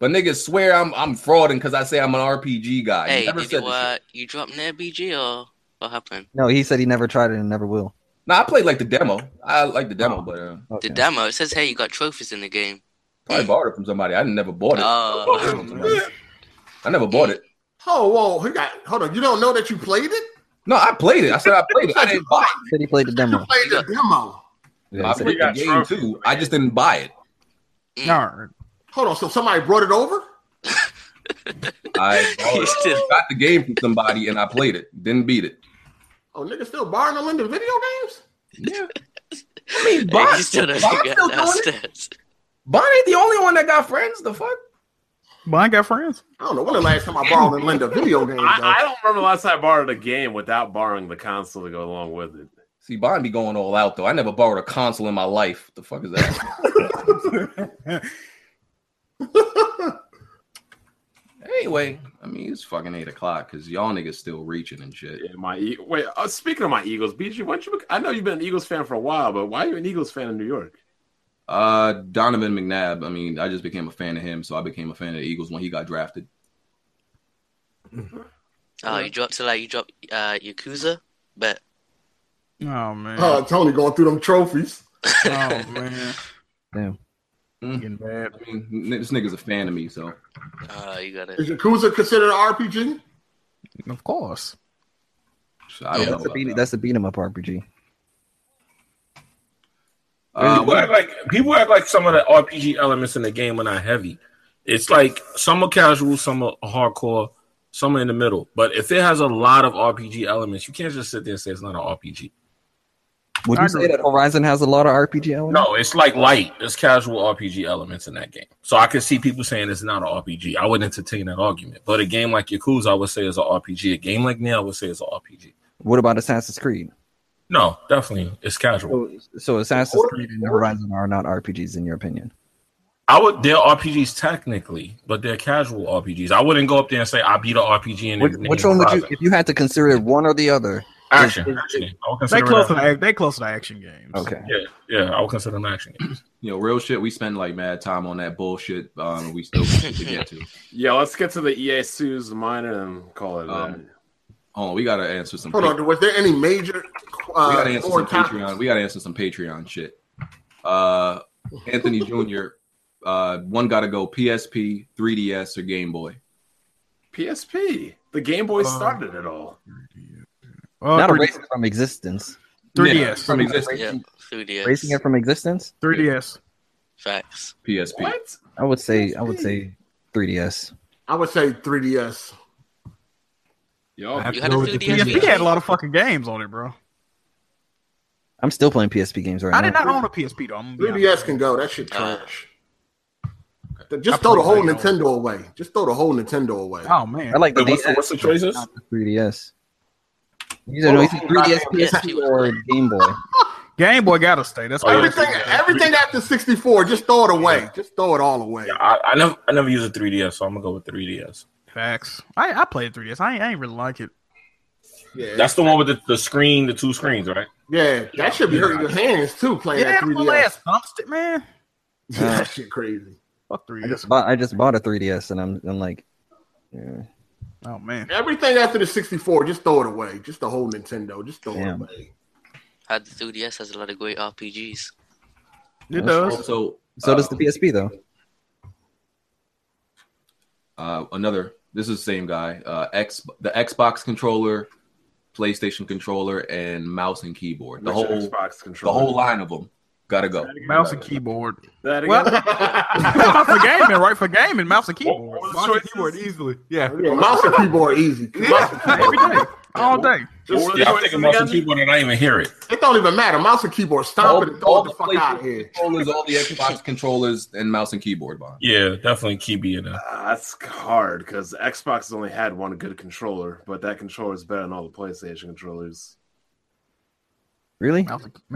But niggas swear I'm I'm frauding because I say I'm an RPG guy.
Hey,
you never
did
said
you,
this
uh,
shit.
you drop an BG or what happened?
No, he said he never tried it and never will.
No, I played like the demo. I like the
Oh.
demo, but uh,
The demo, it says, hey, you got trophies in the game.
probably borrowed it from somebody. I never bought it.
Oh,
I never bought it.
Oh, whoa! He got. Hold on. You don't know that you played it?
No, I played it. I said I played it. I didn't buy it.
Said he played the demo.
Played the demo.
Yeah,
I
he said he
played the game too. I just didn't buy it.
All right.
Hold on. So somebody brought it over.
I
He still-
got the game from somebody and I played it. Didn't beat it.
Oh, nigga, still borrowing and lending video games.
Yeah. I mean,
hey,
Bond,
you still don't
Bond
think
still doing it.
downstairs.
Bond ain't the only one that got friends. The fuck?
But I ain't got friends.
I don't know when the last time I borrowed and lent a video game. Though.
I, I don't remember the last time I borrowed a game without borrowing the console to go along with it.
See, Bond be going all out though. I never borrowed a console in my life. The fuck is that? anyway, I mean it's fucking eight o'clock because y'all niggas still reaching and shit.
Yeah, my E- wait. Uh, speaking of my Eagles, BG, why don't you? bec- I know you've been an Eagles fan for a while, but why are you an Eagles fan in New York?
Uh, Donovan McNabb. I mean, I just became a fan of him, so I became a fan of the Eagles when he got drafted.
Oh, you dropped to like you dropped uh, Yakuza, but
Oh man.
Uh, Tony going through them trophies.
Oh man.
Damn.
Getting mad.
I mean, n- this nigga's a fan of me, so
uh, you got
Is
it.
Yakuza considered an RPG?
Of course.
so I don't know.
That's a
about
beat.
that.
That's a beat 'em up RPG.
Uh,
people, act like, people act like some of the RPG elements in the game are not heavy. It's like some are casual, some are hardcore, some are in the middle. But if it has a lot of RPG elements, you can't just sit there and say it's not an RPG.
Would
I
you say
agree.
that Horizon has a lot of RPG elements?
No, it's like light. There's casual RPG elements in that game. So I could see people saying it's not an RPG. I would entertain that argument. But a game like Yakuza, I would say is an RPG. A game like Nail, I would say is an RPG.
What about Assassin's Creed?
No, definitely, it's casual.
So, so Assassin's Creed and Horizon are not RPGs in your opinion.
I would. They're RPGs technically, but they're casual RPGs. I wouldn't go up there and say I beat an RPG. And
Which, which one would you, if you had to consider it one or the other?
action?
is-
action game. I would
They
consider
close
it
to
action.
the, they close to the action games.
Okay.
Yeah, yeah, I would consider them action. games.
you know, real shit. We spend like mad time on that bullshit. Um, we still got shit to get to.
Yeah, let's get to the EA Sue's minor and call it.
Um,
that.
Hold on, we gotta answer some.
Hold
pa-
on. Was there any major? Uh,
we gotta answer
foreign
some
topics?
Patreon. We gotta answer some Patreon shit. Uh, Anthony Jr. Uh, one gotta go. PSP, 3DS, or Game Boy.
PSP. The Game
um,
Boy started it all.
Oh,
Not
3,
erasing it from existence.
3DS.
Yeah, from existing
Yeah, food yeah.
Erasing it from existence?
3DS.
Facts.
PSP.
What?
I would say I would say 3DS.
I would say 3DS.
Yo,
I have
You
to
had
go
a
with the
3DS?
PSP.
PSP had a lot of fucking games on it, bro.
I'm still playing PSP games right
I did
now.
not own a PSP though. I'm gonna be honest.
3DS can go. That shit
Uh,
trash. Th- Just throw
probably
the whole
like
Nintendo away. Just throw the whole Nintendo away.
Oh man.
I like the
Wait, what's, the,
DS,
what's the choices?
not the 3DS. You said, no, you said 3DS, PSP, or Game Boy.
Game Boy gotta stay. That's
Oh, yeah.
why
everything, everything after 64, just throw it away. Just throw it all away.
I, I never, I never use a 3DS, so I'm gonna go with 3DS.
facts. I, I played 3DS. I ain't, I ain't really like it.
Yeah,
That's the one with the, the screen, the two screens, right?
yeah that should be hurting your hands too. Playing
Yeah,
that
that
3DS.
little ass thumbstick, man.
that shit crazy.
Fuck
I
3DS.
just bought I just bought a 3DS and I'm I'm like yeah.
Oh man.
Everything after the 64, just throw it away. Just the whole Nintendo. Just throw
Damn.
it away.
Had the 3DS has a lot of great RPGs.
It
That's
does.
Also,
So does the PSP though.
uh, another. This is the same guy. Uh, X the Xbox controller, PlayStation controller, and mouse and keyboard. The
Which
whole
Xbox
the
controller?
whole line of them. Gotta go.
Mouse and keyboard.
That
Well, for gaming, right? For gaming, mouse and keyboard. Mouse and
keyboard easily. Yeah.
mouse and keyboard easy.
Every day, all day.
Yeah, I'm taking mouse and keyboard and I didn't even hear it.
It don't even matter. Mouse and keyboard,
All,
stomp it and throw
all
it
the
the fuck out of
PlayStation
here.
controllers, all the Xbox controllers, and mouse and keyboard. Bond.
Yeah, definitely Kibi and that.
Uh, that's hard because Xbox only had one good controller, but that controller is better than all the PlayStation controllers.
Really?
I don't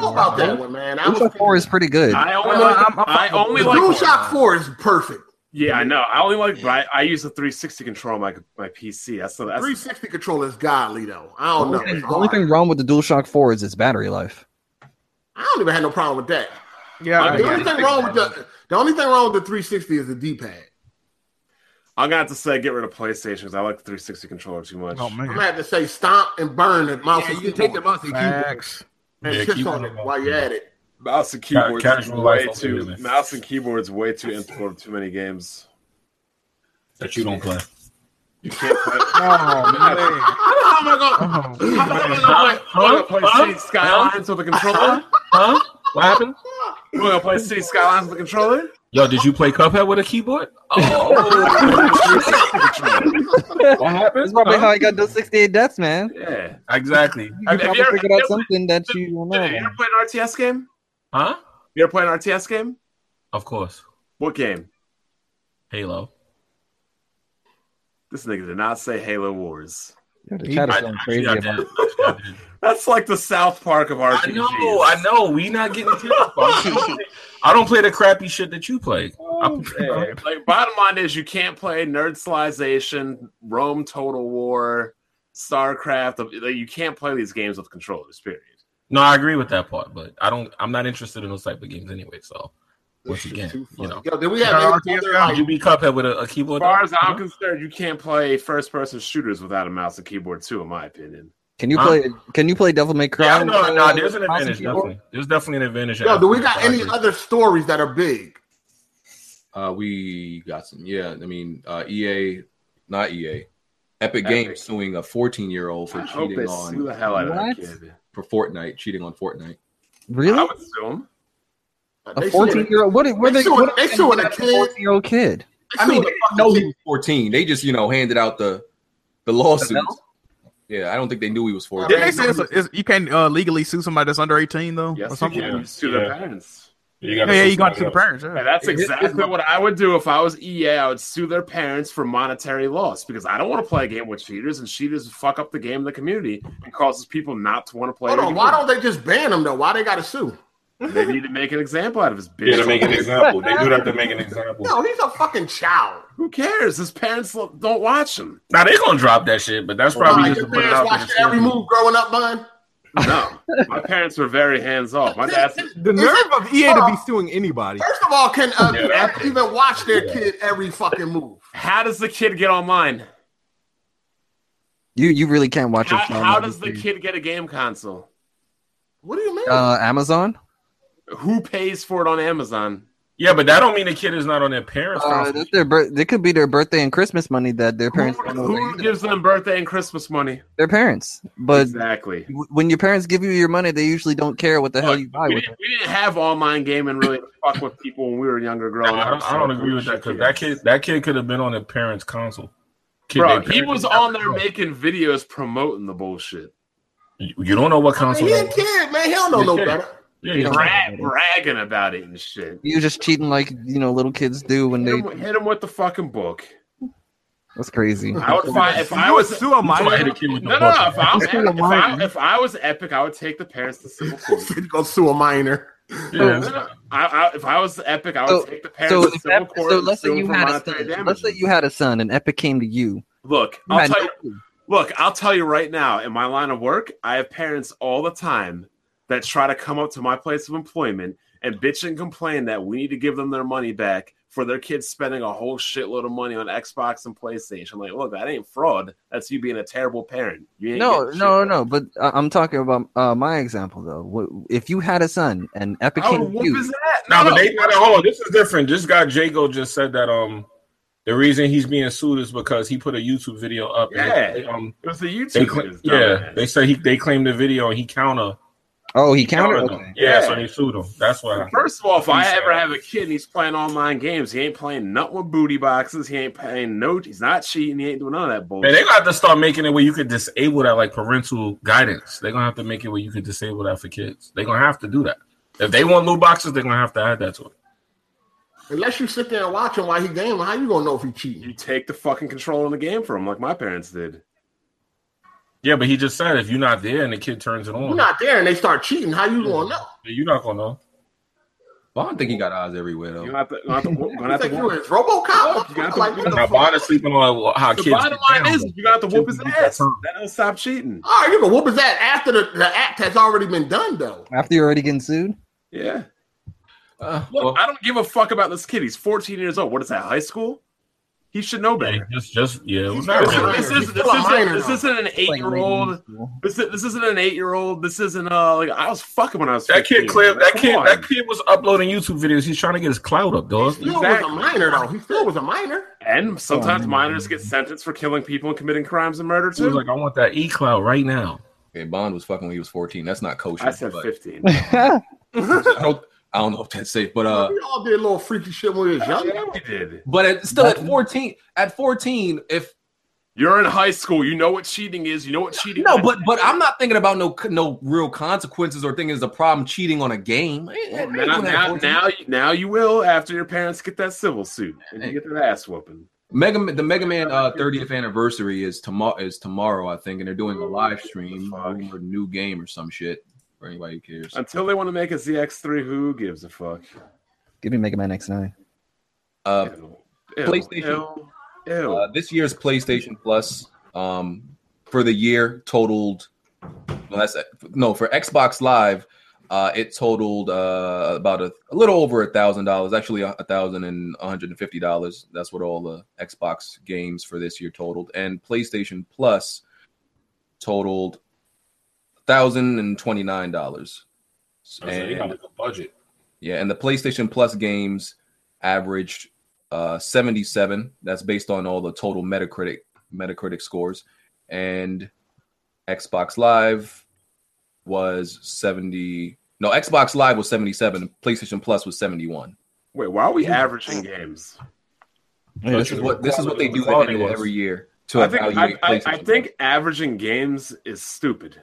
know about that one, man. I was
DualShock Four is pretty good.
I only,
I'm-
like,
I'm- I'm-
I only
the
like
DualShock Four is perfect.
Yeah, I know. I only like, but I, I use the 360 controller on my my PC. That's the that's
360 controller is godly though. I don't know.
The
It's
only
hard.
thing wrong with the DualShock Four is its battery life.
I don't even have no problem with that.
Yeah,
the only thing wrong with the the only thing wrong with the 360 is the D-pad.
I'm gonna have to say get rid of PlayStation because I like the 360 controller too much.
Oh
I'm
man.
gonna have to say stomp and burn the mouse
Yeah,
and
you can take the
keyboard
mouse and keyboard.
Facts.
and
Yeah,
piss
keep
on
it
it while you're at it.
Mouse and keyboards
Ca- casual
way
life
too
only, man.
mouse and keyboards way too integral to too many games.
That you don't play.
You can't
Oh
play.
man.
How am I gonna?
I'm not gonna play, I'm not gonna play City Skylines with a controller.
Huh? What happened?
You gonna play City Skylines with a controller?
Yo, did you play Cuphead with a keyboard? What happened?
That's probably how I got those sixty-eight deaths, man.
Yeah.
Exactly.
You
Have- have
probably
you ever-
figured out something that you don't know.
Hey, You ever
about.
play an RTS game?
Huh?
You ever play an RTS game?
Of course.
What game?
Halo.
This nigga did not say Halo Wars.
Yo, The chat is
I,
going
actually,
crazy
I,
about
did.
it.
Actually, I did.
That's like the South Park of RPGs.
I know, I know. We not getting into this, bro. I don't play the crappy shit that you play.
Oh,
Yeah, like bottom line is you can't play Nerd Slization, Rome Total War, StarCraft. Like, you can't play these games with controllers, period.
No, I agree with that part, but I don't. I'm not interested in those type of games anyway. So once again, you know,
Yo, did we have
Uh,
any other,
RTS
like,
you be Cuphead with a, a
As
keyboard.
far as
Huh?
I'm concerned, you can't play first person shooters without a mouse and keyboard too, in my opinion.
Can you
Huh?
play? Can you play Devil May Cry?
yeah,
with,
no,
uh,
no, there's an
mouse and
advantage.
keyboard?
Definitely. There's definitely an advantage.
yo, do we got
I
any
agree.
other stories that are big?
Uh, we got some. Yeah, I mean, uh, EA, not EA, Epic,
Epic.
Games suing a 14 year old
I
for
hope
cheating
they sue
on
the hell out of that
What?
kid.
for Fortnite, cheating on Fortnite.
I
Really?
would sue him.
A fourteen-year-old? What? Were
they
they?
suing-
what
they
they
suing a
a
kid.
fourteen-year-old kid?
I mean, they didn't know he was 14. They just, you know, handed out the the lawsuit. Yeah, I don't think they knew he was 14.
Didn't they say it's, it's, you can't uh, legally sue somebody that's under eighteen though, or
Yes, you
something?
can.
Yeah,
You sue
Yeah.
the parents.
You
yeah,
gotta
you got to sue the parents.
Yeah,
Yeah.
that's
It- it-
exactly what I would do if I was EA. I would sue their parents for monetary loss because I don't want to play a game with cheaters, and cheaters fuck up the game in the community and causes people not to want to play.
Hold
their
on,
game.
why don't they just ban them though? Why they got to sue?
They need to make an example out of his bitch.
Yeah, to make an example. They do that to make an example.
No, he's a fucking child.
Who cares? His parents lo- don't watch him.
Now they gonna drop that shit, but that's probably
Why,
just
your
to put it out
parents
there.
watched every move growing up, man.
No, my parents were very hands off. My dad's
The nerve of EA to be suing anybody.
First of all, can uh,
Yeah,
can
that-
Apple even watch their kid every fucking move?
How does the kid get online?
You you really can't watch
How,
a film.
how
like
does the
this.
kid get a game console?
What do you mean?
Uh, Amazon.
Who pays for it on Amazon?
Yeah, but that don't mean the kid is not on their parents'
Uh,
console.
that's their bir- it could be their birthday and Christmas money that their
Who,
parents don't know
who
they-
gives them birthday and Christmas money?
their parents. But
exactly.
w- when your parents give you your money, they usually don't care what the hell you buy
we,
with
didn't, we didn't have online gaming really to fuck with people when we were younger growing
I
up.
don't, I don't agree with that because that kid that kid could have been on their parents' console. Kid,
Bro,
their
he
parents-
was on there making videos promoting the bullshit.
You you don't know what console.
he a
that was.
kid, man. He don't know no better.
Yeah,
You
you
don't-
right.
Bra- bragging about it and shit.
it. You just cheating like you know little kids do when
Hit
they.
him, hit him with the fucking book.
That's crazy.
I would find if I
You would
was
sue a
That's why I hit
minor.
a kid with the
no no no.
bucket.
If I, was,
That's what
if,
I'm
I, if I was epic, I would take the parents to civil court.
He's gonna sue a minor.
Yeah.
No, no, I, I, if I was epic, I would
So-
take the parents
So,
to
if
civil
that,
court.
so
and
let's
sue
say you
them for
had a
monetary
son. Let's
damages.
say you had a son, and Epic came to you.
Look,
You
I'll
had
tell you,
no clue.
Look, I'll tell you right now, in my line of work, I have parents all the time that try to come up to my place of employment and bitch and complain that we need to give them their money back for their kids spending a whole shitload of money on Xbox and PlayStation. Like, look, that ain't fraud. That's you being a terrible parent. You ain't
No,
getting
no, no. But uh, I'm talking about uh, my example though. Wh- If you had a son and
Oh,
Epic
How
King
whoop
you,
is that? No, but they got hold on. This is different. This guy Jago just said that um the reason he's being sued is because he put a YouTube video up. and
Yeah.
they, um,
It was the YouTube
they cla-
is dumb,
yeah,
man.
they said he they claimed the video and he counter.
Oh, he countered.
them.
Okay.
Yeah,
Yeah.
so they sued him. That's why.
First of all, if I ever have a kid and he's playing online games, he ain't playing nothing with booty boxes. He ain't playing no. He's not cheating. He ain't doing none of that bullshit.
Man, they got to start making it where you could disable that like parental guidance. They're gonna have to make it where you could disable that for kids. They're gonna have to do that. If they want loot boxes, they're gonna have to add that to it.
Unless you sit there and watch him while he gaming, how you gonna know if he cheating?
You take the fucking control in the game from him, like my parents did.
Yeah, but he just said if you're not there and the kid turns it on,
You're not there and they start cheating. How you gonna know?
you're not gonna know.
Bond think he got eyes everywhere though.
You have to. Gonna have to, gonna
You
have to,
think you is RoboCop?
You got the-
Like, what the
Now,
fuck?
Bond is sleeping on how
the
kids.
bottom
get
line
down,
is,
though.
you got to whoop his
Kids get
ass.
that time.
That don't stop cheating.
All right, you can whoop his ass after the, the act has already been done, though.
After you're already getting sued,
Yeah.
Uh,
Look,
well,
I don't give a fuck about this kid. He's 14 years old. What is that? High school? He should know
Yeah,
better.
just, just yeah. It was
He's
not
still
really-
a
This,
He's
is, this,
still a minor,
isn't, this
though.
isn't an
It's like late
eight-year-old.
middle school.
This, is, this isn't an eight-year-old. This isn't uh like I was fucking when I was.
that
15.
kid clear. That
Come
kid.
on.
That kid was uploading YouTube videos. He's trying to get his clout up, dog.
He still
Exactly.
was a minor, though. He still was a minor.
And sometimes
man.
minors get sentenced for killing people and committing crimes and murder
He
too.
was like, I want that e cloud right now.
okay, Bond was fucking when he was 14. That's not kosher.
I said
but
15.
I don't, I don't know if that's safe, but uh,
we all did a little freaky shit when we was young.
yeah, we did.
but at, still at 14, at 14, if
You're in high school. You know what cheating is. You know what cheating.
no,
is.
but but I'm not thinking about no no real consequences or thinking it's a problem cheating on a game. I ain't- I
Well,
ain't
now,
doing that at
now,
14.
now, you- now you will after your parents get that civil suit and you get their ass whooping.
Mega Man- the Mega Man uh, 30th anniversary is tomorrow is tomorrow I think, and they're doing a live stream
Fuck.
over a new game or some shit for anybody who cares.
Until they want to make a ZX3, who gives a fuck?
give me Mega Man X9.
Uh,
Ew. Ew.
PlayStation.
Ew. Ew.
uh, this year's PlayStation Plus um, for the year totaled. No, that's no for Xbox Live. Uh, it totaled uh, about a, a little over a thousand dollars, actually a thousand and one hundred and fifty dollars. That's what all the Xbox games for this year totaled, and PlayStation Plus totaled thousand and twenty nine dollars.
Oh, a budget.
Yeah, and the PlayStation Plus games averaged uh, 77. That's based on all the total Metacritic Metacritic scores, and Xbox Live was 70. No, Xbox Live was 77. PlayStation Plus was 71.
Wait, why are we averaging games?
Yeah,
This is what this is what they do at the
Quality
end of
was-
every year to
I think, I,
evaluate
I,
PlayStation.
I think averaging games is stupid.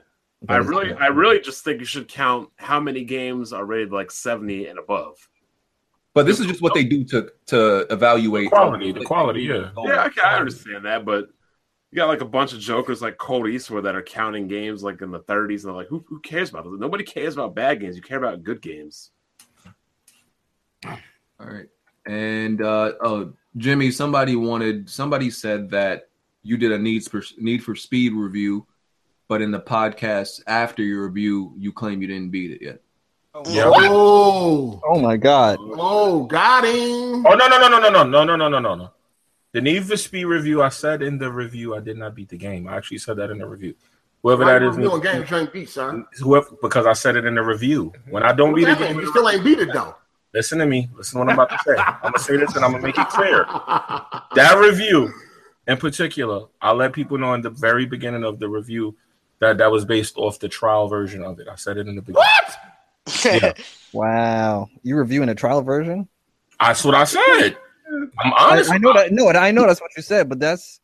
I
That is
really,
correct.
I really just think you should count how many games are rated like seventy and above.
but this is just what they do to to evaluate
Quality, the quality, yeah.
Yeah, okay, I understand that, but you got like a bunch of jokers like Cole Eastwood that are counting games like in the thirties, and they're like, who, who cares about those? Nobody cares about bad games. You care about good games.
All right. And uh, oh, Jimmy, somebody wanted somebody said that you did a needs for need for speed review, but in the podcast after your review, you claim you didn't beat it yet.
Yeah.
Oh,
Oh my god.
oh, got him.
Oh no no no no no no no no no no no no. The Need for Speed review. I said in the review, I did not beat the game. I actually said that in the review. Whoever
How
that
you
is,
reviewing games you ain't beat, son?
whoever because I said it in the review. When I don't
What
beat a
that mean?
game,
You still ain't beat it though.
listen to me. Listen to what I'm about to say. I'm gonna say this and I'm gonna make it clear. That review, in particular, I let people know in the very beginning of the review that that was based off the trial version of it. I said it in the beginning. Yeah.
Wow. You reviewing a trial version?
That's what I said. I'm
I,
honest.
I know that. No, I know that's what you said, but that's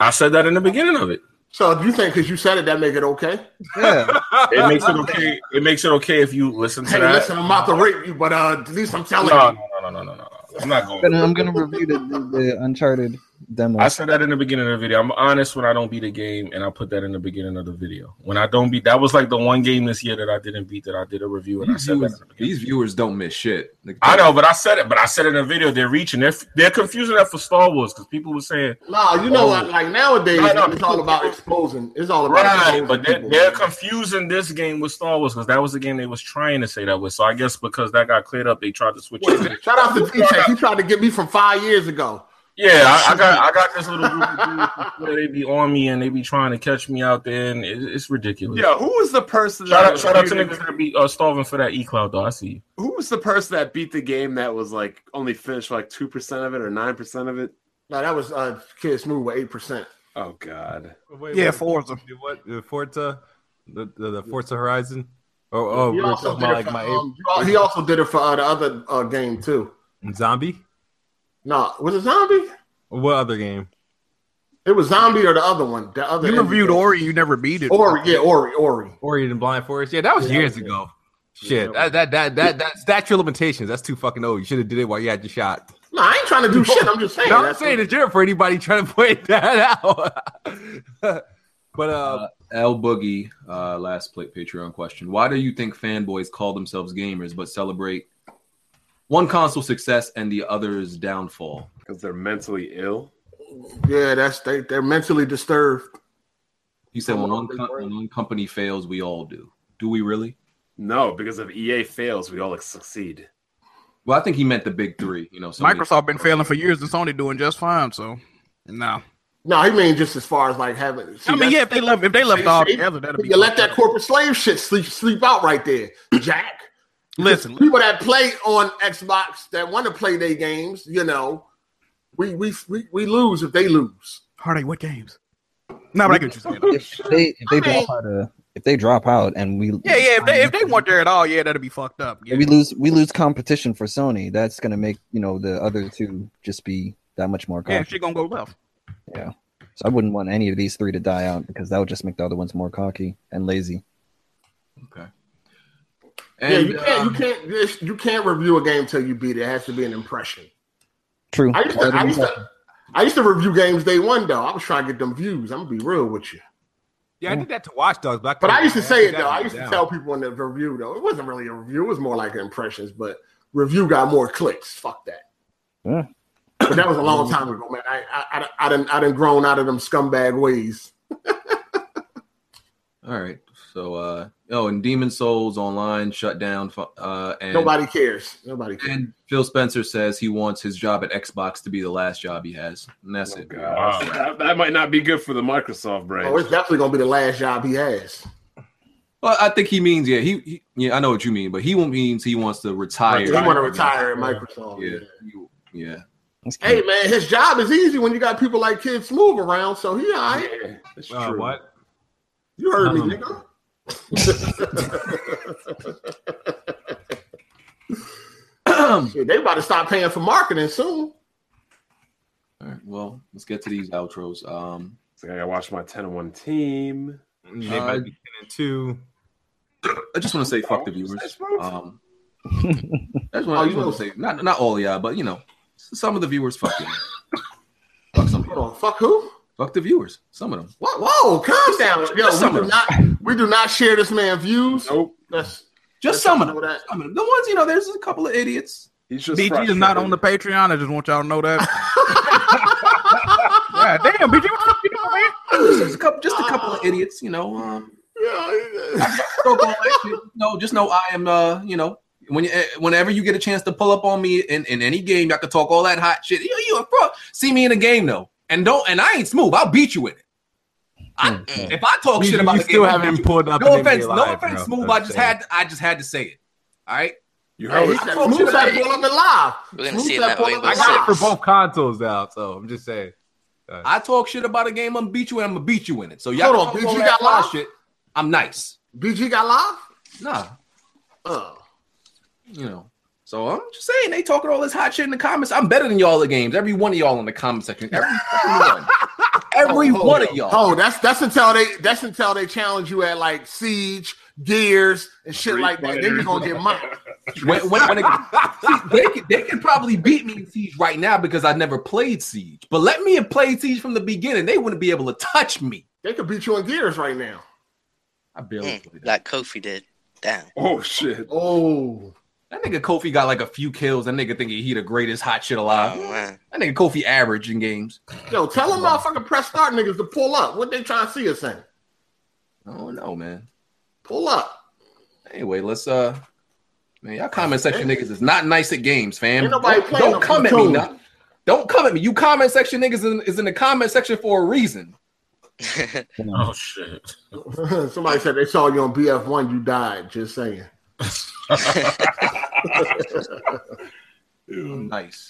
I said that in the beginning of it.
So you think because you said it that make it okay?
yeah.
It makes it okay. It makes it okay if you listen to
Hey,
that.
listen, I'm about to rape you, but uh, at least I'm
no,
telling
no,
you.
no, no, no, no, no. I'm not
I'm
going.
gonna, I'm gonna review the, the, the Uncharted demo.
I said that in the beginning of the video. I'm honest when I don't beat a game, and I put that in the beginning of the video. When I don't beat, that was like the one game this year that I didn't beat that I did a review, and I
These
said that.
viewers, these viewers don't miss shit. Like,
I know, but I said it. But I said it in a video. They're reaching. They're they're confusing that for Star Wars because people were saying,
Nah, you know
Oh.
what? Like nowadays,
No, no,
it's all about exposing. It's all about
Right,
exposing
but they're,
people.
they're confusing this game with Star Wars because that was the game they was trying to say that with. So I guess because that got cleared up, they tried to switch. it.
Shout out to D-Tech. He tried to get me from five years ago.
Yeah, I, I got I got this little group of dudes where they be on me and they be trying to catch me out there, and it, it's ridiculous.
Yeah, who was the person?
Shout
that
out, shout out to
reviewed
niggas that be uh, starving for that E Cloud though. I see you.
Who was the person that beat the game that was like only finished like two percent of it or nine percent of it?
No, that was uh, Kid Smooth with eight percent.
Oh God.
wait, the What the Forza, the, the, the Forza Horizon? Oh, oh,
he
we're
also,
talking
did it
about like
for,
my
um, he also did it for uh, the other uh, game too.
zombie.
No, was it Zombie?
What other game?
It was Zombie or the other one. The other
You reviewed
Ori.
You never beat it.
Ori, yeah, Ori, Ori.
Ori and Blind Forest. Yeah, that was years ago. Shit, that that that that that statute of limitations. That's too fucking old. You should have did it while you had your shot.
No, I ain't trying to do shit. I'm just saying.
No, I'm
that's-
saying it's here for anybody trying to point that out. but uh,
L Boogie, uh, last plate Patreon question: Why do you think fanboys call themselves gamers but celebrate one console success and the other's downfall?
Because they're mentally ill.
Yeah, that's they. They're mentally disturbed.
He said, when one, co- when one company fails, we all do. Do we really?
No, because if EA fails, we all succeed.
Well, I think he meant the big three. You know, somebody-
Microsoft been failing for years, and Sony doing just fine. So, no.
No, he mean just as far as like having.
I mean, yeah, if they left, if they left all together, that'd be.
You let that corporate slave shit sleep sleep out right there, Jack.
Listen,
people that play on Xbox that want to play their games, you know, we we we, we lose if they lose.
Hardy, what games? No, but I get what you're
saying. They, if they drop out, uh, if they drop out, and we
Yeah, yeah. If they if they weren't there at all, yeah, that'd be fucked up. Yeah.
we lose we lose competition for Sony, that's gonna make you know the other two just be that much more.
Yeah,
Cocky.
she gonna go left.
Yeah. So I wouldn't want any of these three to die out because that would just make the other ones more cocky and lazy.
yeah,
And, um,
you can't you can't this- you can't review a game till you beat it. It has to be an impression.
True.
I used to, I used to, I used to review games day one though. I was trying to get them views. I'm gonna be real with you.
yeah, I did that to Watch Dogs, but I,
But I
couldn't-
used to say it
that
though. I
went
used to
down.
tell people in the review though. It wasn't really a review. It was more like impressions. But review got more clicks. Fuck that.
Yeah.
But that was a long time ago, man. I I I, I done I done grown out of them scumbag ways.
all right. So, uh, oh, and Demon Souls online shut down. fu- Uh, and
Nobody cares. Nobody cares.
And Phil Spencer says he wants his job at Xbox to be the last job he has, and that's
Oh,
it.
Oh, That, that might not be good for the Microsoft brand.
Oh, it's definitely gonna be the last job he has.
Well, I think he means yeah. He, he yeah, I know what you mean, but he means he wants to retire.
He want to retire at Microsoft.
Yeah, you- yeah.
Hey man, his job is easy when you got people like Kid Smooth around, so he all right.
It's
Uh,
true.
what?
You heard me,
Um,
nigga. Shit, they about to stop paying for marketing soon.
All right. Well, let's get to these outros. Um,
I gotta watch my ten and one team.
They might be ten and two.
I just want to say fuck the viewers. Um, I
Oh,
just want to say not not all of y'all, but you know, s- some of the viewers fuck you. Fuck some.
Hold on, fuck who?
Fuck the viewers. Some of them.
Whoa, whoa calm down. Yo,
Just some
we
of
do not we do not share this man views.
Nope.
That's
Just some of them. Some of them. The ones you know, there's a couple of idiots.
He's
BG is not on the Patreon. I just want y'all to know that. God damn, BG, what the fuck you doing, man?
Just a couple, just a couple of idiots, you know. Um, don't go like shit. no, just know I am. Uh, you know, when you, eh, whenever you get a chance to pull up on me in, in any game, y'all can talk all that hot shit. You, you a pro. See me in a game though, and don't and I ain't smooth. I'll beat you in it. I, if I talk
Hmm, You-
oh, shit about
you
the game,
still
I'll
haven't
beat you.
pulled up
No
in NBA
offense, no
Live,
offense,
bro.
smooth.
I'm
I just
saying.
had I just had to say it. All right.
You
heard
Smooth
it.
said Smooth said pull up and live.
We're gonna
Smooth
see it
said
that
pull
way,
up
but
I
and
got it
live.
for both consoles now, so I'm just saying.
I talk shit about a game, I'm beat you, and I'm gonna beat you in it. So y'all
Hold on,
can
BG
talk all
got
that wild
live?
shit. I'm nice.
BG got live?
Nah,
Oh.
you know. So I'm just saying, they talking all this hot shit in the comments. I'm better than y'all at games. Every one of y'all in the comment section. Every fucking one. Every
Oh,
one of y'all.
Oh, that's that's until they that's until they challenge you at like siege, gears, and shit like that. Then you're gonna get mocked.
When, when I, when it- see, they, could, they could probably beat me in Siege right now because I never played Siege. But let me have played Siege from the beginning, they wouldn't be able to touch me.
They could beat you in Gears right now.
I barely.
Like Kofi did. Damn.
Oh shit.
Oh.
That nigga Kofi got like a few kills. That nigga thinking he the greatest hot shit
Oh,
alive. That nigga Kofi average in games.
Yo, tell them motherfucking press start niggas to pull up. What they trying to see us in?
I don't know, man.
Pull up.
Anyway, let's uh man, y'all comment section niggas is not nice at games, fam.
Ain't nobody
don't
playing
don't
no
come at me,
controller.
nah. Don't come at me. You comment section niggas in, is in the comment section for a reason.
oh shit.
Somebody said they saw you on BF1, you died. Just saying.
nice.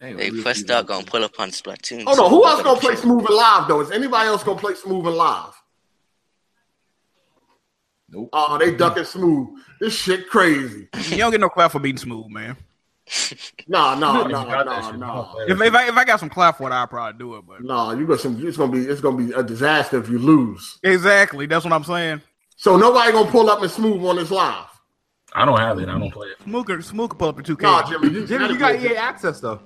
Hey, press dog gonna pull up on Splatoon.
Oh no, who else gonna play Smooth and Live though? Is anybody else gonna play Smooth and Live?
Nope.
Oh, they ducking Smooth. This shit crazy.
You don't get no clap for beating Smooth, man.
Nah, nah,
You
nah,
got
nah, nah.
If, if I if I got some clap for it, I'd probably do it. But
Nah, you got some. It's gonna be. It's gonna be a disaster if you lose.
exactly, that's what I'm saying.
So nobody gonna pull up and Smooth on this live.
I don't have it. I don't play it.
Smooker Smooker pull up in two K.
Nah, Jimmy, you,
Jimmy, you got E EA access though.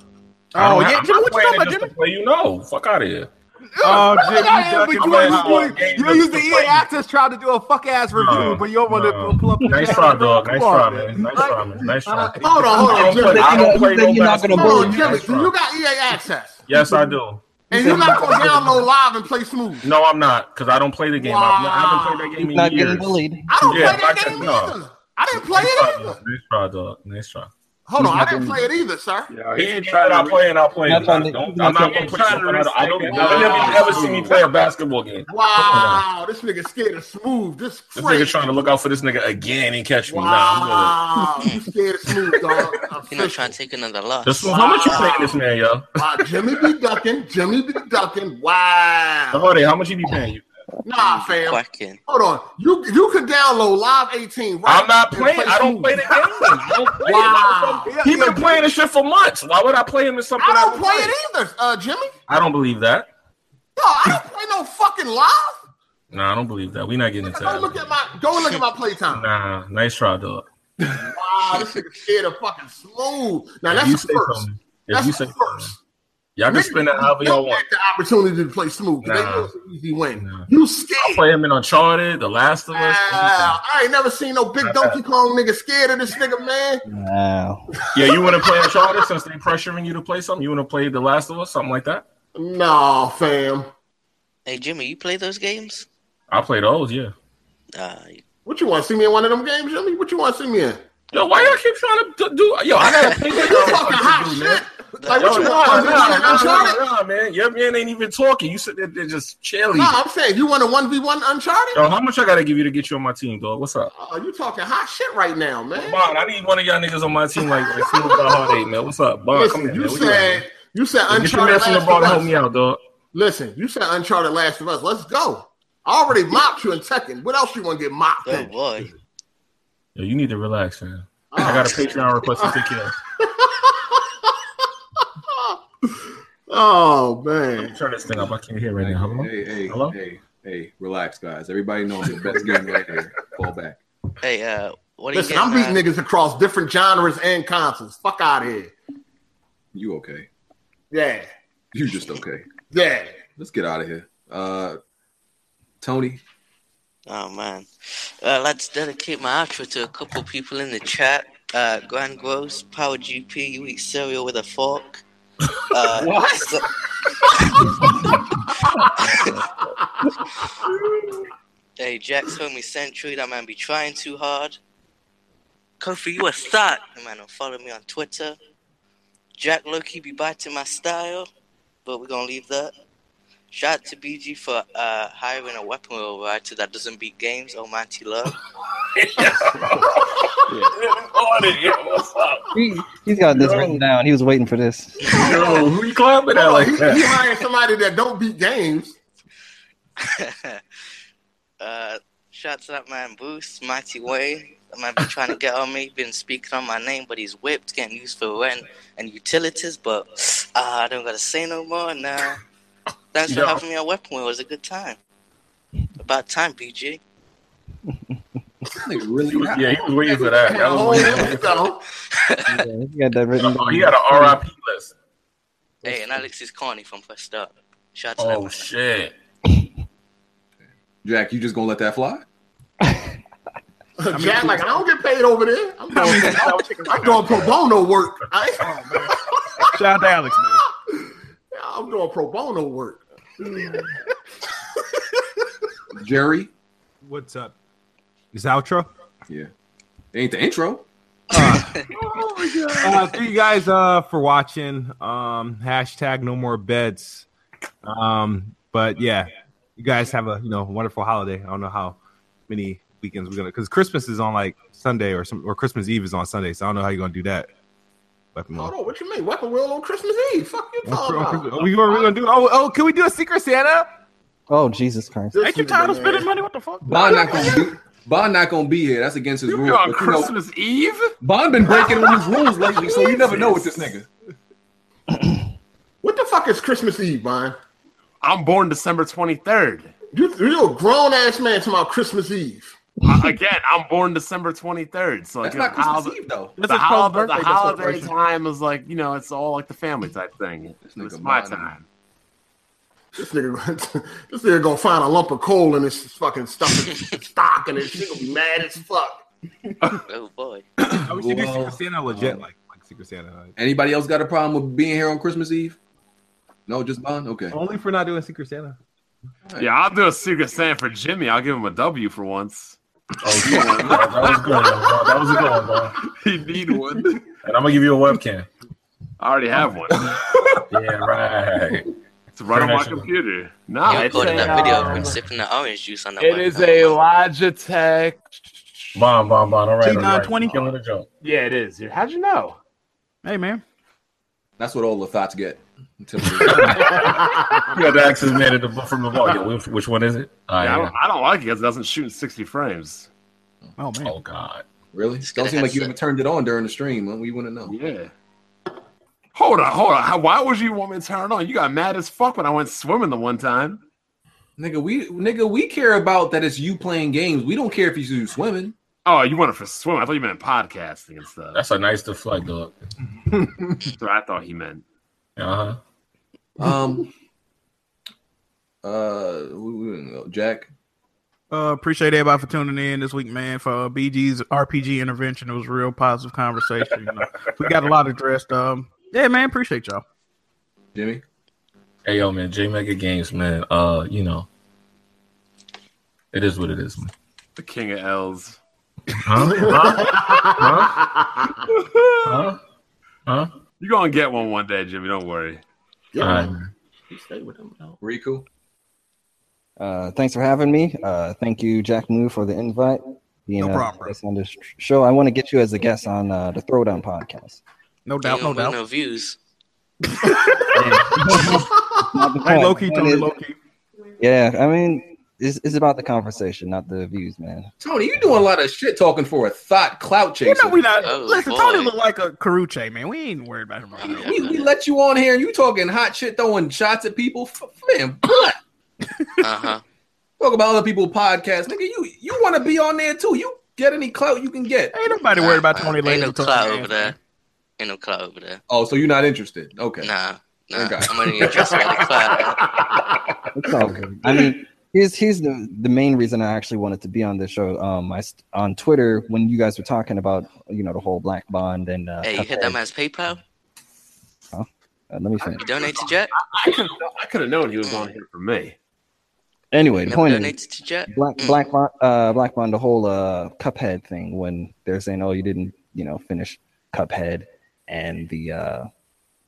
I
Oh
don't have-
yeah,
I'm
Jimmy,
not
what you
playing
talking
it just
about, Jimmy?
to play you know. Fuck out of here.
Oh, Jimmy,
I am,
ducking
but you
my
ain't
ball
doing-
game
you
to E
used the
play.
EA access tried to do a fuck ass review,
No,
but you don't want
no.
to pull up. the
Nice
camera.
try, dog.
Come
Nice
on,
try,
man.
man. Nice
Like,
try, man. Nice try.
Hold on, hold on,
I don't
Jimmy.
play, I don't play
You said
no
you're not gonna
basketball.
Hold on,
Nice
Jimmy,
try.
you got EA access,
Yes, I do.
and you're not gonna download live and play Smooth.
No, I'm not, because I don't play the game. I've not, I haven't played that game in
Not
years.
getting bullied.
I don't
Yeah,
play that
I-
game
no.
either. I didn't play
Nice
it
try,
either.
dog. Nice try, dog. Nice try.
Hold on,
not
I didn't
getting-
play it either, sir.
Yeah,
He
he
ain't
ain't
trying
trying
to
to.
play, and I'll play.
Not
it.
trying
I
to-
don't-
not
I'm not
trying to-
gonna play something I don't. I don't.
Wow.
You'll never, ever see me play a basketball game.
Wow, this nigga scared of Smooth. This
This
crazy.
nigga trying to look out for this nigga again and catch me. Nah,
Wow, you scared of Smooth, dog.
You're not trying to take another
I'm good.
loss.
This, how much you paying this man, yo?
Wow, Jimmy be ducking. Jimmy be ducking. Wow.
Jorge, how much you be paying you?
Nah, fam.
Quacking.
Hold on. You you could download Live 18 right
I'm not
now and
playing. I don't
Smooth.
play the game. I don't play
Wow.
it. He been playing this shit for months. Why would I play him in something
I don't play it either, uh, Jimmy.
I don't believe that.
No, I don't play no fucking Live.
No, I don't believe that. We not getting into
Go look
that.
at my go look at my playtime.
Nah, nice try, dog.
Wow, this nigga scared of fucking Smooth. Now
If
that's
you
the
say
first.
something, if
That's
you
the
say something,
first.
y'all can
Niggas
spend that however y'all
don't
want.
get the opportunity to play Smooth. They
Nah.
know it's an easy win.
Nah.
You scared.
I'll play him in Uncharted, The Last of Us.
Wow, I ain't never seen no big
Not
Donkey Kong nigga scared of this nigga, man.
Wow.
Yeah, you want to play Uncharted since they pressuring you to play something. You want to play The Last of Us, something like that.
Nah, fam.
Hey Jimmy, you play those games?
I play those, yeah.
Uh,
What you want to see me in one of them games, Jimmy? What you want to see me in?
Yo, why y'all keep trying to do? do yo, I gotta think
You talking hot shit? Like
Yo, nah,
what you
nah,
want? You want an
nah,
Uncharted?
nah, nah, man. Your man ain't even talking. You sit there, there just chilling.
Nah, I'm saying you want a one v one Uncharted?
Yo, how much I gotta give you to get you on my team, dog? What's up?
Oh, you talking hot shit right now, man?
Bond, I need one of y'all niggas on my team like like Smooth the Heartache, man. What's up, Bond?
Listen,
come here,
you
man. What
said you said
doing? get your man
Uncharted
from the
Last
bar
of
to help
Us.
me out, dog.
Listen, you said Uncharted Last of Us. Let's go. I already mopped you in Tekken. What else you want to get mopped?
oh
in?
boy.
Yo, you need to relax, man. I
Oh.
got a Patreon request to take care. of.
Oh
Let me
man.
turn this thing up. I can't hear right now. Hello?
Hey, hey,
Hello?
hey, hey, relax, guys. Everybody knows the best game right here. Fall back.
Hey, uh, what are
Listen,
you
I'm
getting?
beating
uh,
niggas across different genres and consoles. Fuck out of here.
You okay?
Yeah.
You just okay.
Yeah.
Let's get out of here. Uh Tony,
Oh man. Uh, let's dedicate my outro to a couple people in the chat. Uh, Grand Gross, Power GP, you eat cereal with a fork. Uh, what? hey, Jack's homie Century, that man be trying too hard. Kofi, you a thot. That man don't follow me on Twitter. Jack Loki be biting my style, but we're gonna leave that. Shout out to BG for uh, hiring a weapon overwriter that doesn't beat games. Almighty love.
He, he's got this written down. He was waiting for this.
Yo, who you clapping at
Hold on,
like
he, he
that?
hired somebody that don't beat games.
uh, shout out to that man Bruce, Mighty Way. That man been trying to get on me, been speaking on my name, but he's whipped, getting used for rent and utilities. But uh, I don't gotta say no more now. Thanks for
Yo.
having me on Weapon Wheel. It was a good time. About time, BG.
They really
He was- yeah, he was waiting for that. That was waiting for that.
Yeah, you got that written down.
He had an RIP list.
Hey, and Alex is corny from first up. Shout out to
Oh shit!
Jack, you just gonna let that fly?
Jack, like I don't get paid over there. I'm doing, I'm doing pro bono work. I,
Shout out to Alex, man.
I'm doing pro bono work.
Jerry?
What's up? Is the outro?
Yeah. Ain't the intro.
Oh,
uh, thank you guys uh, for watching. Um, hashtag no more beds. Um, but yeah, you guys have a you know wonderful holiday. I don't know how many weekends we're gonna because Christmas is on like Sunday or some or Christmas Eve is on Sunday, so I don't know how you're gonna do that. But,
Hold on, what you mean? Weapon wheel on Christmas Eve? Fuck you talking about?
Oh, we we're gonna do. Oh, oh, can we do a Secret Santa?
Oh Jesus Christ!
Ain't you tired
of spending money? What the fuck?
Bond not gonna be Bond not gonna be here. That's against his rules.
on
but you know-
Christmas Eve?
Bond been breaking all his rules lately, so you never know with this nigga.
What the fuck is Christmas Eve, man?
I'm born December 23rd.
You, you're a grown ass man talking about Christmas Eve.
I- Again, I'm born December 23rd. So like
That's not
the
Christmas
holiday-
Eve though.
The,
That's his
hol- the
birthday, that's what
holiday
works.
time is like, you know, it's all like the family type thing. It's
nigga
my
lying.
time.
This nigga, this nigga gonna find a lump of coal in his fucking stuff, stock, and this shit gonna be mad as fuck.
him. Oh boy.
Oh, we should do
Well,
Secret Santa legit, like like Secret Santa. like-
Anybody else got a problem with being here on Christmas Eve? No, just Bond. Okay.
Only for not doing Secret Santa.
Yeah, I'll do a Secret Santa for Jimmy. I'll give him a W for once.
Oh, yeah, that was good. Bro. That was a good one, bro.
he need one.
And I'm gonna give you a webcam.
I already have one.
Yeah, right.
It's right on my
International.
computer. No,
you
it's
recorded
a,
that video of
um,
him sipping the orange juice on the
It is a Logitech.
Bomb, bomb, bomb. All right, all right.
T920?
Killing the joke.
Yeah, it is. How'd you know?
Hey man,
That's what all the thoughts get. Until-
You got the access man at the from the wall. Yeah, which, which one is it? All right,
Yeah, I, don't, I don't like it because it doesn't shoot in 60 frames.
oh
yeah.
man,
Oh God.
really?
Just get
Don't
a
seem like you
headset.
ever turned it on during the stream. Huh? We wouldn't know.
Yeah. Hold on, hold on. How, why would you want me to turn it on? You got mad as fuck when I went swimming the one time.
Nigga, we nigga, we care about that it's you playing games. We don't care if you do swimming.
Oh, you went for swimming. I thought you meant podcasting and stuff. That's
That's a nice deflect, dog.
what I thought he meant.
Uh huh.
Um uh we, we didn't know. Jack.
Uh, appreciate everybody for tuning in this week, man. For uh, BG's RPG intervention, it was a real positive conversation. You know. we got a lot addressed. Um, yeah, man, appreciate y'all.
Jimmy.
Hey yo, man, J Mega Games, man. Uh, you know, it is what it is, man.
The king of L's.
Huh? Huh? Huh? Huh? Huh?
You're going to get one one day, Jimmy. Don't worry.
All
Yeah,
right.
you stay with him. though.
Riku.
Uh, thanks for having me. Uh, thank you, Jack Moo, for the invite. Being
No
a
problem, bro.
guest on this show, I want to get you as a guest on uh, the Throwdown podcast.
No
Doubt,
doubt, no doubt.
No views.
Not
Hey,
the point.
low key,
Point
Tony,
is-
low key.
Yeah, I mean, it's, it's about the conversation, not the views, man.
Tony, you doing a lot of shit talking for a thought clout
You
chaser.
know we not.
Oh,
listen,
boy.
Tony look like a Caruche, man. We ain't worried about him right now.
we, we let you on here and you talking hot shit, throwing shots at people. F- man,
Uh huh.
talk about other people's podcasts. Nigga, you you want to be on there too. You get any clout you can get.
Ain't nobody worried about Tony
Uh-huh. Ain't no
Lane.
clout over there. Ain't no clout over there.
Oh, so you're not interested. Okay.
Nah. Nah.
Okay.
I'm only interested in the clout.
It's all good. I mean, here's here's the the main reason I actually wanted to be on this show. Um, I st- on Twitter when you guys were talking about you know the whole Black Bond and uh,
Hey, you hit
Cuphead.
that man's PayPal?
Uh, let me finish.
You donated to Jack?
I could I could have known he was on here for me.
Anyway,
You
the
never
point is,
donated to Jack?
Black
Mm.
Black Bond, uh, Black Bond, the whole uh, Cuphead thing when they're saying, "Oh, you didn't, you know, finish Cuphead and the uh,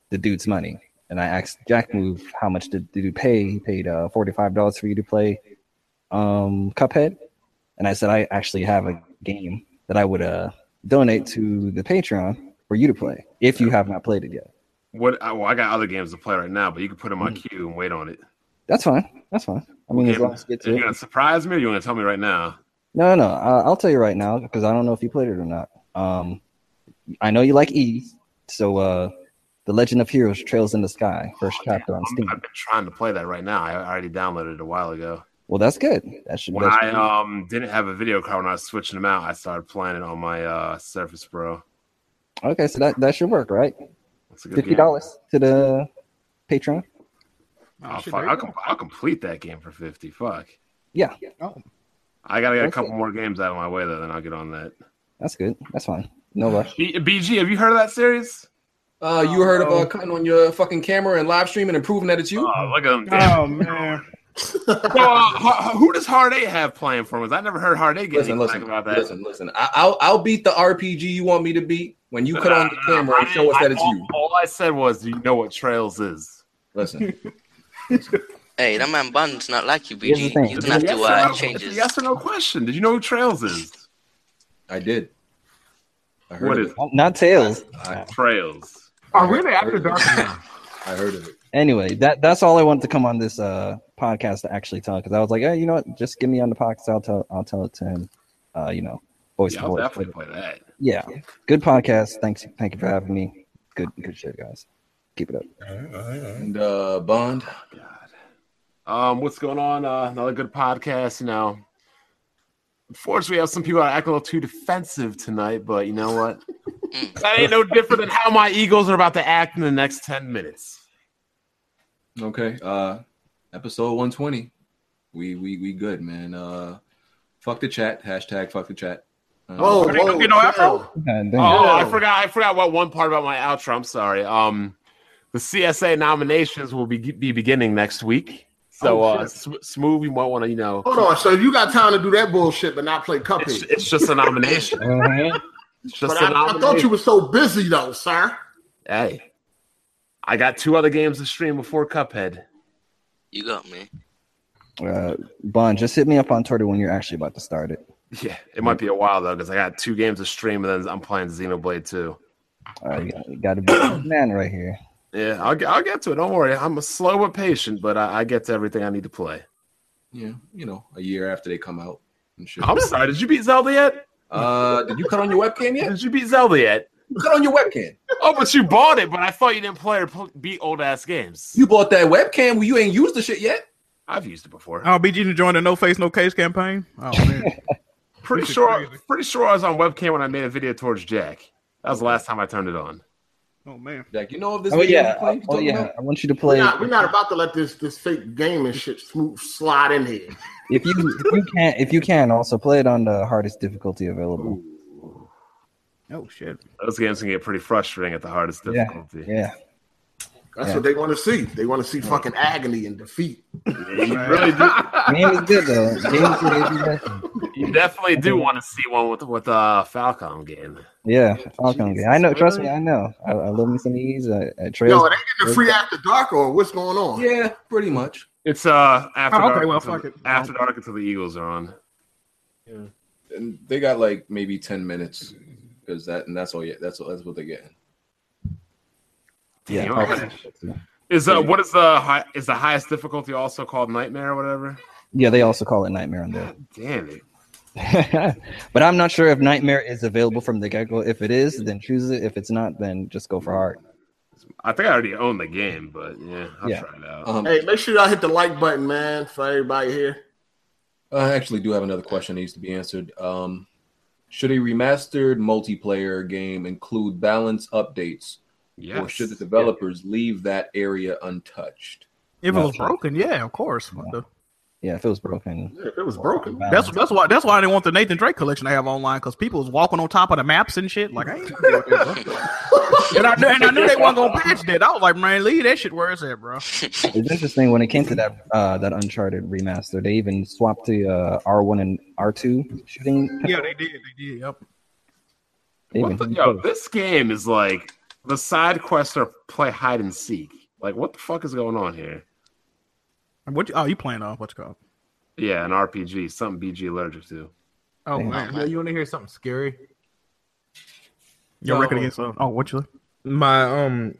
the dude's money." And I asked Jack Move, "How much did, did you pay?" He paid uh, forty five dollars for you to play um, Cuphead, and I said, "I actually have a game that I would uh, donate to the Patreon for you to play if you have not played it yet."
What? I, well, I got other games to play right now, but you can put in
Mm.
my queue and wait on it.
That's fine. That's fine. I mean, as
Game-
long as you get
Are
to
you
it.
gonna surprise me, or you gonna tell me right now?
No, no, I- I'll tell you right now because I don't know if you played it or not. Um, I know you like E, so uh, the Legend of Heroes: Trails in the Sky, first chapter on
I'm,
Steam.
I've been trying to play that right now. I already downloaded it a while ago.
Well, that's good. That should.
When
that
I
should be-
um didn't have a video card when I was switching them out, I started playing it on my uh Surface Pro.
okay, so that that should work, right?
That's a good
Fifty dollars to the Patreon.
Oh,
shit,
fuck.
there you
I'll, com- I'll complete that game for fifty. Fuck.
Yeah,
I gotta get a
That's
couple more games out of my way though, then I'll get on that.
that's good. That's fine. No rush.
B- BG, have you heard of that series?
Uh, you heard
no.
Oh,
about cutting on your fucking camera and live streaming and proving that it's you?
Oh, look at him.
Oh man.
so, uh, Har- who does Hard Eight have playing for us? I never heard Hard Eight get
Listen,
anything
listen,
about that.
listen, listen. I, I'll I'll beat the RPG you want me to beat when you cut on the camera and show us that it's you.
All Uh, I said was, do you know what Trails is?
Listen.
Hey, that man Bun's not like you,
Here's the
BG.
thing.
You don't have to
Yes or
uh,
no?
change
It's
his
a yes or no question. Did you know who Trails is?
I did.
I
heard
what is
of Not, Oh, not tails.
Uh, Trails?
Are we in the after dark?
I heard of it.
Anyway, that that's all I wanted to come on this uh podcast to actually tell because I was like, hey, you know what? Just give me on the podcast. I'll tell I'll tell it to him. Uh, you know, voice
Yeah,
to
I'll
voice.
definitely play that.
Yeah, good podcast. Thanks, thank you for having me. Good, good shit, guys. Keep it up.
And uh, Bond.
Um, what's going on? Uh, another good podcast. You know, unfortunately, we have some people that act a little too defensive tonight, but you know what? that ain't no different than how my Eagles are about to act in the next ten minutes.
Okay. Uh episode 120. We we we good, man. Uh fuck the chat. Hashtag fuck the chat. Uh,
Oh, Don't whoa, get no afro?
God,
Oh, I forgot. I forgot what one part about my outro. I'm sorry. Um, the CSA nominations will be be beginning next week. So,
Oh,
uh, S- smooth. You might want to, you know,
Hold on. So you got time to do that bullshit, but not play
It's,
Cuphead?
it's just a nomination. It's just
but
a
I, I
nomination.
thought you were so busy though, sir.
Hey, I got two other games to stream before Cuphead.
You got me.
Uh, Bond, just hit me up on Twitter when you're actually about to start it.
Yeah, it might be a while though because I got two games to stream and then I'm playing Xenoblade 2.
All right, you got to be a man right here.
Yeah, I'll get I'll get to it. Don't worry. I'm a slow but patient, but I, I get to everything I need to play.
yeah, you know, a year after they come out and shit.
I'm sorry. Did you beat Zelda yet?
Uh did you
cut on your webcam yet?
Did you beat Zelda yet?
Cut on your webcam.
Oh, but you bought it, but I thought you didn't play or pl- beat old ass games.
You bought that webcam. Well, you ain't used the shit yet.
I've used it before.
Oh, BG to join the No Face No Case campaign. Oh man,
Pretty sure. Pretty sure I was on webcam when I made a video towards Jack. That was the last time I turned it on.
oh man.
Jack, you know of this?
Oh
video
yeah,
you played?
oh
Talking
yeah.
about?
I want you to
We're
play.
not, we're not about to let this this fake game and shit smooth slide in here.
If you if you can if you can also play it on the hardest difficulty available.
Oh shit.
Those games can get pretty frustrating at the hardest
Yeah,
difficulty.
yeah.
That's
Yeah.
what they want to see. They want to see fucking agony and defeat.
really do.
Game is good though. Game is good. It's the best.
You definitely do want to see one with with uh Falcon game.
Yeah, Falcon. game. I know. Trust me, I know. I, I love me some of these. Uh, uh, trails.
Yo, they getting the free after dark or what's going on?
Yeah, pretty much.
It's uh after
Oh, okay,
dark
well,
until-
fuck it.
after dark until the Eagles are on.
And they got like maybe 10 minutes because that and that's all yeah, that's all that's what they're getting.
Damn,
Yeah.
okay. Is uh what is the high, is the highest difficulty also called nightmare or whatever?
Yeah, they also call it Nightmare on there.
Damn it.
but I'm not sure if Nightmare is available from the get go. If it is, then choose it. If it's not, then just go for hard.
I think I already own the game, but yeah, I'll
Yeah.
try it out.
Uh, Um,
hey, make sure y'all hit the like button, man, for everybody here.
I actually do have another question that needs to be answered. Um, should a remastered multiplayer game include balance updates, or
Yes.
should the developers leave that area untouched?
If it
No.
was broken, yeah, of course. What the-
Yeah, if it was broken.
If it was broken,
That's that's why that's why I didn't want the Nathan Drake collection I have online because people was walking on top of the maps and shit. Like, I ain't and I knew, and I knew they weren't gonna patch that. I was like, man, leave that shit where it's at, bro.
It's interesting when it came to that uh, that Uncharted remaster. They even swapped the uh, R1 and R2 shooting.
Yeah, they did. They did. Yep.
They
What the,
even-
yo, this game is like the side quests are play hide and seek. Like what the fuck is going on here?
And What? You, oh, you playing uh, what's it called?
Yeah, an RPG, something BG allergic to.
Oh
Damn.
man,
you want to hear something scary?
your record
No.
against. Uh, oh, what you?
my um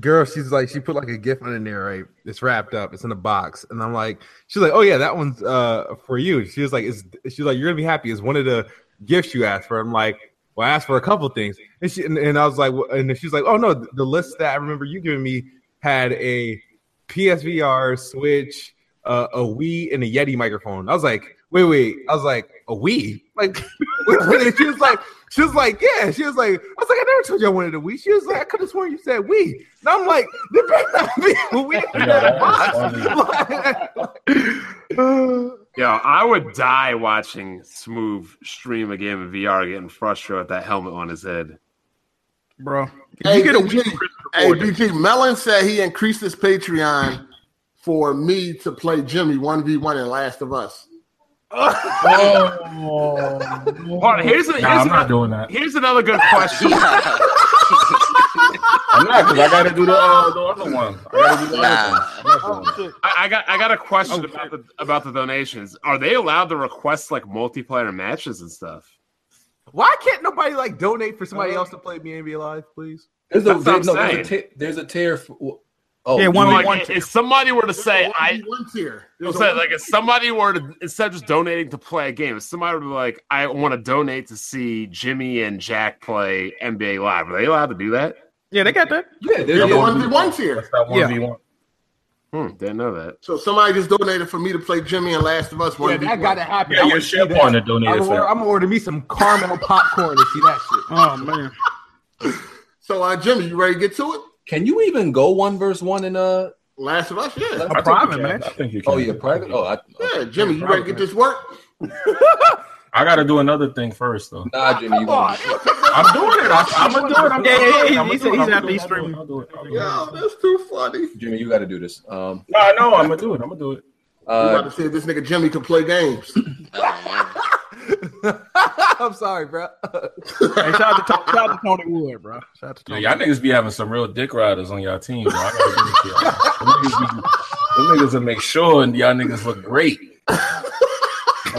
girl she's like she put like a gift on in there right it's wrapped up it's in a box and i'm like she's like oh yeah that one's uh for you she was like it's she's like you're gonna be happy it's one of the gifts you asked for i'm like well i asked for a couple things and she and, and i was like well, and she's like oh no the list that i remember you giving me had a psvr switch uh, a Wii and a Yeti microphone. I was like, wait, wait. I was like, a Wii? Like, she was like, she was like, yeah. She was like, I was like, I never told you I wanted a Wii. She was like, I could have sworn you said Wii. And I'm like, there better not be a Wii in that box.
Yo, I would die watching Smooth stream a game of VR, getting frustrated with that helmet on his head.
bro.
Hey, BG, hey, BG, Melon said he increased his Patreon for me to play Jimmy 1v1 in Last of Us.
Hold on, here's a, here's,
Nah, I'm not
another-
doing that.
here's another good question.
I'm not because I got to do the, uh, the other one. I gotta do the other one.
I, I got I got a question about the about the donations. Are they allowed to request like multiplayer matches and stuff?
Why can't nobody like donate for somebody else to play me and be alive, please?
There's a- That's what I'm no,
There's a,
saying.
t- there's a tear. For,
Oh,
oh,
yeah, one
you-
like, if somebody were to say, I
one tier.
I'm
There's a
saying,
one
like if somebody were to instead of just donating to play a game, if somebody were to be like, I want to donate to see Jimmy and Jack play NBA Live, are they allowed to do that?
Yeah, they got that.
Yeah,
there's a 1v1 tier.
Hmm, didn't know that.
So somebody just donated for me to play Jimmy and Last of Us 1v1.
that gotta happen.
Yeah, I your wanna see share that. partner donated
I'm
for that.
gonna order me some caramel popcorn to see that shit.
Oh man.
So uh, Jimmy, you ready to get to it?
Can you even go one versus one in uh
Last of Us? Yeah.
A private match? I
think you
Oh, yeah, private. Oh, I,
Yeah, Jimmy, you ready to get this work?
I got to do another thing first, though.
Nah, Jimmy, you
on.
I'm doing it. I, I'm gonna do it. I'm
Yeah, yeah, yeah.
I'm
He's-
gonna do it. I'm
he's out
gonna
there
do it.
streaming.
I'll do it. I'll do it.
Yo, that's too funny.
Jimmy, you got to do this. Um,
No, I know. I'm gonna do it. I'm gonna do it.
Uh,
I'm about to see if this nigga Jimmy can play games.
I'm sorry, bro.
Hey, shout out to, Tony- shout out to Tony Wood, bro. Shout out to
Yeah,
Tony.
y'all niggas be having some real dick riders on y'all team. Bro. I gotta give it to y'all. Them niggas, be, them niggas will make sure and y'all niggas look great. No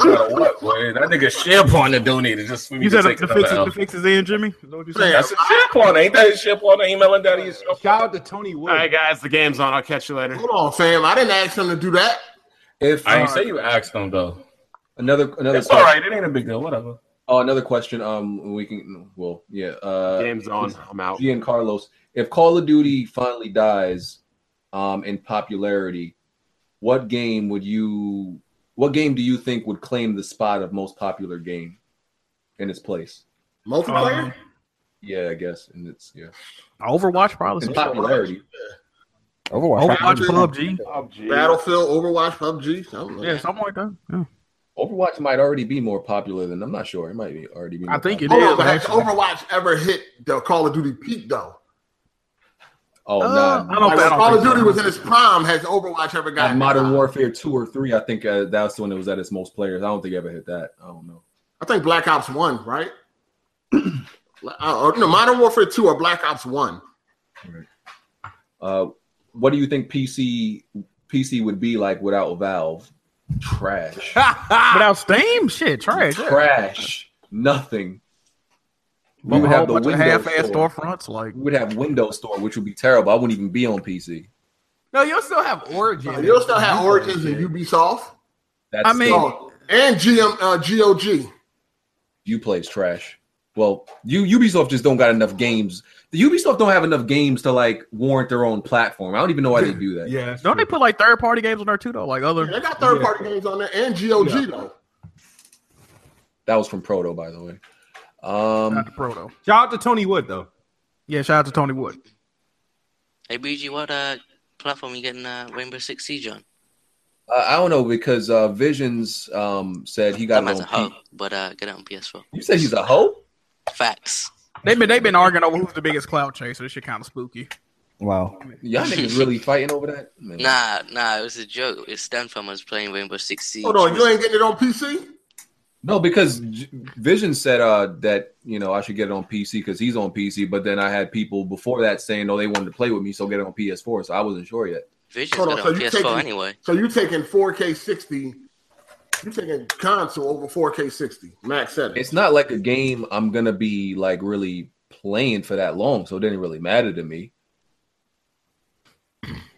matter what, boy. That nigga SharePoint donated just for me
You
to
said uh, the
take another
fix, is,
L.
the fix is in, Jimmy. Is that what you said?
That's a SharePoint. Ain't that his SharePoint emailing daddy? His SharePoint?
Shout out to Tony Wood.
All right, guys, the game's on. I'll catch you later.
Hold on, fam. I didn't ask him to do that.
if
I ain't
uh,
say you asked them though.
another another
It's all right. It ain't a big deal. Whatever.
Oh, another question. Um, we can. Well, yeah. Uh,
Game's on. I'm out.
G and Carlos. If Call of Duty finally dies, um, in popularity, what game would you? What game do you think would claim the spot of most popular game in its place?
Multiplayer?
Yeah, I guess, and it's yeah,
Overwatch probably.
in popularity.
Overwatch.
Overwatch, PUBG.
Battlefield, Overwatch, PUBG. something like
Yeah,
that.
something like that. Yeah.
Overwatch might already be more popular than I'm not sure. It might be already be.
I think it
Hold on,
is.
but has
actually.
Overwatch ever hit the Call of Duty peak though?
Oh no!
Uh, I don't think-
Like,
I
when
don't
Call of
think so.
Duty was in its prime, has Overwatch ever
At
gotten
Modern Warfare two or three, I think uh, that's when it was at its most players. I don't think it ever hit that. I don't know.
I think Black Ops One, right? Uh, or, no, Modern Warfare Two or Black Ops One.
Uh, what do you think PC PC would be like without Valve? Trash,
Without Steam, shit, trash. yeah.
trash, nothing. We
But
would
a whole
have the
bunch of
Windows
half-ass
store.
storefronts, like
We would have Windows Store, which would be terrible. I wouldn't even be on PC.
No, you'll still have Origin.
Uh, You'll still have Origins and Ubisoft.
That's
I mean-
still-
Oh, and GM uh, GOG.
you plays trash. Well, you Ubisoft just don't got enough games. The Ubisoft don't have enough games to like warrant their own platform. I don't even know why they do that.
Yeah, that's
don't they
true.
put like third-party games on there too, though? Like other.
They got third party games on there and GOG though.
That was from Proto, by the way. Um,
Not the Proto.
Shout out to Tony Wood though.
Yeah, shout out to Tony Wood.
Hey, BG, what uh, platform you getting uh, Rainbow Six Siege on?
I I don't know because uh, Visions um, said he got
I'm
it
as a hoe,
on. P-
but uh, get it on PS4.
you said he's a hoe.
Facts.
They've been they've been arguing over who's the biggest cloud chaser. This shit kind of spooky.
Wow.
Y'all niggas really fighting over that? Man.
Nah, nah, it was a joke. It stemmed from us playing Rainbow Six Siege.
Hold on, you ain't getting it on PC?
No, because J- Vision said uh, that you know I should get it on PC because he's on PC. But then I had people before that saying, "Oh, they wanted to play with me, so get it on PS4." So I wasn't sure yet.
Vision's
Hold
got
on,
it
so
on
you
PS4
taking-
anyway.
So you're taking 4K 60. You're taking console over 4K 60. Max settings.
It's not like a game I'm gonna be like really playing for that long, so it didn't really matter to me.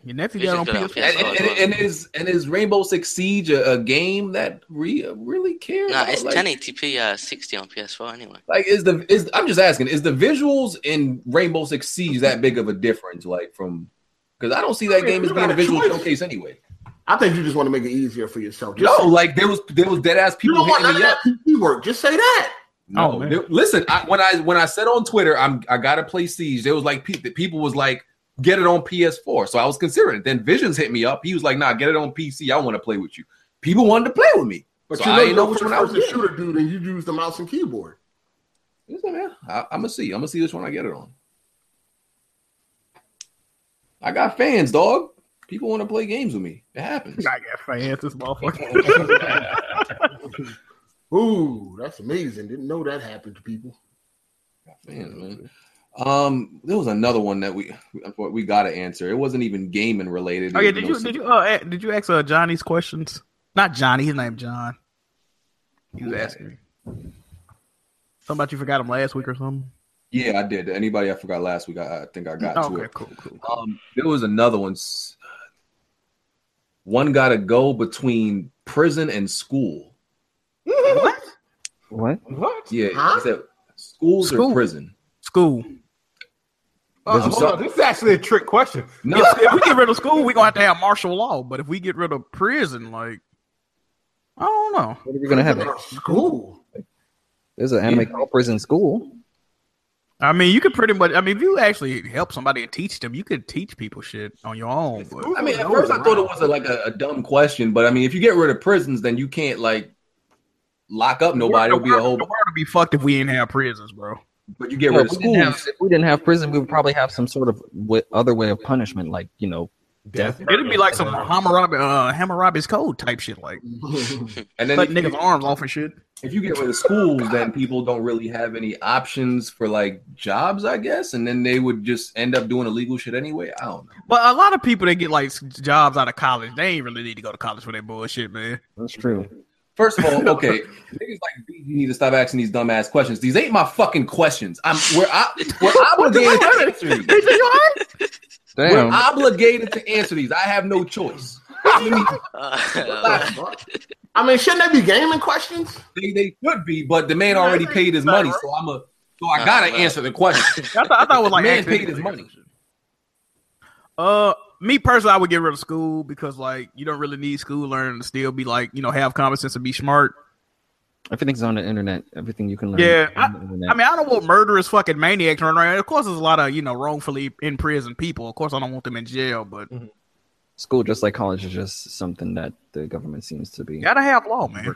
Your nephew
Vision
got on
got it on
PS4.
And,
PS4
and,
as well.
and, and is and is Rainbow Six Siege a, a game that re, really cares?
Nah, it's 1080p uh, 60 on PS4 anyway.
Like is the is I'm just asking is the visuals in Rainbow Six Siege that big of a difference like from because I don't see that
mean,
game as
you
being
got
a
a
visual
choice.
showcase anyway.
I think you just want to make it easier for yourself. Just
No, like there was there was dead ass people
you don't want
hitting
none
me
of
up.
that PP work. Just say that.
No,
Oh, man.
there- listen. I, when I when I said on Twitter, I'm I gotta play Siege. There was like pe- the people was like, get it on PS4. So I was considering. it. Then Visions hit me up. He was like, nah, get it on PC. I want to play with you. People wanted to play with me,
But
so
you
I
know,
didn't know
you're
which
a
one I was.
first-person shooter dude, and you use the mouse and keyboard.
Listen, man, I, I'm gonna see. I'm gonna see which one I get it on. I got fans, dog. People want to play games with me. It happens.
I got fans, this motherfucker.
Ooh, that's amazing. Didn't know that happened to people.
Man, man. Um, there was another one that we we got to answer. It wasn't even gaming related.
oh yeah,
It was no
did you did you uh, a- did you ask uh, Johnny's questions? Not Johnny, his name John. He was asking me. Something about you forgot him last week or something.
Yeah, I did. Anybody I forgot last week, I, I think I got
Oh,
to
okay,
it.
cool, cool.
Um, there was another one. S- One got to go between prison and school.
What?
What? Yeah,
Huh?
he said schools
School.
or prison.
School.
Uh, hold on, this is actually a trick question.
No.
If, if we get rid of school, we're gonna have to have martial law. But if we get rid of prison, like I don't know.
What are we gonna have?
School.
There's an anime called Prison School.
I mean, you could pretty much. I mean, if you actually help somebody and teach them, you could teach people shit on your own. But
I mean, at first I thought it was a, like a, a dumb question, but I mean, if you get rid of prisons, then you can't like lock up nobody. It'll be a whole.
The world would be fucked if we didn't have prisons, bro.
But you get
Well,
rid of
if, we didn't have,
schools.
if we didn't have prison, we would probably have some sort of w- other way of punishment, like you know, death.
It'd be like some Hammurabi, uh, Hammurabi's code type shit, like
And then if
cut
you-
niggas' arms off and shit.
if you get rid of schools, then people don't really have any options for like jobs, I guess, and then they would just end up doing illegal shit anyway. I don't know.
But a lot of people that get like s- jobs out of college, they ain't really need to go to college for that bullshit, man.
That's true.
First of all, okay, niggas like B, you need to stop asking these dumbass questions. These ain't my fucking questions. I'm we're I, we're obligated to answer these. We're
Damn.
obligated to answer these. I have no choice.
I mean, shouldn't they be gaming questions?
They, they should be, but the man already paid his money, so I'm a so I gotta answer the question.
I thought, I thought it was like
man
accident.
paid his money.
Uh, me personally, I would get rid of school because like you don't really need school learning to still be like you know have common sense and be smart.
Everything's on the internet. Everything you can learn.
Yeah,
is
I,
on the internet.
I mean, I don't want murderous fucking maniacs running around. Of course, there's a lot of you know wrongfully in prison people. Of course, I don't want them in jail, but
school, just like college, is just something that the government seems to be
gotta have law, man.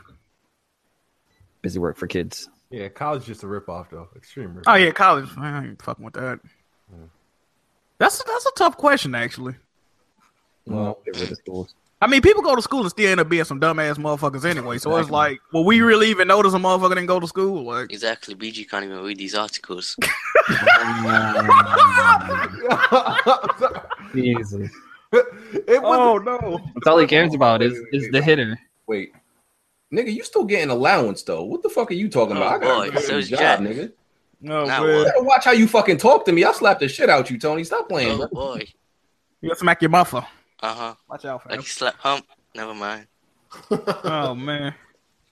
busy work for kids.
Yeah, college just a ripoff though. Extreme ripoff.
Oh yeah, college. Man, I ain't fucking with that. Hmm. That's that's a tough question, actually.
Well, get rid of schools.
I mean, people go to school and still end up being some dumbass motherfuckers anyway. So it's like, well, we really even notice a motherfucker didn't go to school. Like,
Exactly. BG can't even read these articles.
Jesus.
It
was Ah. oh no.
That's all he cares about is is the hitter.
Wait, nigga, you still getting allowance though? What the fuck are you talking about? I got a
Oh, boy, so
fucking
is
job,
Jack.
nigga.
no,
You
man.
better watch how you fucking talk to me. I'll slap the shit out you, Tony. Stop playing.
Oh
bro.
boy.
you gotta smack your muffler.
Uh huh.
Watch out, fam.
Like you slap hump. Never mind.
oh man.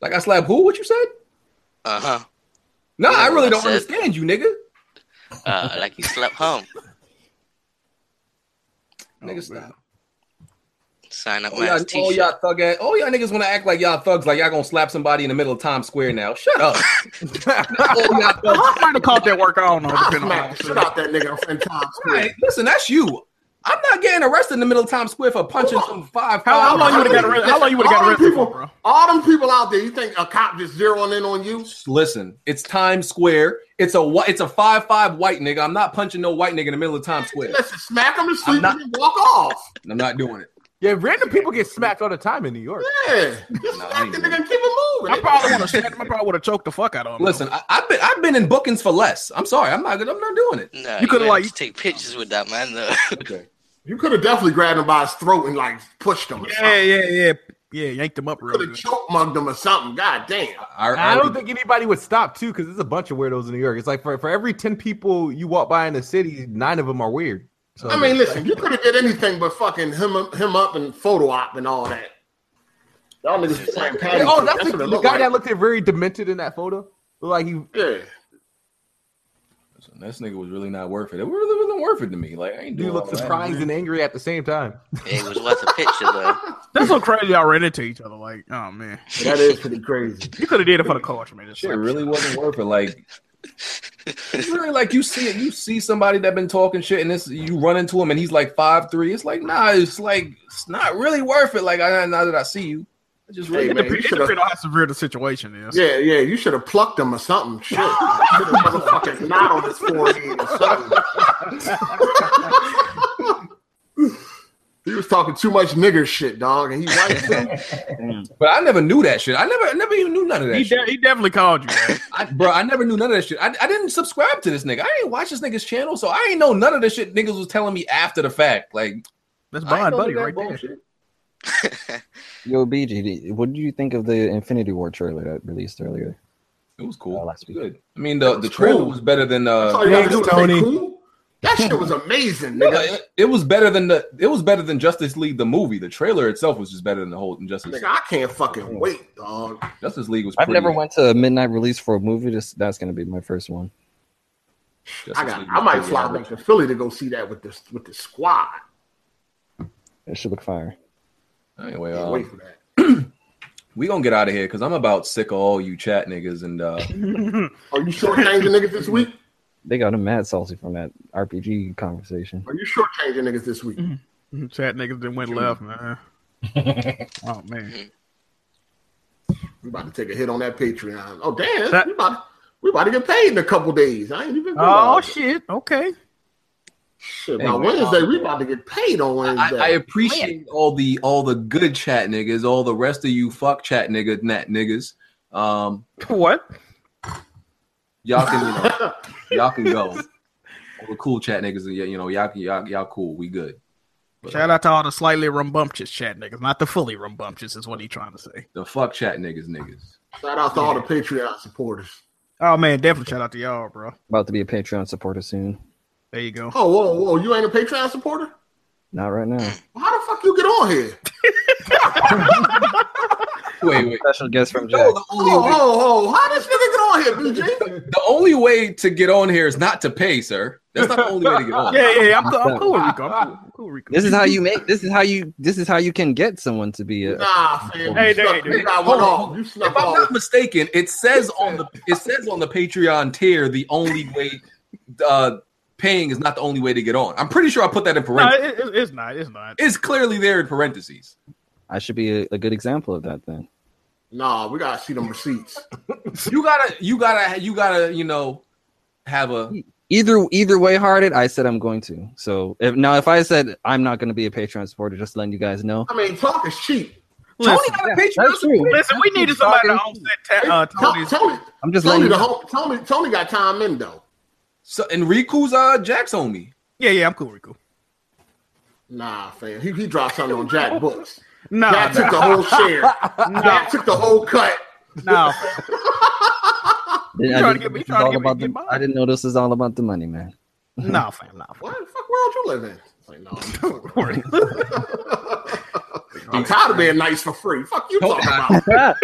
Like I slap who? What you said?
Uh huh.
No,
Yeah,
I really
I
don't
said-
understand you, nigga.
Uh, like you slap hump.
Nigga, stop.
Sign up,
Oh,
All y'all,
man's
all
t-shirt.
y'all thug ass, all y'all niggas want to act like y'all thugs, like y'all gonna slap somebody in the middle of Times Square now. Shut up. all y'all thugs.
I might have caught that work. I don't know.
I
depending on how
smacked the shit out that nigga in Times Square.
Hey, listen, that's you. I'm not getting arrested in the middle of Times Square for punching some five.
How- how long you would've got arre- how long you would've got
All them
arrested for,
people-
bro?
All them people out there, you think a cop just zeroing in on you?
Listen, it's Times Square. It's a whi- it's a five five white nigga. I'm not punching no white nigga in the middle of Times Square.
Listen, smack him to sleep
not-
and walk off.
I'm not doing it.
Yeah, random people get smacked all the time in New York.
Yeah, just
No, I
smack
ain't
the
doing
nigga and keep it moving.
I probably would have. I probably would have choked the fuck out of him.
Listen, I, I've been I've been in bookings for less. I'm sorry, I'm not I'm not doing it.
No, you
You coulda,
could have
like-
like to take pictures with that man though.
Okay.
You could have definitely grabbed him by his throat and like pushed him.
Yeah, yeah, yeah, yeah. Yanked him up real
Could have
good.
choke mugged him or something. God damn.
I,
I don't think anybody would stop too, because there's a bunch of weirdos in New York. It's like for, for every ten people you walk by in the city, nine of them are weird. So
I mean, listen, you could have did anything but fucking him him up and photo op and all that. Y'all niggas playing patty.
oh,
cake.
that's, the,
what it
the
look
guy
like.
that looked very demented in that photo. Like he,
Yeah.
This nigga was really not worth it. It really wasn't worth it to me. Like I ain't doing
You look
all that,
surprised
man.
and angry at the same time.
It was worth a picture though.
That's so crazy. Y'all ran into each other. Like, oh man,
That is
pretty crazy. You could have did it for the culture, man. Just
Shit
like-
really wasn't worth it. Like it's really like you see it, you see somebody that been talking shit, and this you run into him, and he's like five three. It's like nah, it's like it's not really worth it. Like I, now that I see you, I just really
Hey, man,
man,
you
it
should've-
depends on how severe the situation is.
Yeah, yeah, you should have plucked him or something. Shit, you should have motherfucking knot on his forehead or something. he was talking too much nigger shit, dog, and he white too.
but I never knew that shit. I never, I never even knew none of that.
He,
shit.
de- he definitely called you, man.
I, bro, I never knew none of that shit. I, I didn't subscribe to this nigga. I didn't watch this nigga's channel, so I ain't know none of this shit niggas was telling me after the fact. Like
that's
Bond Buddy right there. Yo, BG, what did you think of the Infinity War trailer that released earlier?
It was cool.
Uh, last week.
Good. I mean, the, the trailer was better than uh,
all you gotta do is say Tony. cool. That shit was amazing,
No,
nigga.
it, it was better than the it was better than Justice League the movie. The trailer itself was just better than the whole Justice.
Nigga, I can't fucking wait, dog.
Justice League was.
I've
Pretty,
never went to a midnight release for a movie. This that's gonna be my first one.
I got. I might fly back to Philly to go see that with this with the squad.
It should look fire.
Anyway,
Can't
um,
wait for that.
we gonna get out of here because I'm about sick of all you chat niggas and uh,
Are you shortchanging niggas this week?
They got a mad salty from that RPG conversation.
Are you shortchanging niggas this week?
Mm-hmm. Chat niggas that went left, man. oh man.
We about to take a hit on that Patreon. Oh damn, we about we about to get paid in a couple days. I ain't even.
Oh
realized it.
shit. Okay.
shit!
Hey,
By
man.
Wednesday, we about to get paid on
I,
Wednesday.
I appreciate all the all the good chat niggas, all the rest of you fuck chat nigga nat niggas. Um,
what?
Y'all can you know, y'all can go. All the cool chat niggas, y- you know y'all can- y'all y'all cool. We good.
Shout out to all the slightly rumbumptious chat niggas, not the fully rumbumptious is what he trying to say.
The fuck chat niggas, niggas.
Shout out to all the Patreon supporters.
Oh man, definitely shout out to y'all, bro.
About to be a Patreon supporter soon.
There you go.
Oh whoa whoa! You ain't a Patreon supporter?
Not right now.
Well, how the fuck you get on here?
Wait, wait.
Special guest from Jack.
the
Oh oh oh! How this nigga get on here, BG?
The only way to get on here is not to pay, sir. That's not the only way to get on.
Yeah, yeah, yeah, I'm, co- I'm cool, with Rico. I'm cool, I'm cool with Rico.
This is how you make. This is how you. This is how you can get someone to be a.
Nah, fam.
Hey,
you
there
snuck-
you do.
you got
Hold
one
on,
off. You snuck
If I'm
off.
not mistaken, it says on the it says on the Patreon tier the only way uh paying is not the only way to get on. I'm pretty sure I put that in
No,
parentheses.
it, it- it's not. It's not.
It's clearly there in parentheses.
I should be a, a good example of that then.
Nah, we gotta see them receipts.
You gotta you gotta you gotta, you know, have a
Either either way, hearted. I said I'm going to. So if now if I said I'm not going to be a Patreon supporter, just letting you guys know.
I mean, talk is cheap.
Listen,
got
Yeah, that's true.
listen, we needed somebody to offset ta- uh,
Tony,
Tony's.
Tony,
I'm just
Tony,
letting.
the
You,
whole, Tony, Tony got time in though.
so Enrico's uh Jack's on me.
Yeah, yeah, I'm cool, Rico.
Nah, fam, he, he dropped something on Jack Books.
No,
Jack took the whole share. Jack took the whole cut.
no,
Then I,
trying to
didn't
get me-
know this
you trying
was
to
all
get me to
about the-
get mine.
I didn't know this is all about the money, man.
no, fam, no.
What the fuck world you live in? It's like, no, I'm-
Don't worry.
I'm tired of being nice for free. Fuck you talking about?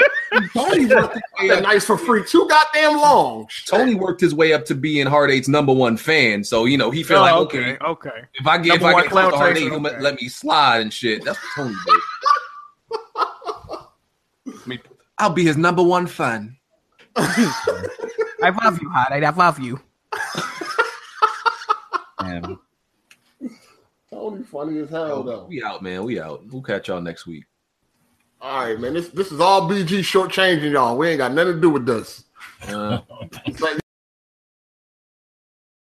Tony worked his
I've
way
been
up,
nice for free too goddamn long.
Tony worked his way up to being Heart Eight's number one fan, so you know he felt like
Oh,
okay,
okay, okay.
if I get if
Number
I
one
get close to
clown
Heart Eight,
chaser,
he'll
okay.
let me slide and shit. That's what Tony did. I mean, I'll be his number one fan.
I love you, hot. I love you.
Damn.
Tony funny as hell though.
We out, man. We out. We'll catch y'all next week.
All right, man. This this is all BG shortchanging y'all. We ain't got nothing to do with this.
Uh,
It's like,